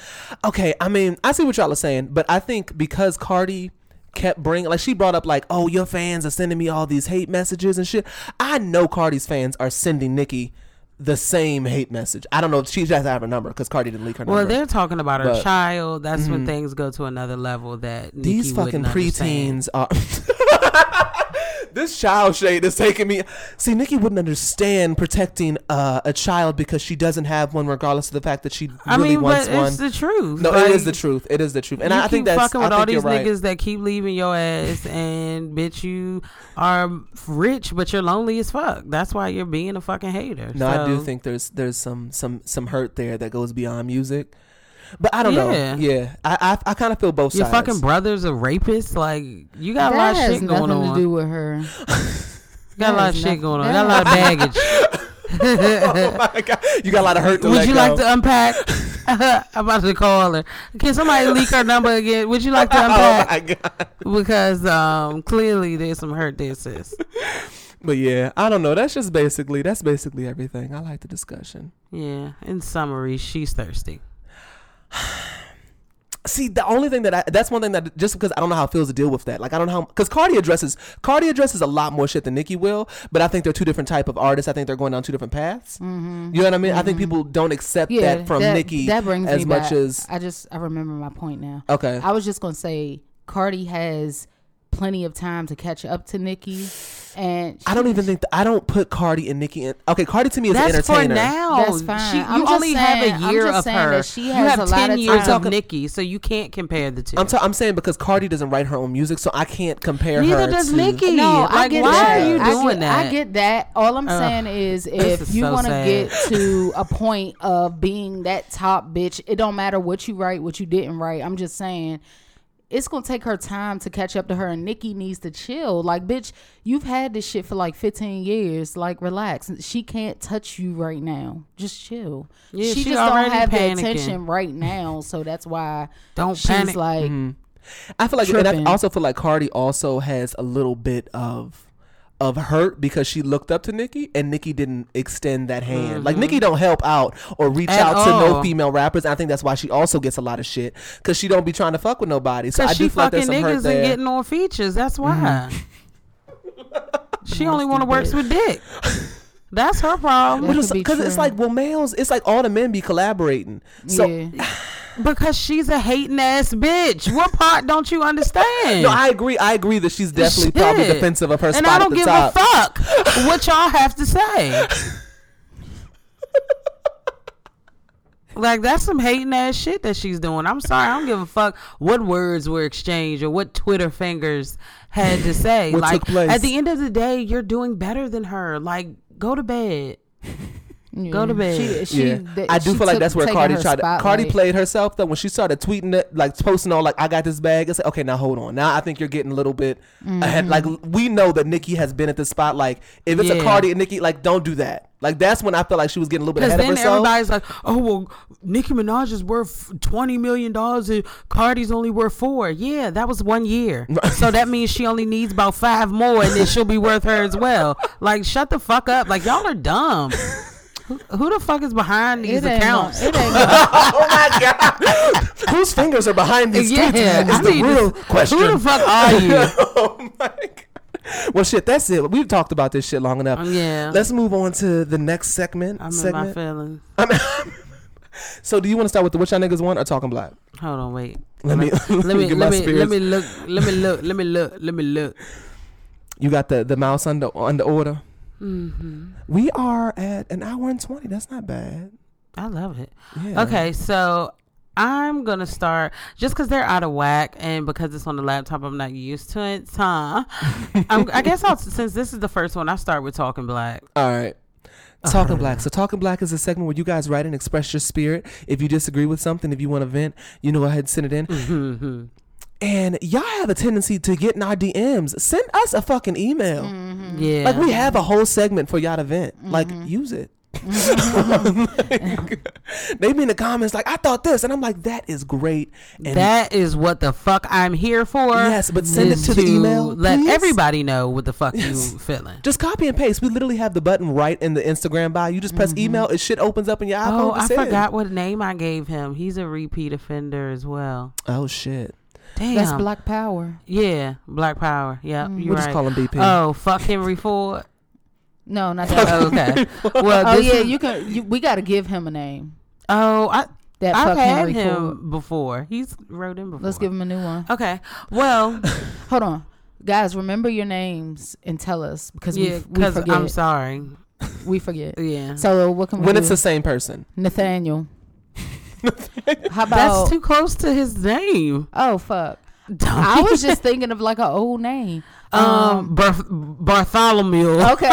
B: Okay. I mean, I see what y'all are saying, but I think because Cardi kept bringing, like, she brought up, like, oh, your fans are sending me all these hate messages and shit. I know Cardi's fans are sending Nicki the same hate message. I don't know if she just have her number because Cardi didn't leak her
D: Well,
B: number.
D: they're talking about her
B: But- mm-hmm.
D: child. That's when things go to another level that
B: These
D: Nicki
B: fucking
D: wouldn't understand.
B: preteens are. (laughs) this child shade is taking me. See, Nikki wouldn't understand protecting uh, a child because she doesn't have one, regardless of the fact that she
D: I
B: really
D: mean,
B: wants
D: but
B: one.
D: it's the truth.
B: no, it is the
D: Like,
B: truth. It is the truth, and
D: you
B: I, I think
D: keep
B: that's.
D: fucking with
B: I
D: all
B: think you're
D: these
B: right.
D: niggas that keep leaving your ass, and bitch, you are rich, but you're lonely as fuck. That's why you're being a fucking hater.
B: No, I do
D: So,
B: think there's there's some some some hurt there that goes beyond music, but I don't
D: Yeah.
B: know. Yeah, I I, I kind of feel both
D: your
B: sides. (laughs)
D: fucking brother's a rapist. Like you got a
C: that
D: lot of
C: has
D: shit going
C: nothing
D: on.
C: to do with her.
B: (laughs)
D: got a lot
C: has
D: of shit
C: nothing-
D: going on.
C: that
D: Got a lot
C: (laughs)
D: of baggage.
B: Oh you got a lot of hurt. To
D: Would
B: let
D: you
B: go.
D: like to unpack? (laughs) I'm about to call her. Can somebody leak her number again? Would you like
B: (laughs)
D: to
B: Oh
D: unpack?
B: my god.
D: Because um, clearly there's some hurt there, sis.
B: But yeah, I don't know. That's just basically that's basically everything. I like the discussion.
D: Yeah. In summary, she's thirsty.
B: See, the only thing that I that's one thing that just because I don't know how it feels to deal with that. Like I don't know how because Cardi addresses Cardi addresses a lot more shit than Nicki will, but I think they're two different type of artists. I think they're going down two different paths. You know what I mean? I think people don't accept
C: Yeah,
B: that from Nicki
C: That brings
B: as
C: me
B: much
C: back.
B: as
C: I just I remember my point now.
B: okay.
C: I was just gonna say Cardi has plenty of time to catch up to Nikki, and
B: I don't even think th- I don't put Cardi and Nicki in. Okay, Cardi to me is an
D: That's for
B: entertainer.
D: now.
C: That's fine.
D: She, you
C: I'm just
D: only have
C: saying-
D: a
C: I'm
D: year
C: just
D: of
C: saying
D: her.
C: that she
D: you
C: has
D: have
C: a lot
D: ten
C: of
D: years
C: time.
D: of Nikki, so you can't compare the 2
B: I'm t- I'm saying because Cardi doesn't write her own music, so I can't compare her.
D: Neither does
B: to-
D: Nicki.
C: No,
D: like,
C: I get
D: why
C: that.
D: are you
C: I
D: doing
C: get,
D: that?
C: I get that. All I'm
D: Ugh,
C: saying is,
D: this
C: if
D: is
C: you
D: so
C: want to
D: sad. (laughs)
C: get to a point of being that top bitch, it don't matter what you write, what you didn't write. I'm just saying. It's gonna take her time to catch up to her, and Nikki needs to chill. Like, bitch, you've had this shit for like 15 years. Like, relax. She can't touch you right now. Just chill.
D: Yeah,
C: she,
D: she
C: just don't
D: already
C: have
D: panicking.
C: the attention right now, so that's why
D: Don't
C: she's
D: panic. Mm-hmm.
C: like,
B: I feel like, and
C: tripping.
B: I also feel like Cardi also has a little bit of of hurt because she looked up to Nikki and Nikki didn't extend that hand. Like Nikki don't help out or reach
D: Mm-hmm. At
B: out to no
D: all.
B: female rappers. I think that's why she also gets a lot of shit because she don't be trying to fuck with nobody. So I
D: Cause
B: do
D: she
B: feel like there's
D: fucking
B: some hurt
D: niggas and
B: there.
D: getting on features. That's why. she only want to work with dick. That's her
C: That
D: problem (laughs)
B: because
C: could be
B: it's
C: true.
B: like well males it's like all the men be collaborating so
C: yeah.
D: because she's a hating ass bitch. What part don't you understand?
B: no i agree i agree that she's definitely probably
D: Shit.
B: defensive of her
D: and
B: spot
D: I don't
B: at the
D: give
B: top
D: a fuck what y'all have
B: (laughs)
D: to say. like that's some hating ass shit that she's doing. I'm sorry, I don't give a fuck what words were exchanged or what Twitter fingers had to say.
B: What
D: like
B: took place.
D: at the end of the day, you're doing better than her. Like go to bed. Go to bed.
C: She, she,
B: yeah,
C: that-
B: I do
C: she
B: feel like
C: took-
B: that's where
C: taking
B: Cardi
C: her
B: tried. To, Cardi
C: spotlight.
B: played herself though when she started tweeting it, like posting all like I got this bag. It's like okay, now hold on. Now I think you're getting a little bit ahead. Like we know that Nikki has been at the spot. Like if it's a
D: Mm-hmm. Yeah.
B: Cardi and Nikki, like don't do that. Like that's when I felt like she was getting a little bit
D: Because
B: ahead of
D: then
B: herself. (laughs)
D: everybody's like, oh, well, Nicki Minaj is worth $20 million and Cardi's only worth four. Yeah, that was
B: (laughs)
D: one year. so that means she only needs about five more and then she'll be worth her as well. Like, shut the fuck up. Like, y'all are dumb. Who, who the fuck is behind these
C: It ain't, no,
D: accounts?
C: it
D: (laughs)
C: ain't no-
B: oh my god, (laughs) whose fingers are behind these tweets?
D: Yeah,
B: is
D: I
B: the
D: need to-
B: real question.
D: Who the
B: (laughs)
D: fuck are you?
B: oh my god. Well, shit, that's it. We've talked about this shit long enough.
D: Um, Yeah.
B: Let's move on to the next segment.
D: I'm in my
B: segment.
D: feelings.
B: (laughs) so, do you want to start with the what y'all niggas want or talking black?
D: Hold on, wait.
B: (laughs) Let me get
D: Let me let
B: my
D: me let
B: spirits.
D: me look let me look let me look let me look.
B: You got the the mouse under under order. We are at an hour and twenty. That's not bad.
D: I love it.
B: Yeah.
D: Okay, so I'm gonna start just because they're out of whack and because it's on the laptop, I'm not used to it.
B: (laughs)
D: Huh? I'm, I guess I'll since this is the first one, I start with talking black.
B: All right. Talking Black. So, Talking Black is a segment where you guys write and express your spirit. If you disagree with something, if you want to vent, you know, go ahead and send it in. And y'all have a tendency to get in our DMs. Send us a fucking email.
C: Mm-hmm.
D: Yeah, Mm-hmm.
B: Like, we have a whole segment for y'all to vent. Like, use it. Like, (laughs) they be in the comments, like, I thought this. And I'm like, that is great. And
D: that is what the fuck I'm here for.
B: Yes, but send it
D: is
B: to the email,
D: Let
B: please.
D: everybody know what the fuck
B: Yes.
D: you feeling.
B: Just copy and paste. We literally have the button right in the Instagram bio. You just press email, it shit opens up in your iPhone.
D: Mm-hmm. Oh,
B: to
D: I
B: send.
D: forgot what name I gave him. He's a repeat offender as well.
B: Oh shit.
D: Damn.
C: that's Black Mm. Power.
D: Yeah, Black Power. Yeah, you're
B: We'll
D: right.
B: just call him BP.
D: Oh, fuck
B: (laughs)
D: Henry Ford.
C: No, (laughs) not that. one.
D: okay. Well,
C: Oh
D: this
C: yeah,
D: is-
C: you can. You, we got to give him a name.
D: Oh, I
C: That
D: I've
C: fuck
D: had
C: Henry
D: him
C: Ford.
D: before. He's wrote in before.
C: Let's give him a new one.
D: Okay. Well,
C: Hold on, guys. Remember your names and tell us because
D: yeah,
C: we, we
D: because
C: forget.
D: I'm sorry.
C: We forget.
D: Yeah.
C: So what can we
B: When
C: do?
B: it's the same
D: (laughs)
B: person.
C: (laughs) Nathaniel? How
D: That's
C: about?
D: too close to his name.
C: oh fuck! I was just thinking of like an old name.
D: um Barth- Bartholomew.
C: (laughs) Okay.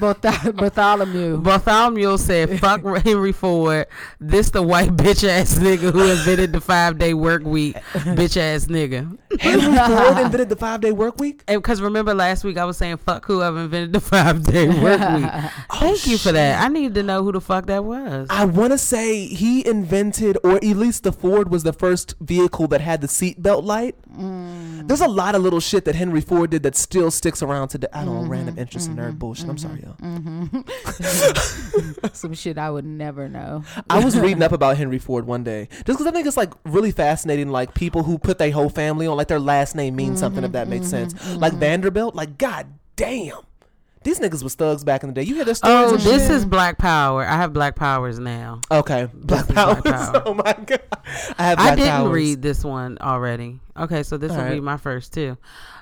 C: Barth- Bartholomew.
D: Bartholomew said, "Fuck
C: (laughs)
D: Henry Ford. This the white bitch ass nigga who invented the five day work week. Bitch ass nigga.
B: Henry Ford invented the five day work week.
D: Because remember last week I was saying fuck who I've invented the five day work week.
C: (laughs)
D: Thank you for
C: Oh,
D: that. I need to know who the fuck that was.
B: I want to say he invented, or at least the Ford was the first vehicle that had the seatbelt light.
D: Mm.
B: There's a lot of little shit that Henry Ford did that still sticks around today. I don't
D: Mm-hmm.
B: random interest in nerd bullshit. I'm sorry, y'all.
C: (laughs) Some shit I would never know.
B: I
D: Mm-hmm.
B: was reading up about Henry Ford one day just because I think it's like really fascinating. Like people who put their whole family on, like their last name means something, if that
D: Mm-hmm.
B: makes sense. Like Vanderbilt, like god damn, these niggas was thugs back in the day. You hear their stories?
D: Oh,
B: and
D: this
B: shit?
D: is Black Power. I have Black Powers now.
B: Okay, Black
D: is
B: Power.
D: Black
B: (laughs)
D: Power.
B: Oh my god, I have.
D: I
B: Black
D: didn't
B: Powers.
D: read this one already. Okay, so this will be
B: Alright.
D: my first too.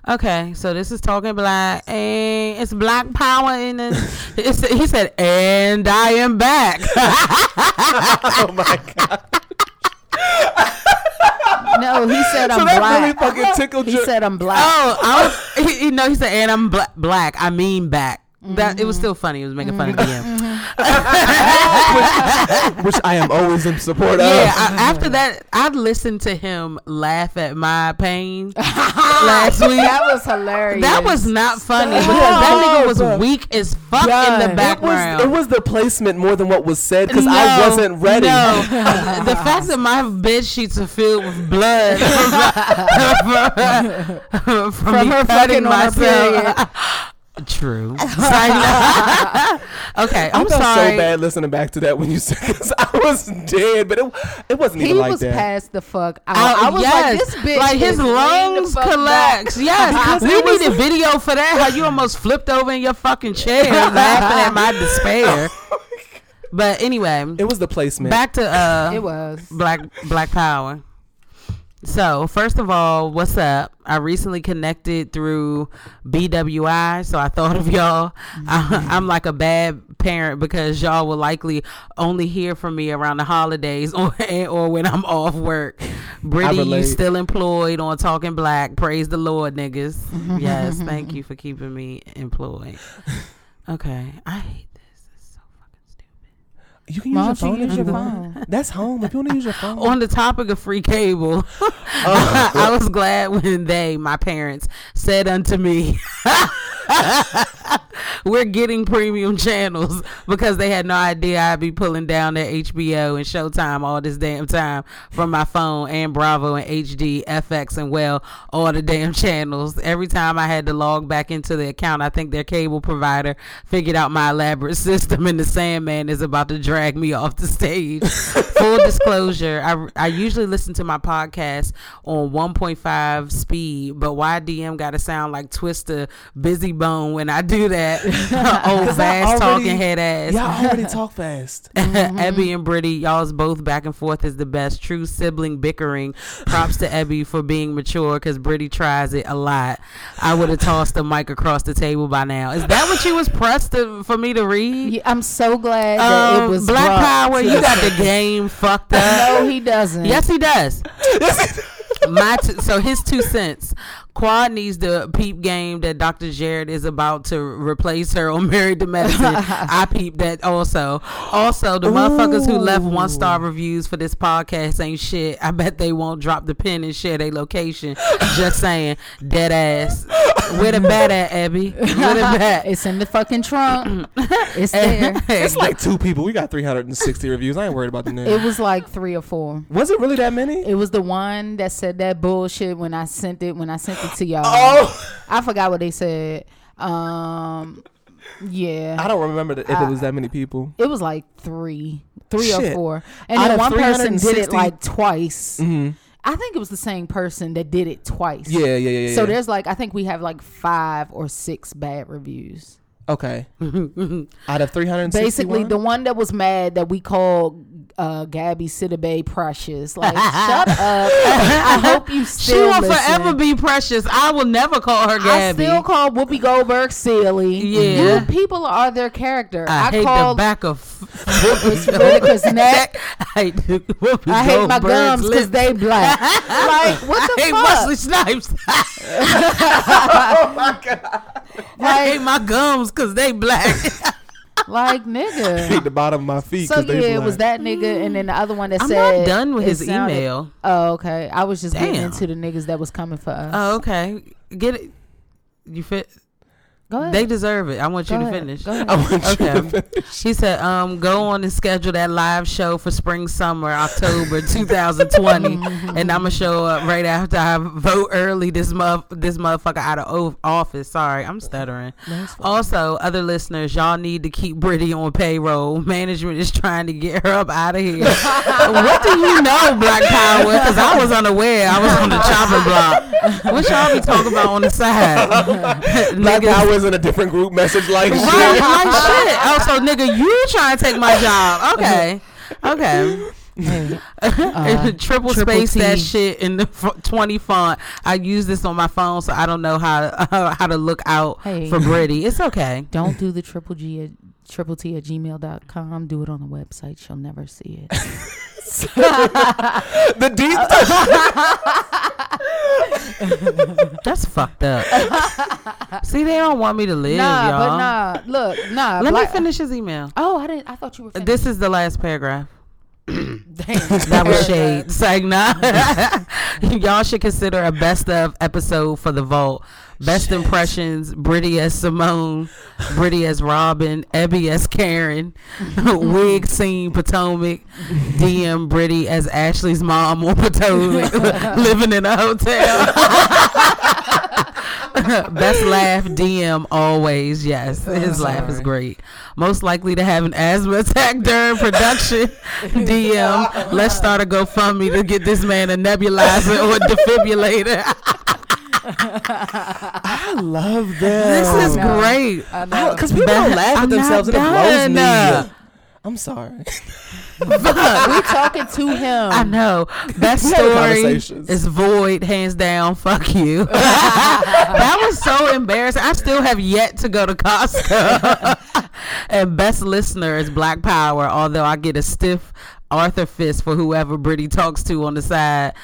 D: Okay, so this is talking black, and it's Black Power in it.
B: (laughs)
D: it's, he said, "And I am back."
B: (laughs)
D: (laughs)
B: Oh my god,
C: No, he said I'm
B: that really
C: black.
B: fucking tickled
C: he
B: your.
C: said I'm black.
D: oh, I was, he, he- no, he said, "And I'm bla- black. I mean back." That it was
B: Mm-hmm.
D: still funny. It was making fun of him.
B: (laughs) which I am always in support of.
D: Yeah, I, after that, I listened to him laugh at my
B: (laughs)
D: pain last week.
C: That was hilarious.
D: That was not
C: (laughs)
D: funny because that nigga was
B: Stop.
D: weak as fuck in
B: God.
D: the
B: It was,
D: background.
B: it was the placement more than what was said because I
D: No,
B: wasn't ready.
C: (laughs)
D: No. the fact that my bed sheets are filled with blood (laughs)
C: (laughs)
D: from, from,
C: from
D: me
C: her
D: cutting
C: fucking on her
D: myself.
B: (laughs)
C: period.
D: (laughs)
C: (laughs)
D: True. I know. (laughs) okay, I'm
B: I felt
D: sorry.
B: so bad listening back to that when you said 'cause I was dead, but it it wasn't
C: He
B: even like
C: was
B: that.
C: passed the fuck out.
D: Out-
C: I was
D: yes.
C: like, this bitch.
D: Like, his
C: is lean the
D: lungs
C: fuck (laughs)
D: collapse.
C: back.
D: Yes,
C: Because
D: we
C: it was-
D: need a video for that. How you almost flipped over in your fucking chair, laughing
C: (laughs)
D: at my
C: Oh
D: despair. But anyway,
B: It was the placement.
D: back to uh,
C: It was.
D: Black Black Power. So first of all, what's up? I recently connected through BWI, so I thought of y'all. I, I'm like a bad parent because y'all will likely only hear from me around the holidays (laughs) or or when I'm off work. Brittany, you
B: relate.
D: still employed on Talking Black? Praise the Lord, niggas. yes, thank you for keeping me employed. Okay, I hate this. It's so fucking stupid.
B: you can
C: Why
B: use your
C: don't
B: phone. if
C: you use
B: you
C: your
B: want.
C: phone?
B: That's home. If you want to use your phone,
D: (laughs) on the topic of free cable, (laughs) I was glad when they, my parents, said unto me, (laughs) We're getting premium channels because they had no idea I'd be pulling down their HBO and Showtime all this damn time from my phone and Bravo and HD, FX, and well, all the damn channels. Every time I had to log back into the account, I think their cable provider figured out my elaborate (laughs) system and the Sandman is about to drag me off the stage. Full disclosure, I, I usually listen to my podcast on 1.5 speed, but why DM got to sound like Twister Busy Bone when I do that? (laughs) Old
B: (laughs) 'Cause I
D: fast
B: already-
D: talking head ass.
B: Y'all
D: (laughs)
B: already talk fast.
D: Ebby and Brittany, y'all's both back and forth is the best. True sibling bickering. Props to Ebby for being mature because Brittany tries it a lot. I would have tossed the mic across the table by now. Is that what you was pressed to, for me to read?
C: Yeah, I'm so glad that it
D: Um,
C: was
D: Black
C: brought
D: Power,
C: to-
D: you got the game fucked up.
C: No, he doesn't.
D: Yes, he does. My t- so his two cents. Quad needs the peep game that Dr. Jared is about to replace her on Married
C: (laughs)
D: to Medicine. I peep that also. Also, the motherfuckers who left one star reviews for this podcast ain't shit. I bet they won't drop the pin and share their location. Just saying, dead ass. Where the bat at, Abby? Where the
C: (laughs)
D: bat?
C: it's in the fucking
D: (laughs)
C: trunk. it's there.
B: It's like two people. We got 360 reviews. I ain't worried about the name.
C: It was like three or four.
B: was it really that many?
C: It was the one that said that bullshit when I sent it when I sent it to y'all.
B: oh,
C: I forgot what they said. Um, yeah,
B: I don't remember that, if it was that many people.
C: it was like three, three or
B: Shit.
C: four, and
B: Out
C: then
B: of
C: one person did it
B: 360
C: like twice.
D: Mm-hmm.
C: I think it was the same person that did it twice.
B: Yeah, yeah, yeah. yeah
C: So
B: yeah.
C: there's like I think we have like five or six bad reviews.
D: (laughs)
B: okay. Out of 360,
C: Basically, the one that was mad that we called uh, Gabby Sidibe precious. Like,
D: (laughs)
C: shut up! I hope you
D: She
C: still.
D: will
C: listen.
D: forever be precious. I will never call her Gabby.
C: I still call Whoopi Goldberg silly.
D: Yeah.
C: you people are their character.
D: I,
C: I,
D: hate
C: call
D: the back
C: (laughs)
D: of (laughs)
C: It's Whitaker's neck.
D: I hate, Whoopi
C: I hate my
D: Goldberg's
C: gums
D: lips.
C: because they
B: (laughs)
C: black. like what the
D: I hate
C: fuck?
D: Wesley Snipes. (laughs) I hate
C: Like,
D: my gums because they black.
C: like
B: hit (laughs)
C: nigga.
B: the bottom of my feet.
C: So
B: 'cause
C: yeah,
B: they
C: it
B: black.
C: was that nigga, and then the other one that
D: I'm
C: said
D: not done with
C: it
D: his
C: sounded-
D: email.
C: Oh okay, I was just getting
D: Damn.
C: into the niggas that was coming for uh, us.
D: Oh, okay. Get it. You fit.
C: Go ahead.
D: They deserve it. I want
C: Go
D: you to
C: ahead.
D: finish. Oh.
C: Go ahead.
B: (laughs) I want you to
D: Okay. She said, um, go on and schedule that live show for spring, summer, October (laughs) 2020. and I'm going to show up right after I vote early this month, this motherfucker out of o- office. Sorry, I'm stuttering. Also, other listeners, y'all need to keep Brittany on payroll. Management is trying to get her up out of here. what do you know, Black Power? Because I was unaware. I was on the chopping block. What y'all be talking about on the side?
B: Black
D: Niggas-
B: hours in a different group message like shit.
D: Right, like shit. Oh, so nigga, you trying to take my job? Okay, okay. (laughs) triple, space
C: Uh, T.
D: that shit in the f- twenty font. I use this on my phone, so I don't know how how to (laughs) look out
C: Hey.
D: for Brady. It's okay.
C: Don't do the triple G at triple T at gmail.com. Do it on the website. She'll never see it.
B: The deep.
D: Uh, That's fucked
C: (laughs)
D: up. See, they don't want me to live,
C: nah,
D: y'all.
C: but nah. Look, nah.
D: Let
C: black-
D: me finish his email.
C: Oh, I didn't. I thought you were. Finished.
D: This is the last paragraph.
C: Damn.
D: (laughs) That was shade. It's like, nah. (laughs) Y'all should consider a best of episode for the vault. Best impressions: Britty as Simone, Britty as Robin, Ebby as Karen, (laughs) Wig scene Potomac, DM Britty as Ashley's (laughs) mom on Potomac, living in a hotel. (laughs) Best laugh DM always. Yes, his laugh is great. Most likely to have an asthma attack (laughs) during production. DM. Let's start a GoFundMe to get this man a nebulizer or a defibrillator.
B: I love (laughs) that.
D: this is
C: no.
D: great.
C: I know.
B: because people don't
D: But
B: laugh at
D: I'm not
B: themselves and it blows
D: done.
B: me. up. I'm
D: (laughs)
B: sorry.
C: we talking to him.
D: I
B: (laughs)
D: know. Best
B: We had
D: story
B: conversations.
D: is void, hands down. (laughs)
B: (laughs)
D: Fuck you. that was so embarrassing. I still have yet to go to Costco. (laughs) and best listener is Black Power, although I get a stiff Arthur fist for whoever Brittany talks to on the side.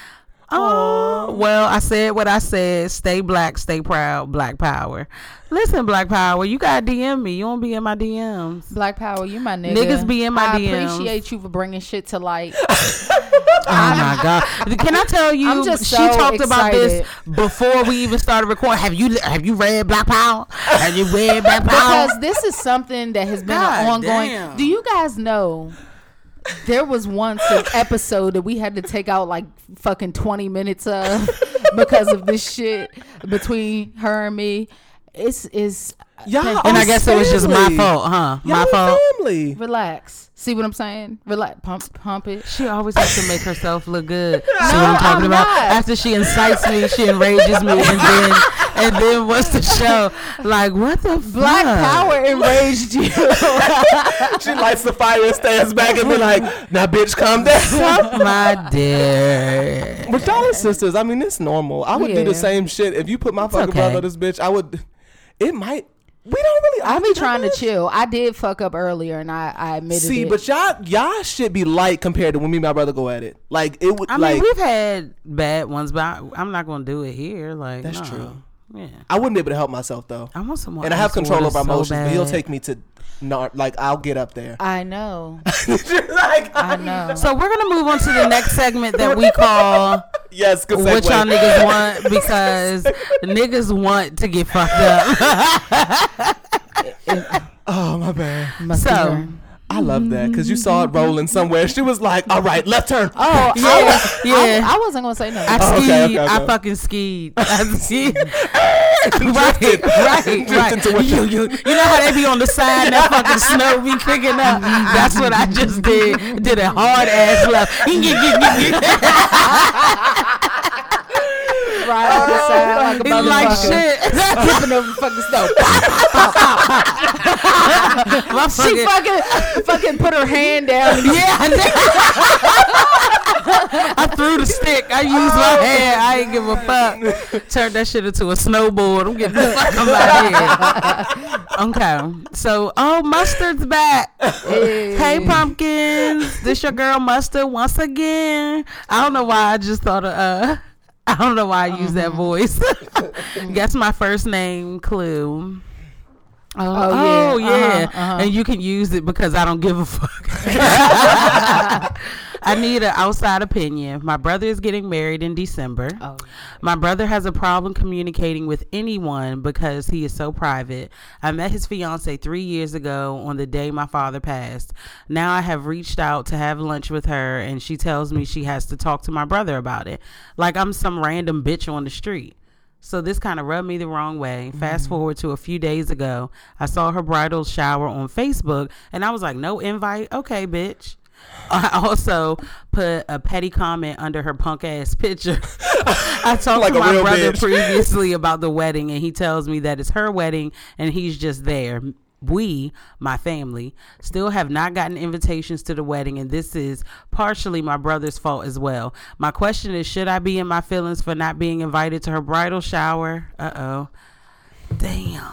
D: Oh well, I said what I said. Stay black, stay proud, Black Power. Listen, Black Power, you gotta DM me. You don't be in my DMs.
C: Black Power, you my nigga.
D: Niggas be in my
C: I
D: DMs.
C: appreciate you for bringing shit to light.
D: Oh my god! Can I (laughs) tell you?
C: I'm just
D: she
C: so
D: talked about this
C: excited.
D: before we even started recording. Have you have you read Black Power? Have you read (laughs) Black Power?
C: because this is something that has been an
D: Um, God
C: ongoing.
D: damn.
C: Do you guys know? There was once an episode that we had to take out like fucking 20 minutes of (laughs) because of this shit between her and me. It's is
B: Y'all
D: and
B: are
D: I guess it was just my
B: silly.
D: fault, huh?
B: Y'all
D: my fault. (laughs)
B: family. (laughs)
C: relax. See what I'm saying? Relax. Pump pump it.
D: She always has to make herself look good. (laughs) See what
C: No,
D: I'm talking
C: I'm
D: about?
C: not.
D: After she incites me, she enrages me, and then and then what's the show? Like what the
C: Black
D: fuck?
C: power enraged you.
B: She lights the fire and stands back and be like, "Now, bitch, calm down."
D: Fuck (laughs) my dear.
B: But y'all are sisters. I mean, it's normal. I would do
C: Yeah.
B: the same shit if you put my fucking
D: okay.
B: brother on this bitch. I would. It might. We don't really.
C: I
B: I'll
C: be trying to chill. I did fuck up earlier and I, I admitted
B: See,
C: it.
B: but y'all y'all should be light compared to when me and my brother go at it. Like it would.
D: I mean,
B: like
D: we've had bad ones, but I, I'm not gonna do it here. Like
B: That's
D: no.
B: true.
D: Yeah.
B: I wouldn't be able to help myself though.
D: I want someone.
B: and I have control over emotions, but he'll
D: take.
B: take me to. No, like I'll get up there.
C: I know.
B: (laughs) like
C: I know.
D: So we're gonna move on to the next segment that
B: (laughs)
D: we call
B: yes, good
D: "What
B: segue.
D: Y'all
B: (laughs)
D: Niggas Want" because niggas want to get
B: (laughs)
D: fucked up.
B: Oh my bad.
C: Must be
D: (laughs) So-
C: her.
B: I love that because you saw it
D: Mm-hmm.
B: rolling somewhere. She was like, "All right, left turn."
C: Oh,
D: Yeah,
C: I,
D: (laughs) yeah.
C: I wasn't gonna say
D: I,
C: no.
B: Oh, okay,
D: skied.
B: okay, okay.
D: I fucking skied. (laughs) I skied. right,
B: (laughs)
D: (laughs) right, right.
B: into what
D: You, you, you
C: (laughs)
D: know how they be on the side and that fucking snow be
B: (laughs)
D: kicking up. That's what I just did. Did a hard ass (laughs) left.
C: Right on
D: (laughs)
C: the side like a
D: He's like
C: motherfucker.
D: shit. (laughs)
C: (laughs) Flipping over the fucking
B: (laughs)
C: stove.
D: My
C: She fucking
D: fucking-
C: fucking put her hand down. And
D: (laughs) Yeah, I did. (laughs) I threw the stick. I used my hand. I ain't give a fuck. Turned that shit into a snowboard. I'm getting the fuck out of here. Okay. So, oh, Mustard's back. Hey, pumpkins. This your girl Mustard once again. I don't know why I just thought of, uh, (laughs) I don't know why I used that voice. Guess my first name clue.
C: yeah.
D: Oh, oh, yeah.
C: Uh-huh, uh-huh.
D: And you can use it because I don't give a fuck. I need an outside opinion. My brother is getting married in December. My brother has a problem communicating with anyone because he is so private. I met his fiance three years ago on the day my father passed. Now I have reached out to have lunch with her, and she tells me she has to talk to my brother about it. Like I'm some random bitch on the street. So this kind of rubbed me the wrong way. Fast forward to a few days ago, I saw her bridal shower on Facebook, and I was like, "No invite, okay, bitch." (laughs) I also put a petty comment under her punk ass picture. I talked
B: Like
D: to
B: a
D: my
B: real
D: brother
B: bitch.
D: previously about the wedding, and he tells me that it's her wedding, and he's just there. We, my family, still have not gotten invitations to the wedding, and this is partially my brother's fault as well. My question is should I be in my feelings for not being invited to her bridal shower? Uh oh. Damn.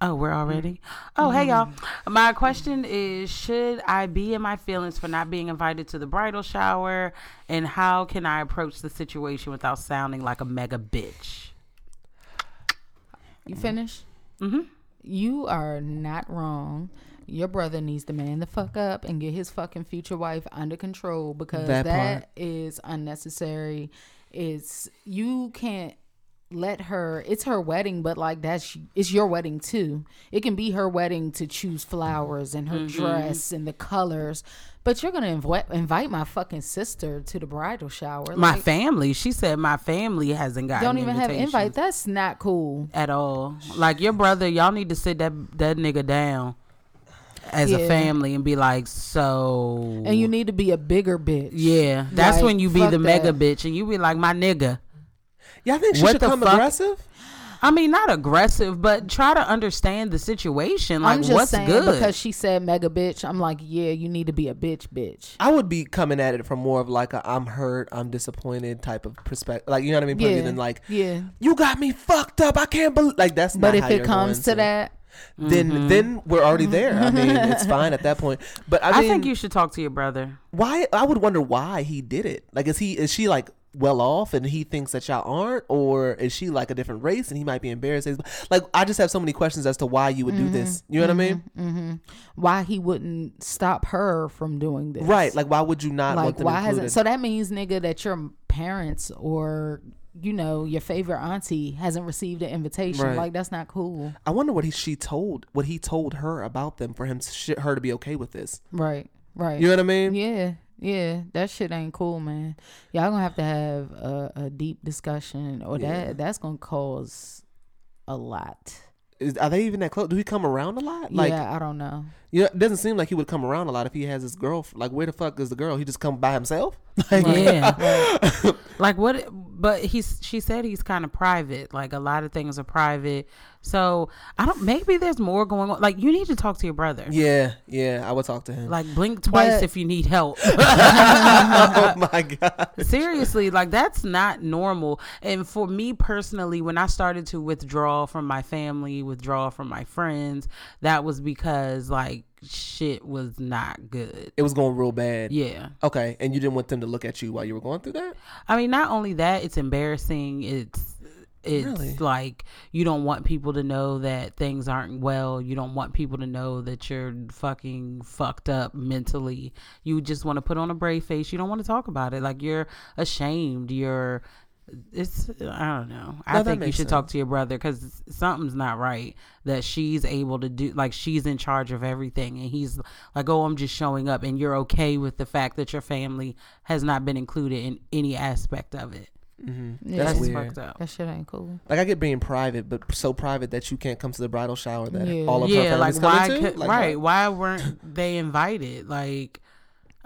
D: Oh, we're already?
C: Mm-hmm.
D: Oh, hey, y'all. My question is Should I be in my feelings for not being invited to the bridal shower? And how can I approach the situation without sounding like a mega bitch?
C: you finish?
D: hmm
C: You are not wrong. Your brother needs to man the fuck up and get his fucking future wife under control because
B: That
C: that is unnecessary. It's you can't let her it's her wedding but like that's it's your wedding too it can be her wedding to choose flowers and her
D: Mm-hmm.
C: dress and the colors but you're gonna inv- invite my fucking sister to the bridal shower
D: My
C: Like,
D: family, she said, my family hasn't gotten.
C: don't even have
D: invitations.
C: invite that's not cool
D: at all. Like your brother, y'all need to sit that that nigga down as a
C: Yeah.
D: family and be like, so
C: and you need to be a bigger bitch
D: yeah, that's
C: Like,
D: when you be
C: fuck
D: the mega
C: that.
D: bitch and you be like, my nigga.
B: Yeah, I think she
D: What
B: should
D: the
B: come
D: fuck?
B: aggressive.
D: I mean, not aggressive, but try to understand the situation. Like,
C: i'm just
D: what's
C: saying
D: good?
C: because she said mega bitch i'm like yeah you need to be a bitch bitch
B: I would be coming at it from more of like a I'm hurt, I'm disappointed type of perspective. Like you know what I mean? Putting it
C: Yeah,
B: in like
C: yeah.
B: you got me fucked up. I can't believe like that's not
C: but if
B: how
C: it
B: you're
C: comes
B: going
C: to that Mm-hmm.
B: then then we're already there. I mean,
C: (laughs)
B: it's fine at that point. But I
D: I
B: mean
D: think you should talk to your brother.
B: why I would wonder why he did it. Like is he is she like well off and he thinks that y'all aren't or is she like a different race and he might be embarrassed like i just have so many questions as to why you would do this
C: Mm-hmm.
B: you know what i mean
C: why he wouldn't stop her from doing this
B: right like why would you not want
C: like
B: them
C: why
B: included?
C: hasn't so that means nigga that your parents or you know your favorite auntie hasn't received an invitation
B: Right.
C: like that's not cool
B: I wonder what he, she told, what he told her about them for him, sh- her to be okay with this.
C: right right
B: You know what I mean?
C: yeah yeah that shit ain't cool man y'all gonna have to have a, a deep discussion or that that's gonna cause a lot
B: Is, are they even that close? Do he come around a lot? Like,
C: yeah i don't know
B: you know, it doesn't seem like he would come around a lot if he has his girl. Like, where the fuck is the girl? He just come by himself? Like,
D: Yeah. like what but he's she said he's kind of private. Like a lot of things are private. So I don't maybe there's more going on. Like you need to talk to your brother.
B: (laughs) yeah, yeah. I would talk to him.
C: (laughs)
D: Like blink twice
C: But-
D: if you need help.
B: (laughs) oh my god.
D: Seriously, like that's not normal. And for me personally, when I started to withdraw from my family, withdraw from my friends, that was because like shit was not good.
B: It was going real bad.
D: Yeah.
B: Okay, and you didn't want them to look at you while you were going through that.
D: I mean, not only that, it's embarrassing. It's it's
B: Really?
D: like you don't want people to know that things aren't well. You don't want people to know that you're fucking fucked up mentally. You just want to put on a brave face. You don't want to talk about it. Like you're ashamed. You're it's I don't know. I
B: No, that
D: think you
B: makes
D: should talk to your brother because something's not right. That she's able to do like she's in charge of everything, and he's like, "Oh, I'm just showing up," and you're okay with the fact that your family has not been included in any aspect of it.
C: yeah,
B: That's
D: That's
B: weird.
D: fucked up.
C: that shit
B: (laughs)
C: ain't cool
B: Like I get being private, but so private that you can't come to the bridal shower that
C: Yeah.
B: all of her
D: yeah, like
B: family's
D: why?
B: coming
D: Could,
B: to. Like,
D: right? Why weren't they invited? Like,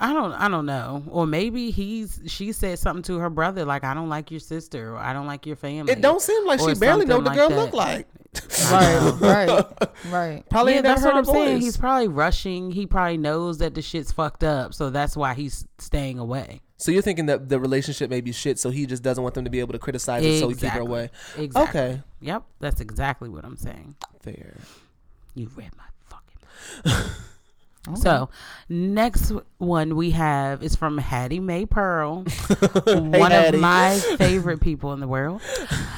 D: I don't, I don't know. Or maybe he's she said something to her brother like, "I don't like your sister," or "I don't like your family."
B: It don't seem like
D: or
B: she barely know what the
D: something
B: girl
D: that.
B: look like.
D: (laughs)
C: right right right
B: Probably
D: yeah,
B: ain't never
D: that's
B: heard
D: what I'm
B: her
D: saying.
B: voice.
D: He's probably rushing. He probably knows that the shit's fucked up, so that's why he's staying away.
B: So you're thinking that the relationship may be shit, so he just doesn't want them to be able to criticize it, so he keep her away.
D: Exactly.
B: Okay.
D: Yep, that's exactly what I'm saying.
B: Fair.
D: You read my fucking. So, next one we have is from Hattie Mae Pearl, (laughs) one
B: Hattie.
D: of my favorite people in the world.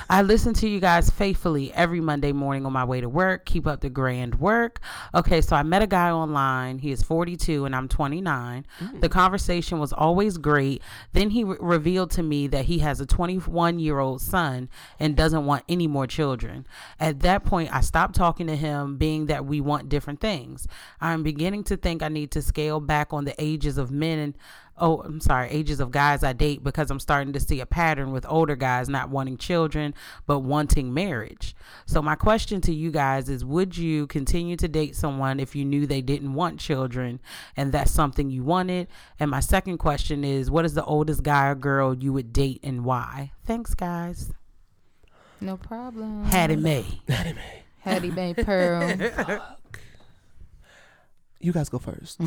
D: I listen to you guys faithfully every Monday morning on my way to work. Keep up the grand work. Okay, so I met a guy online. He is 42 and I'm 29. The conversation was always great. Then he re- revealed to me that he has a 21 year old son and doesn't want any more children. At that point, I stopped talking to him, being that we want different things. I'm beginning to think I need to scale back on the ages of men and oh, I'm sorry, ages of guys I date because I'm starting to see a pattern with older guys not wanting children but wanting marriage. So, my question to you guys is would you continue to date someone if you knew they didn't want children and that's something you wanted? And my second question is what is the oldest guy or girl you would date and why? Thanks, guys.
C: no problem
D: Hattie Mae.
C: hattie bay pearl
B: (laughs) You guys go first.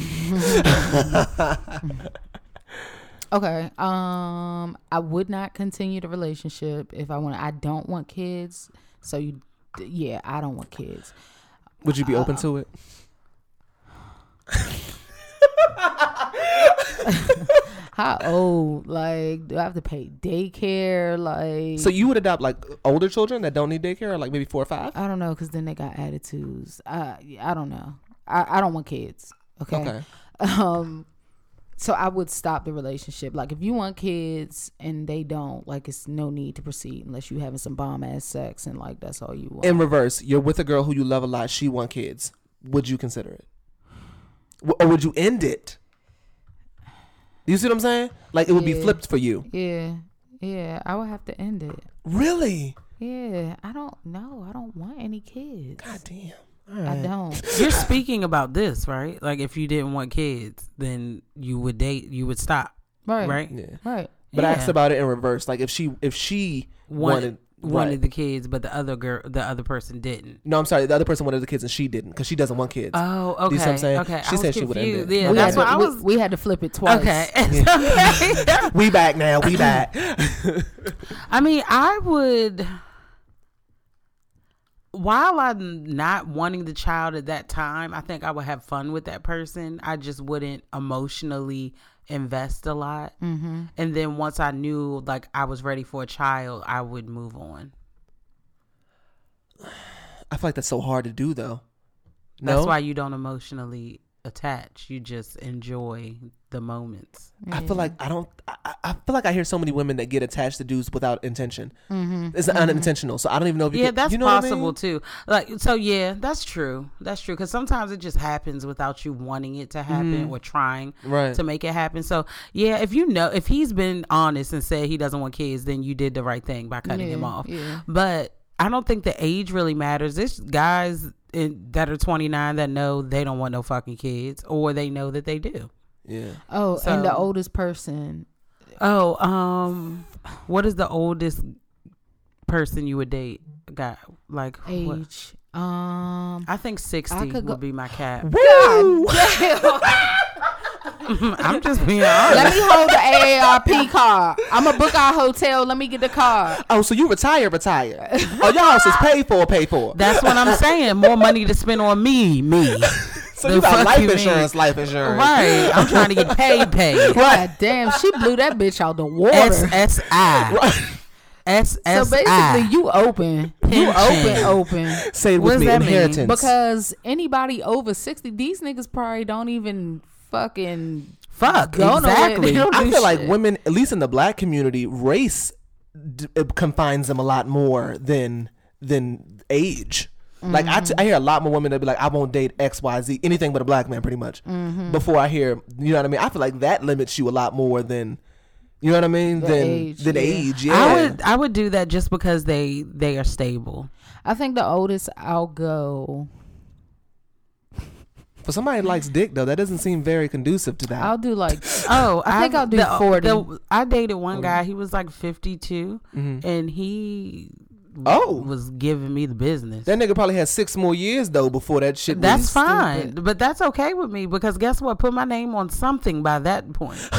C: Okay. Um, I would not continue the relationship if I want. I don't want kids. So you, yeah, I don't want kids.
B: Would you be
D: (laughs)
B: open to it?
C: How old? Like, do I have to pay daycare? Like,
B: So you would adopt like older children that don't need daycare, or like maybe four or five.
C: I don't know, cause then they got attitudes. I I don't know. I I don't want kids. Okay.
B: Okay.
C: (laughs) Um, so I would stop the relationship. Like if you want kids and they don't, like it's no need to proceed unless you having some bomb ass sex and like that's all you want.
B: In reverse, you're with a girl who you love a lot. She want kids. Would you consider it, W- or would you end it? You see what I'm saying? Like it would be
C: Yeah.
B: flipped for you.
C: yeah. Yeah, I would have to end it.
B: Really?
C: Yeah, I don't know. I don't want any kids.
B: God damn.
C: I don't.
D: You're speaking about this, right? Like if you didn't want kids, then you would date, you would stop,
C: Right.
D: right?
B: Yeah.
C: Right.
B: But I asked
D: Yeah.
B: about it in reverse. Like if she if she
D: One
B: wanted
D: wanted
B: right.
D: the kids, but the other girl, the other person didn't.
B: No, I'm sorry. The other person wanted the kids and she didn't because she doesn't want kids.
D: Oh,
B: Do
D: okay.
B: you see what I'm saying?
D: Okay.
B: She said she would end it.
D: Yeah,
C: We
D: that's
C: had,
D: what
C: to,
D: I
C: we-
D: was.
C: we, had to flip it twice. (laughs)
D: Okay. (laughs) It's okay.
B: we back now.
D: (coughs)
B: We back. (coughs)
D: I mean, I would. While I'm not wanting the child at that time, I think I would have fun with that person. I just wouldn't emotionally invest a lot. Mm-hmm. And then once I knew like I was ready for a child, I would move on.
B: I feel like that's so hard to do though. No,
D: That's why you don't emotionally attach. You just enjoy the moments.
B: I feel like I don't. I, I- I feel like I hear so many women that get attached to dudes without intention. It's unintentional, so I don't even know if you.
D: Mm-hmm. Yeah,
B: could-
D: that's
B: you know what I
D: possible
B: mean?
D: too. Like, so yeah, that's true. That's true. Because sometimes it just happens without you wanting it to happen or trying
B: Mm-hmm. Right.
D: to make it happen. So yeah, if you know, if he's been honest and said he doesn't want kids, then you did the right thing by cutting him
C: Yeah,
D: off.
C: yeah.
D: But I don't think the age really matters. There's guys in, that are 29 that know they don't want no fucking kids, or they know that they do.
B: Yeah.
C: Oh, and the
D: So-
C: oldest person.
D: Oh, um, what is the oldest person you would date? Guy, like what?
C: Age. Um.
D: I think 60
C: I could go-
D: would be my cap.
B: Woo!
D: (laughs) I'm just being honest.
C: Let me hold the AARP card. I'm gonna book our hotel. Let me get the card.
B: Oh, so you retire, retire. oh, your house is paid for, paid for.
D: That's what I'm saying. More money to spend on me, me.
B: so
D: the
B: you got
D: fuck
B: life
D: you mean?
B: insurance, life insurance.
D: Right. I'm trying to get paid, paid.
B: Right.
C: God damn, she blew that bitch out the water.
D: SSI.
B: Right.
C: so basically,
D: SSI.
C: you open, you open,
D: Pension.
C: open.
B: Say it
D: What
B: with
D: does
B: me,
D: that mean?
B: inheritance.
C: Because anybody over sixty, these niggas probably don't even fucking.
D: Fuck.
C: Go nowhere.
D: Exactly.
C: They don't
B: I
C: do
B: feel like
C: shit.
B: women, at least in the black community, race d- uh, confines them a lot more than than age. Like I, t- I hear a lot more women that be like, I won't date X, Y, Z, anything but a black man, pretty much.
C: Mm-hmm.
B: Before I hear, you know what I mean. I feel like that limits you a lot more than, you know what I mean, than
C: age,
B: than
C: yeah.
B: age. Yeah,
D: I would I would do that just because they they are stable.
C: I think the oldest I'll go.
B: for somebody that likes dick though, that doesn't seem very conducive to that.
C: I'll do like
D: Oh,
C: I think
D: I've-
C: I'll do
D: the-
C: 40.
D: the- I dated one guy. He was like 52, and he
B: oh,
D: was giving me the business.
B: that nigga probably had six more years though before that shit. was-
D: That's fine,
C: stupid.
D: but that's okay with me because guess what? Put my name on something by that point.
C: (laughs)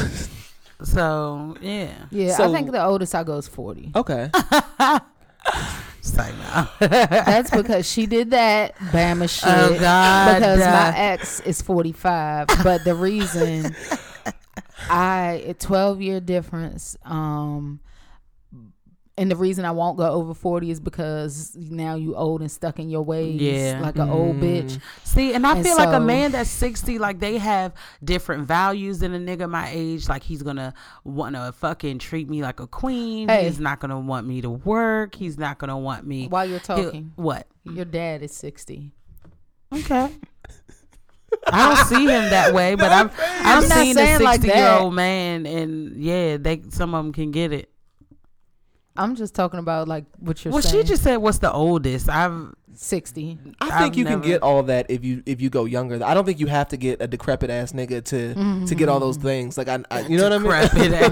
D: so yeah,
C: yeah.
B: So-
C: I think the oldest I go is forty.
B: okay.
D: it's like, no.
C: That's because she did that
D: (laughs)
C: Bama shit.
D: Oh, God.
C: Because my
D: Uh,
C: ex is forty five, but the
D: (laughs)
C: reason I a twelve year difference. Um, and the reason I won't go over forty is because now you old and stuck in your ways,
D: Yeah. mm-hmm.
C: like an old bitch.
D: see, and I
C: And
D: feel like a
C: so-
D: man that's sixty, like they have different values than a nigga my age. Like he's gonna want to fucking treat me like a queen.
C: Hey.
D: He's not gonna want me to work. He's not gonna want me.
C: While you're
D: He'll-
C: talking,
D: what?
C: your dad is sixty.
D: Okay. I don't see him that way, but I've I've
C: I'm not
D: seen a
C: saying like
D: sixty
C: that.
D: year old man, and yeah, they some of them can get it.
C: I'm just talking about like what you're
D: Well,
C: saying.
D: she just said, "What's the oldest?" I've
C: sixty.
B: I think
D: I've
B: you can
D: never-
B: get all that if you if you go younger. I don't think you have to get a decrepit ass nigga to to get all those things. Like I, I you know what I mean?
D: Mm-hmm.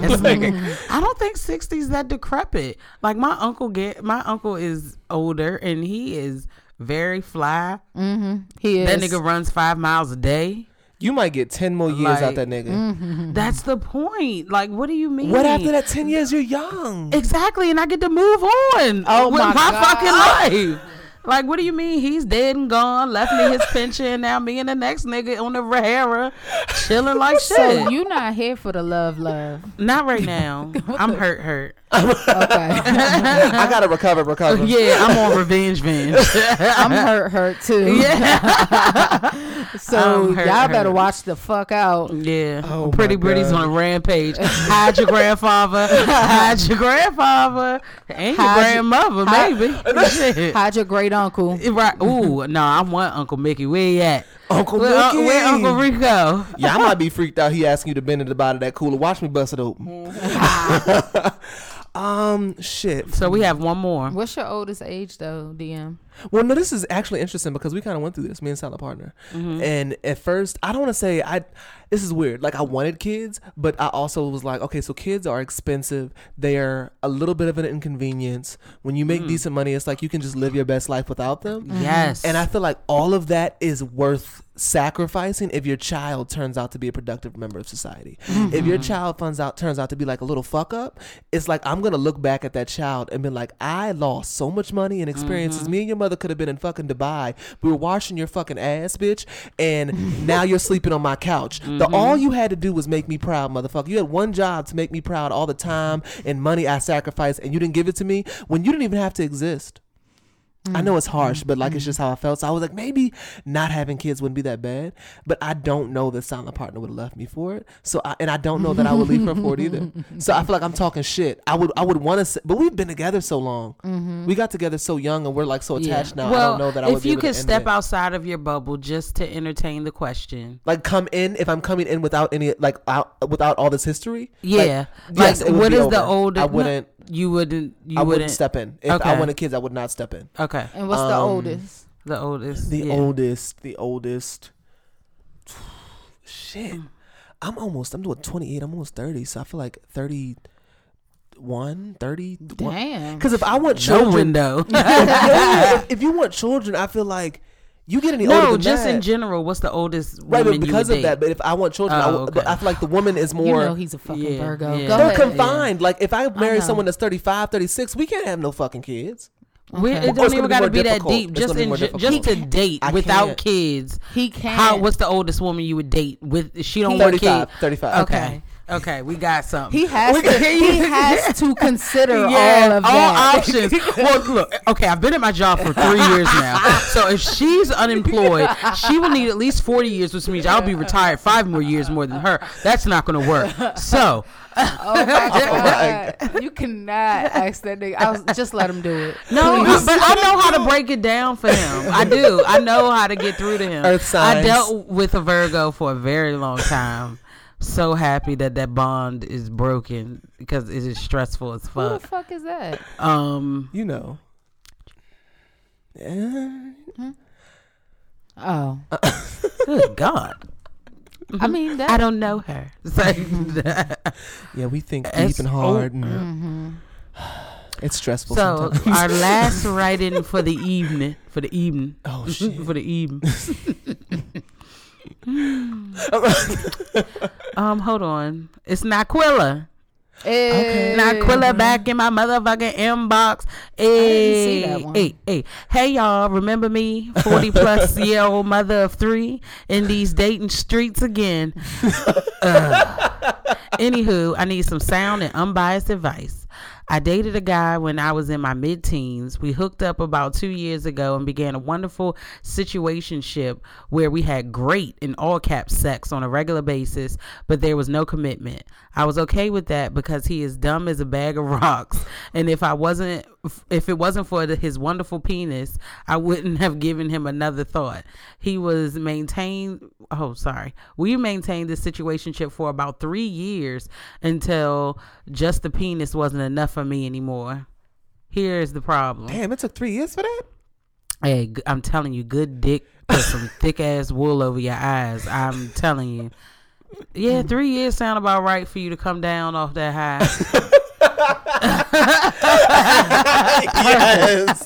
C: (laughs)
B: (laughs)
D: decrepit ass nigga. I don't think sixties that decrepit. Like my uncle get my uncle is older and he is very fly.
C: He is
D: That nigga runs five miles a day.
B: You might get ten more years out
D: Like- mm-hmm.
B: that nigga.
C: Mm-hmm.
D: That's the point. Like, what do you mean?
B: What after that ten years? You're young.
D: (laughs) Exactly, and I get to move on
C: Oh
D: with
C: my
D: my,
C: God.
D: fucking life. Like, what do you mean he's dead and gone? Left me his pension. Now me and the next nigga on the Rahara, chilling like shit.
C: So you not here for the love, love.
D: Not right now. I'm hurt, hurt. (laughs)
C: Okay.
B: I gotta recover, (laughs) recover.
D: yeah, I'm on revenge binge.
C: I'm hurt, hurt too.
D: yeah,
C: so
D: I'm hurt,
C: y'all better
D: hurt.
C: watch the fuck out.
D: yeah.
B: Oh
D: Pretty
B: my
D: Britty's
B: God.
D: on a rampage. Hide your grandfather. Hide your grandfather. And your
C: Hide your-
D: grandmother,
C: hide-
D: maybe. Shit.
C: Hide your great uncle.
D: Right. Ooh, no, I want Uncle Mickey. Where he at?
B: Uncle
D: Where, uh,
B: Ricky.
D: where Uncle Rico?
B: Yeah, I might be freaked out. He asking you to bend in the body of that cooler. Watch me bust it open. (laughs)
D: Mm-hmm.
B: um, shit.
D: So we have one more.
C: What's your oldest age though, DM?
B: Well, no, this is actually interesting because we kind of went through this, me and Silent Partner. And at first, I don't want to say I. This is weird. Like I wanted kids, but I also was like, okay, so kids are expensive. They are a little bit of an inconvenience. When you make decent money, it's like you can just live your best life without them.
D: Mm-hmm.
C: Mm-hmm.
D: Yes.
B: And I feel like all of that is worth sacrificing if your child turns out to be a productive member of society. If your child turns out turns out to be like a little fuck up, it's like I'm gonna look back at that child and be like, I lost so much money and experiences. Me and your mother could have been in fucking Dubai. We were washing your fucking ass, bitch, and now you're sleeping on my couch. The all you had to do was make me proud, motherfucker. You had one job to make me proud all the time and money I sacrificed and you didn't give it to me when you didn't even have to exist. I know
D: Mm-hmm.
B: it's harsh, but like it's just how I felt. So I was like, maybe not having kids wouldn't be that bad, but I don't know that silent partner would have left me for it. So I and I don't know that I would leave her for it
D: (laughs)
B: either. So I feel like I'm talking shit. I would I would want to, but we've been together so long. We got together so young, and we're like so
D: Mm-hmm. Yeah.
B: attached now.
D: Well,
B: I don't know that I would.
D: if
B: be
D: you
B: able to
D: could
B: end
D: step
B: it.
D: outside of your bubble just to entertain the question.
B: like come in if I'm coming in without any like out, without all this history. like,
D: Yeah. Like,
B: yes, it would
D: what
B: be
D: is
B: over.
D: the oldest?
B: I wouldn't.
D: You wouldn't. You
B: I
D: wouldn't,
B: wouldn't step in. If I
D: Okay.
B: wanted kids, I would not step in.
D: Okay.
C: And what's the
B: Um,
C: oldest?
D: The oldest.
B: The
D: yeah.
B: oldest, the
D: (sighs)
B: oldest. Shit. (sighs) I'm almost, I'm doing 28, I'm almost 30. So I feel like 31, 30.
C: Damn.
B: Because if I want
D: No
B: children, (laughs)
D: window.
B: Yeah,
D: (laughs)
B: if, if you want children, I feel like you get any older
D: no,
B: than
D: just
B: that.
D: in general. What's the oldest
B: Right, but
D: woman
B: because
D: you
B: of
D: would
B: that,
D: date?
B: but if I want children, I
D: Oh,
B: would- but
D: okay.
B: I feel like the woman
D: (sighs)
B: is more.
C: You know he's a fucking
D: Yeah,
C: Virgo.
D: yeah.
C: Go
B: they're
C: ahead.
B: confined. Like if I marry
C: know.
B: someone that's 35, 36, we can't have no fucking kids.
D: We-
C: Okay.
D: It
B: Well, it's
D: don't
B: gonna
D: even
B: be
D: got to
B: more
D: be that
B: difficult.
D: deep.
B: It's
D: Just
B: gonna be
D: in,
B: more
D: ge- just to
B: difficult.
D: date
B: I
D: without
B: can't.
D: kids.
C: He can't.
D: How? What's the oldest woman you would date with? She don't want
B: 35,
D: kids.
B: 35.
D: Okay. Okay, we got something.
C: He has.
D: We
C: To,
D: got-
C: (laughs) he has to consider
D: Yeah,
C: all of that.
D: options.
C: (laughs)
D: well, look, okay, I've been at my job for three years now. So if she's unemployed, she will need at least 40 years, which means I'll be retired five more years more than her. That's not going to work. So,
C: (laughs) Oh my god! you cannot ask that nigga. I was, just let him do (laughs) it.
D: no,
C: Please.
D: but I know how to break it down for him. I do. I know how to get through to him.
B: Earth
D: I
B: signs.
D: dealt with a Virgo for a very long time. So happy that that bond is broken because it is stressful as
C: Who the
D: fuck.
C: fuck is that?
D: Um,
B: You know. Yeah.
C: Oh,
D: good God.
C: I mean
D: I
C: that.
D: don't know her. (laughs) It's like-
B: Yeah, we think deep
D: It's-
B: and
D: oh,
B: hard. and (sighs) It's stressful
D: so
B: sometimes. (laughs)
D: our last write-in for the evening, for the evening,
B: Oh, shit.
D: (laughs) for the evening. um, hold on, it's Naquilla.
C: Eh,
D: Naquilla back in my motherfucking inbox.
C: didn't
D: Hey,
C: see that one.
D: hey, hey, hey, y'all! Remember me, forty plus year old mother of three in these dating streets again. Anywho, I need some sound and unbiased advice. I dated a guy when I was in my mid teens. We hooked up about two years ago and began a wonderful situationship where we had great in all caps sex on a regular basis, but there was no commitment. I was okay with that because he is dumb as a bag of rocks. And if I wasn't if it wasn't for the, his wonderful penis, I wouldn't have given him another thought. He was maintained oh sorry. We maintained this situationship for about three years until just the penis wasn't enough for me anymore. Here's the problem.
B: Damn, it took three years for that.
D: Hey, g- I'm telling you, good dick put some thick ass wool over your eyes. I'm telling you. Yeah, three years sound about right for you to come down off that high.
B: yes,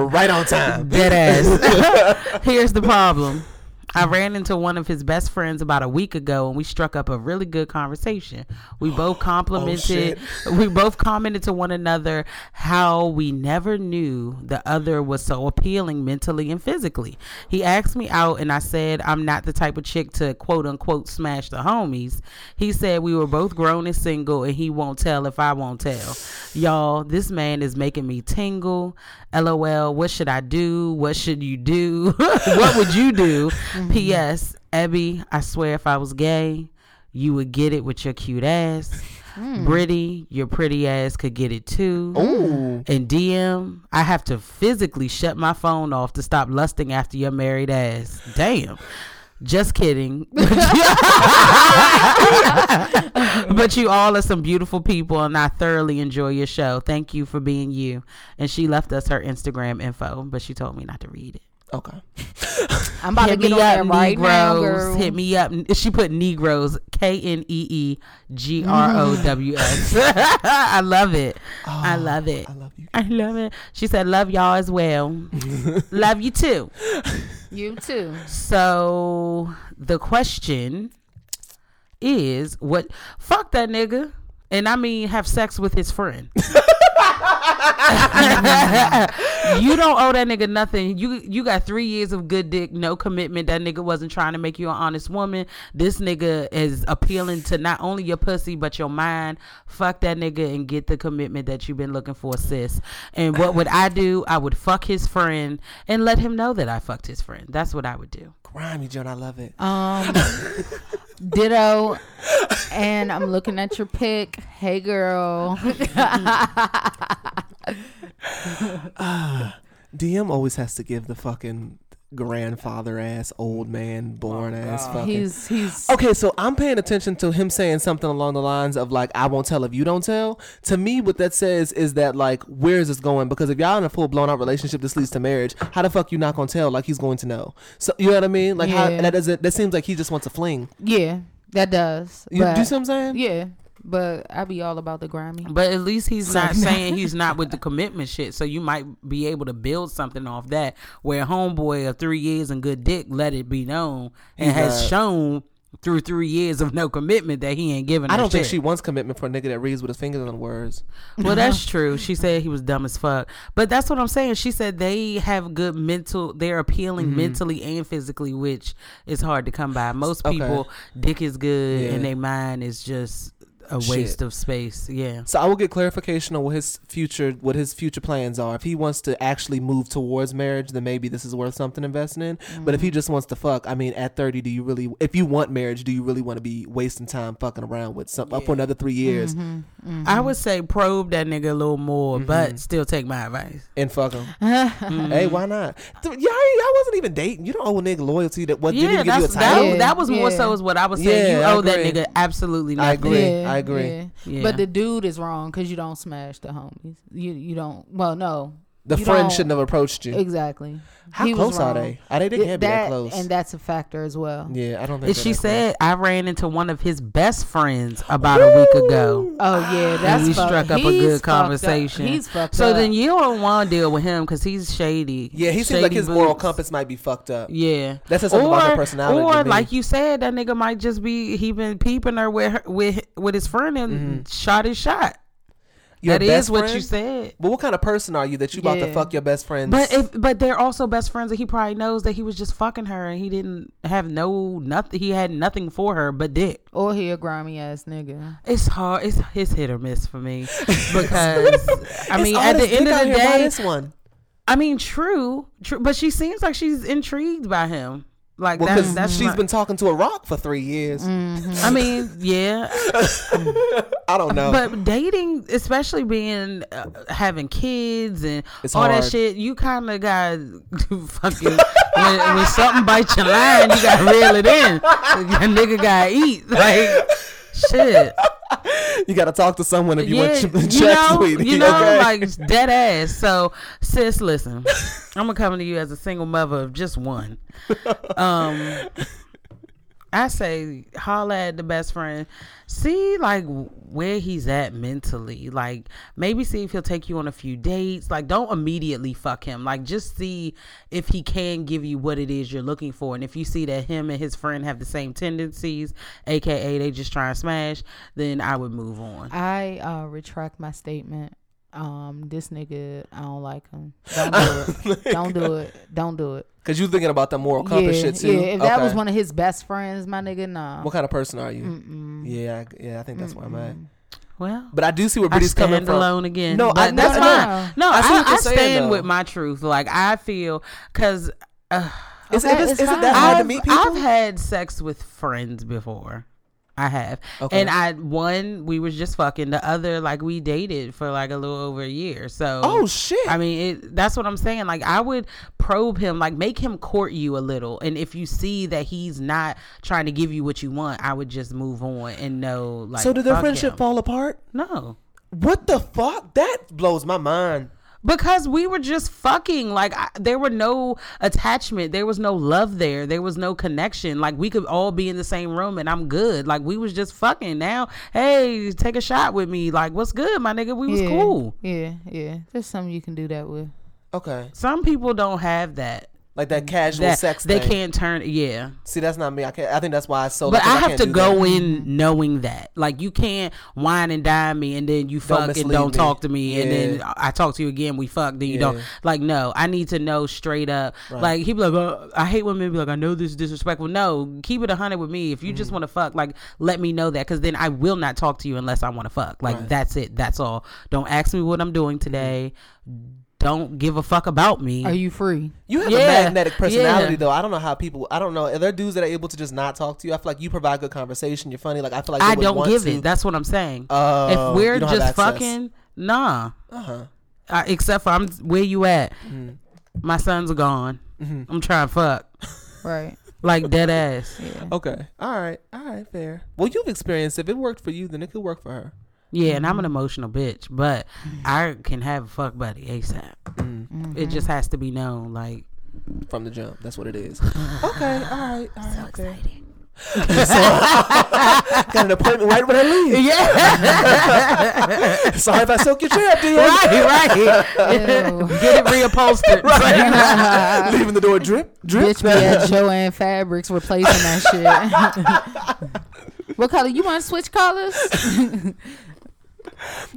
B: right on time. (laughs)
D: (laughs) Dead ass. Here's the problem. I ran into one of his best friends about a week ago, and we struck up a really good conversation. We both complimented, we both commented to one another how we never knew the other was so appealing mentally and physically. He asked me out, and I said I'm not the type of chick to quote unquote smash the homies. He said we were both grown and single, and he won't tell if I won't tell. Y'all, this man is making me tingle. LOL. What should I do? What should you do? (laughs) what would you do? P.S. Abby, I swear if I was gay, you would get it with your cute ass. Brittany, your pretty ass could get it too.
B: Ooh.
D: And DM, I have to physically shut my phone off to stop lusting after your married ass. Damn. Just kidding. (laughs) but you all are some beautiful people, and I thoroughly enjoy your show. Thank you for being you. And she left us her Instagram info, but she told me not to read it.
B: Okay.
C: I'm about
D: Hit
C: to
D: me
C: get on
D: up,
C: there right now,
D: Negroes.
C: girl.
D: Hit me up. She put Negroes, K N E E G R O W
C: (laughs)
D: S. (laughs) I love it. I
C: Oh,
D: love it.
B: I love you.
D: I love it. She said, Love y'all as
C: (laughs)
D: well. love you too.
C: You too.
D: So the question is what fuck that nigga. And I mean have sex with his friend. you don't owe that nigga nothing. You you got three years of good dick, no commitment. That nigga wasn't trying to make you an honest woman. This nigga is appealing to not only your pussy but your mind. Fuck that nigga and get the commitment that you've been looking for, sis. And what would I do? I would fuck his friend and let him know that I fucked his friend. That's what I would do.
B: Grimy Joan, I love it.
C: Um, ditto. And I'm looking at your pic. Hey, girl.
B: DM always has to give the fucking grandfather ass, old man, born ass fucking.
C: He's he's
B: Okay, so I'm paying attention to him saying something along the lines of like, "I won't tell if you don't tell." To me, what that says is that like, where is this going? Because if y'all in a full blown out relationship, this leads to marriage. How the fuck you not gonna tell? Like he's going to know. So you know what I mean? Like how,
C: Yeah.
B: that doesn't. That seems like he just wants a fling.
C: yeah. That does.
B: You,
C: but-
B: do you see what I'm saying?
C: Yeah, but I be all about the grimy.
D: But at least he's not saying he's
B: (laughs)
D: not with the commitment shit. So you might be able to build something off that where homeboy of three years and good dick let it be known and has
B: got-
D: shown through three years of no commitment that he ain't giving.
B: I
D: a
B: don't think
D: shit.
B: she wants commitment for a nigga that reads with his fingers on the words. (laughs)
D: Well, that's true. She said he was dumb as fuck. But that's what I'm saying. She said they have good mental, they're appealing
B: Mm-hmm.
D: mentally and physically, which is hard to come by. Most
B: Okay.
D: people, dick is good
B: Yeah.
D: and their mind is just a waste of space. Yeah.
B: So I will get clarification on what his future what his future plans are. If he wants to actually move towards marriage, then maybe this is worth something investing in. But
D: Mm.
B: if he just wants to fuck, I mean, at thirty, do you really? If you want marriage, do you really want to be wasting time fucking around with some up for another three years
D: Mm-hmm. I would say probe that nigga a little more, but still take my advice.
B: and fuck him?
D: Mm-hmm.
B: Hey, why not? Th- Y'all, y'all wasn't even dating. You don't owe a nigga loyalty that what didn't
D: Yeah,
B: even give you a
D: that's,
B: title.
D: that,
C: Yeah,
D: that was more
C: yeah.
D: so is what I was saying.
B: Yeah, I
D: you owe that
B: agree.
D: nigga absolutely
B: I
D: nothing.
B: agree. I agree.
D: Yeah.
C: But the dude is wrong because you don't smash the homies. You you don't. Well, no.
B: The
C: you
B: friend
C: don't-
B: shouldn't have approached you.
C: Exactly.
B: How
C: He was
B: close are
C: wrong.
B: they? Are they? They
C: Th-
B: can't be that close.
C: And that's a factor as well.
B: yeah, I don't think.
D: And
B: they're
D: she
B: that close.
D: said, I ran into one of his best friends about a week ago.
C: Oh yeah, that's
D: and we
C: fuck-
D: struck up a
C: he's
D: good
C: fucked up.
D: conversation.
C: He's fucked
D: so
C: up.
D: then you don't want to deal with him because he's shady.
B: Yeah, he seems
D: Shady
B: like his moral
D: boots.
B: compass might be fucked up.
D: Yeah,
B: That says something about their personality to
D: Or
B: me.
D: like you said, that nigga might just be he been peeping her with her, with with his friend and shot his shot.
B: Mm-hmm. Your
D: that is
B: best
D: what you
B: friend?
D: said.
B: But what kind of person are you that you about to
C: Yeah.
B: fuck your best friends?
D: But if but they're also best friends, and he probably knows that he was just fucking her, and he didn't have no nothing. He had nothing for her but dick.
C: Or he a grimy ass nigga.
D: It's hard. It's it's hit or miss for (laughs) me because I
B: It's
D: mean
B: all
D: at the
B: this
D: end
B: dick
D: of
B: out
D: the
B: here by
D: day,
B: this one.
D: I mean, true, true, but she seems like she's intrigued by him. Like
B: Well,
D: that's
B: because
D: that's
B: she's
D: my- Mm.
B: been talking to a rock for three years.
D: I mean, yeah,
B: I don't know.
D: but dating, especially being uh, having kids and
B: It's
D: all that
B: hard.
D: shit, you kind of got (laughs) fucking when, when something bites your line, you got to reel it in. (laughs) Your nigga got to eat like shit.
B: you got to talk to someone if you want your checks,
D: you know,
B: sweetie.
D: You know,
B: okay?
D: like it's dead ass. So, sis, listen, I'm gonna come to you as a single mother of just one. Um, I say holla at the best friend. See like where he's at mentally. Like maybe see if he'll take you on a few dates. Like don't immediately fuck him. Like just see if he can give you what it is you're looking for. And if you see that him and his friend have the same tendencies, aka they just try and smash, then I would move on.
C: I uh, retract my statement. Um, this nigga, I don't like him. Don't
B: (laughs)
C: do it. Don't do it. Don't do it.
B: Cause you thinking about the moral compass
C: yeah,
B: shit too.
C: yeah. If that was
B: Okay.
C: one of his best friends, my nigga, nah.
B: What kind of person are you? Yeah, I, yeah, I think that's where I'm at.
D: Well,
B: But I do see where
D: I
B: Brittany's coming
D: stand
B: from.
D: alone again.
B: No, I-
D: but that's
B: no,
C: no,
D: fine. No,
B: I see
D: I,
B: what you're
D: I
B: saying,
D: stand
B: though.
D: with my truth. Like I feel because
B: Is,
C: Okay,
B: it, is,
C: it's
B: is it
C: fine.
B: that hard to
D: I've,
B: meet people?
D: I've had sex with friends before. I have.
B: Okay.
D: And I one we was just fucking the other like we dated for like a little over a year. So
B: Oh, shit.
D: I mean, it, that's what I'm saying. Like I would probe him, like make him court you a little. And if you see that he's not trying to give you what you want, I would just move on and know like
B: so did their
D: fuck
B: friendship
D: him.
B: fall apart?
D: No.
B: What the fuck? That blows my mind.
D: because we were just fucking like I, there were no attachment there was no love there there was no connection like we could all be in the same room and i'm good like we was just fucking now hey take a shot with me like what's good my nigga we was
C: yeah,
D: cool
C: Yeah, yeah. There's something you can do that with.
B: Okay,
D: some people don't have that
B: like that casual
D: Mm. that
B: sex.
D: they
B: thing.
D: can't turn yeah
B: See, that's not me. I can't. I think that's why Oh, I sold.
D: but
B: it, 'cause
D: i have
B: can't
D: to
B: do
D: go
B: that.
D: in knowing that like you can't whine and dine me and then you fuck and
B: mislead
D: don't
B: me.
D: talk to me and then
B: Yeah.
D: i talk to you again we fuck then you
B: Yeah.
D: don't like no i need to know straight up like he be like "Oh, i hate when men be like i know this is disrespectful no keep it a 100 with me if you
B: Mm-hmm.
D: just want to fuck like let me know that because then i will not talk to you unless i want to fuck like that's it that's all don't ask me what i'm doing today don't give a fuck about me
C: Are you free?
B: Mm-hmm. You have a
D: Yeah,
B: magnetic personality,
D: yeah.
B: though. I don't know how people. I don't know. Are there dudes that are able to just not talk to you? I feel like you provide good conversation. You're funny. Like I feel like
D: I
B: they would
D: don't
B: want
D: give
B: to.
D: it. That's what I'm saying.
B: Oh,
D: if
B: you
D: we're
B: don't have
D: just
B: access. Uh-huh.
D: fucking, nah. Uh, except for I'm where you at.
B: Mm-hmm.
D: My son's gone. I'm trying to fuck
B: (laughs)
C: Right.
D: like dead ass.
B: Okay. All right. All right. Fair. Well, you've experienced. If it worked for you, then it could work for her.
D: Yeah, and I'm an emotional bitch, but I can have a fuck buddy ASAP.
B: Mm-hmm.
D: It just has to be known. Like
B: from the jump. That's what it
D: (laughs)
B: is. okay, all right, all right. So (laughs) excited. (laughs) got an appointment right when I
D: (laughs)
B: leave. Yeah. (laughs) Sorry if I soak your chair up, dude. (laughs)
D: right,
C: Ew.
D: get it reupholstered.
B: (laughs) Leaving the door drip, drip.
C: Bitch, we at Joanne Fabrics replacing that shit. (laughs) what color? You want to switch colors?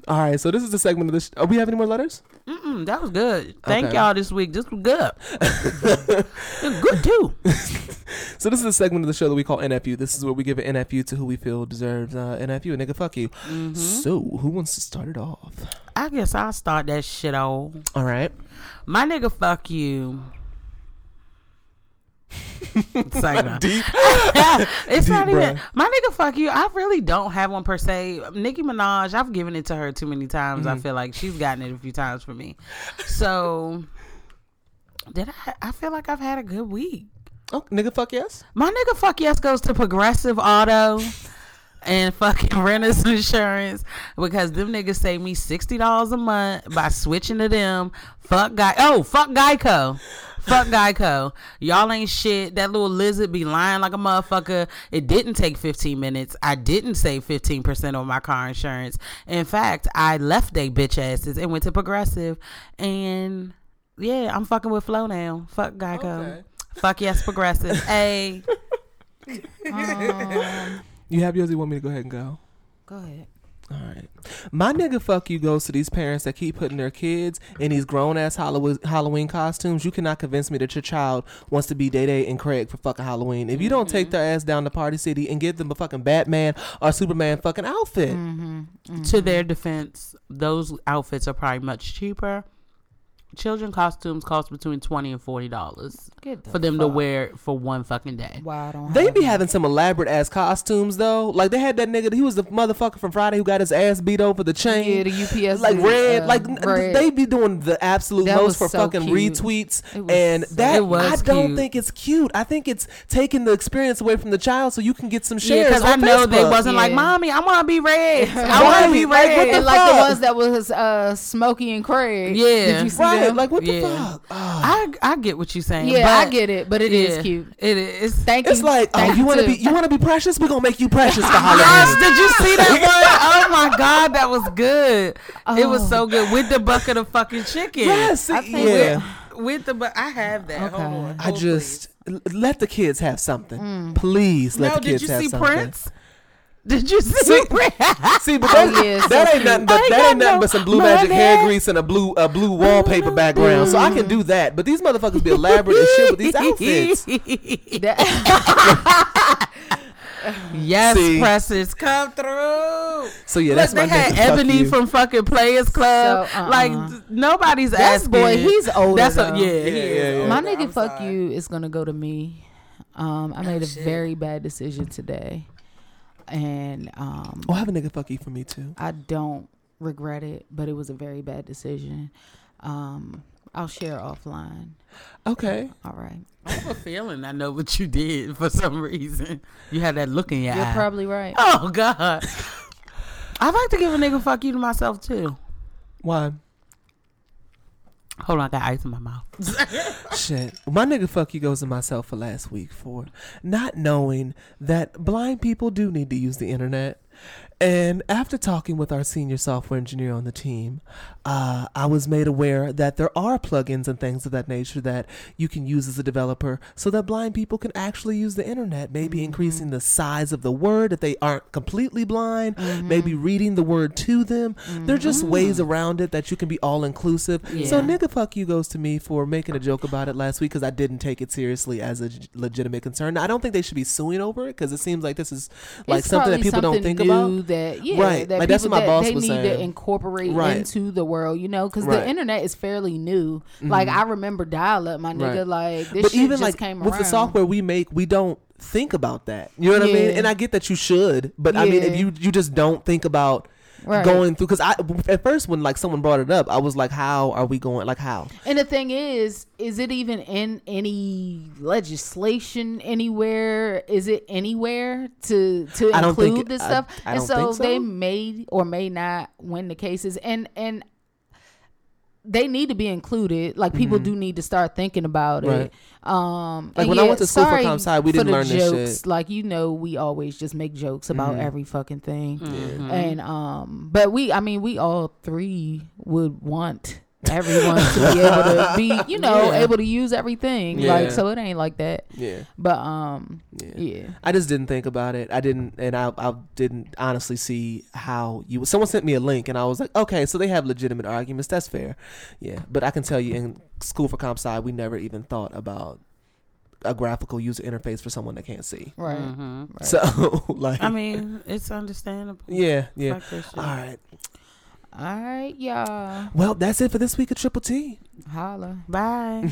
B: All right, so this is the segment of this. Sh- oh, we have any more letters?
D: Mm, that was good. Thank
B: Okay.
D: y'all this week. This was
B: (laughs)
D: good. It was good too.
B: So this is a segment of the show that we call NFU. This is where we give an NFU to who we feel deserves uh, NFU. Nigga, fuck you. So who wants to start it off?
D: I guess I'll start that shit off.
B: All (laughs) right.
D: My nigga, fuck
B: (laughs)
D: you. it's like, nah. (laughs) it's not
B: Deep
D: even
B: breath.
D: my nigga. Fuck you. I really don't have one per se. Nicki Minaj. I've given it to her too many times.
B: Mm-hmm.
D: I feel like she's gotten it a few times for me. So did I? I feel like I've had a good week.
B: Oh, nigga, fuck yes.
D: My nigga, fuck yes goes to Progressive Auto and fucking (laughs) renters insurance because them niggas save me sixty dollars a month by switching to them. Fuck guy. Oh, fuck Geico. Fuck Geico. Y'all ain't shit. That little lizard be lying like a motherfucker. It didn't take 15 minutes. I didn't save 15% on my car insurance. In fact, I left they bitch asses and went to Progressive. And yeah, I'm fucking with Flow now. Fuck Geico.
B: Okay.
D: Fuck yes, Progressive. hey.
B: You have yours. You want me to go ahead and go?
C: Go ahead.
B: All right. My nigga fuck you goes to these parents that keep putting their kids in these grown ass Halloween costumes. You cannot convince me that your child wants to be Day Day and Craig for fucking Halloween. If you don't take their ass down to Party City and give them a fucking Batman or Superman fucking outfit.
C: Mm-hmm.
D: to their defense, those outfits are probably much cheaper. Children costumes cost between twenty and forty dollars
C: Get the
D: for them to
C: fuck.
D: wear for one fucking day.
C: Why I don't
B: They
C: have
B: be having some elaborate ass costumes though. Like they had that nigga, he was the motherfucker from Friday who got his ass beat over the chain.
C: Yeah, the UPS
B: like
C: dude,
B: red,
C: uh,
B: like n-
C: red.
B: they be doing the absolute
C: That
B: most
C: was
B: for
C: so
B: fucking
C: cute.
B: retweets,
C: It was
B: and
C: so-
B: that
D: It was
B: I don't
D: cute.
B: think it's cute. I think it's taking the experience away from the child so you can get some
D: Yeah,
B: shares.
D: because I
B: on
D: know they
B: Facebook.
D: wasn't like,
C: Yeah.
D: mommy, I want to
C: (laughs)
D: be red. I want to be
B: Right, like, what
D: red.
B: the
C: And like the
B: fuck?
C: ones that was uh Smokey and Craig.
D: Yeah.
C: Did you see
B: Right,
C: him.
B: Like what the
D: Yeah. Oh,
B: fuck? Ah.
D: I I get what you're saying.
C: yeah,
D: but
C: I get it, but it is
D: yeah,
C: cute.
D: It is.
C: Thank
B: It's
C: you.
B: like, oh,
C: Thank
B: you want to
C: too.
B: be you want to be precious? We're gonna make you precious for
D: Yes,
B: Halloween.
D: did you see
C: (laughs)
D: that one? Oh my god, that was good. It was
C: Oh.
D: so good with the bucket of fucking chicken.
B: Yes,
C: I think
B: yeah.
D: with the but I have that. Oh,
C: Okay.
D: Hold on.
B: I
D: Hold,
B: just l- let the kids have something.
D: Mm.
B: Please
D: please.
B: let
D: no.
B: the
D: Did
B: kids
D: you
B: have
D: see
B: something.
D: Prince? Did you see Prince?
B: (laughs) See, but that,
C: Oh, yeah, it's
B: that
C: so
B: ain't nothing
C: cute.
B: but that
D: I ain't
B: ain't
D: got
B: nothing
D: no
B: but some blue magic hair
D: money.
B: grease and a blue a blue wallpaper background. So I can do that. But these motherfuckers be elaborate as shit with
D: (laughs)
B: these outfits.
C: (laughs) That-
D: yes,
B: See?
D: presses come through.
B: So yeah,
D: Look,
B: that's
D: they
B: my
D: had
B: nigga. E. Fuck
D: Ebony
B: you.
D: from fucking Players Club.
C: So, uh-uh.
D: Like th- nobody's
C: That's
D: asking.
C: boy, he's older,
D: That's
C: though.
D: a, yeah,
B: Yeah,
D: he is.
B: yeah, yeah.
C: My
E: Older,
C: nigga,
E: I'm
C: fuck
E: sorry.
C: you is gonna go to me. Um, I
B: Oh,
C: made a very bad decision today, and um,
B: Oh, I have a nigga fuck you for me too.
C: I don't regret it, but it was a very bad decision. Um, I'll share offline.
B: Okay.
C: All right,
D: I have a feeling I know what you did for some reason. You had that look in your
C: you're
D: eye.
C: probably right.
D: (laughs) oh God. I would like to give a nigga fuck you to myself too.
B: Why?
D: Hold on, I got ice in my mouth.
B: Shit. My nigga fuck you goes to myself for last week for not knowing that blind people do need to use the internet. And after talking with our senior software engineer on the team, uh, I was made aware that there are plugins and things of that nature that you can use as a developer so that blind people can actually use the internet, maybe
C: Mm-hmm.
B: increasing the size of the word if they aren't completely blind, maybe
C: Mm-hmm.
B: reading the word to them. There are just ways around it that you can be all inclusive. So,
D: Yeah.
B: nigga, fuck you goes to me for making a joke about it last week because I didn't take it seriously as a g- legitimate concern. I don't think they should be suing over it because it seems like this is like
C: It's
B: something that
C: probably
B: people don't
C: something
B: think about.
C: new That yeah,
B: Right.
C: That
B: Like, that's
C: people
B: what my
C: that
B: boss
C: they
B: was
C: need to
B: saying.
C: incorporate
B: Right.
C: into the world, you know, because
B: Right. Mm-hmm.
C: the internet is fairly new. Like I remember dial up, my nigga.
B: Right.
C: Like this
B: but
C: shit
B: even
C: just
B: like
C: came
B: with
C: around.
B: the software we make, we don't think about that. You know what I mean?
C: Yeah.
B: And I get that you should, but I mean,
C: Yeah.
B: if you you just don't think about
C: Right.
B: going through, because I at first when like someone brought it up, I was like, how are we going? Like how?
C: And the thing is, is it even in any legislation anywhere? Is it anywhere to to
B: I don't think
C: include
B: it-
C: this
B: I-
C: stuff?
B: I
C: and
B: don't
C: so,
B: think so.
C: they may or may not win the cases, and and they need to be included. Like people do need to start thinking about
B: Mm-hmm. Right.
C: it. Um,
B: Like,
C: and
B: when I went to school for
C: sorry
B: comp sci, we
C: for
B: didn't
C: the
B: learn this
C: jokes.
B: shit.
C: Like you know, we always just make jokes
B: Mm-hmm.
C: about every fucking thing, and um, but we, I mean, we all three would want everyone to be able to be, you know,
D: Yeah.
C: able to use everything.
B: Yeah.
C: Like so, it ain't like that.
B: Yeah.
C: But um, yeah.
B: I just didn't think about it. I didn't, and I, I didn't honestly see how you. Someone sent me a link, and I was like, okay, so they have legitimate arguments. That's fair. Yeah, but I can tell you, in school for comp sci, we never even thought about a graphical user interface for someone that can't see.
C: right.
D: Mm.
B: So, (laughs) like,
D: Mm-hmm. I mean, it's understandable.
B: yeah, yeah.
D: Fuck that shit.
B: All right.
C: All right, y'all.
D: (laughs)
B: Well, that's it for this week of Triple T.
C: Holla.
D: Bye.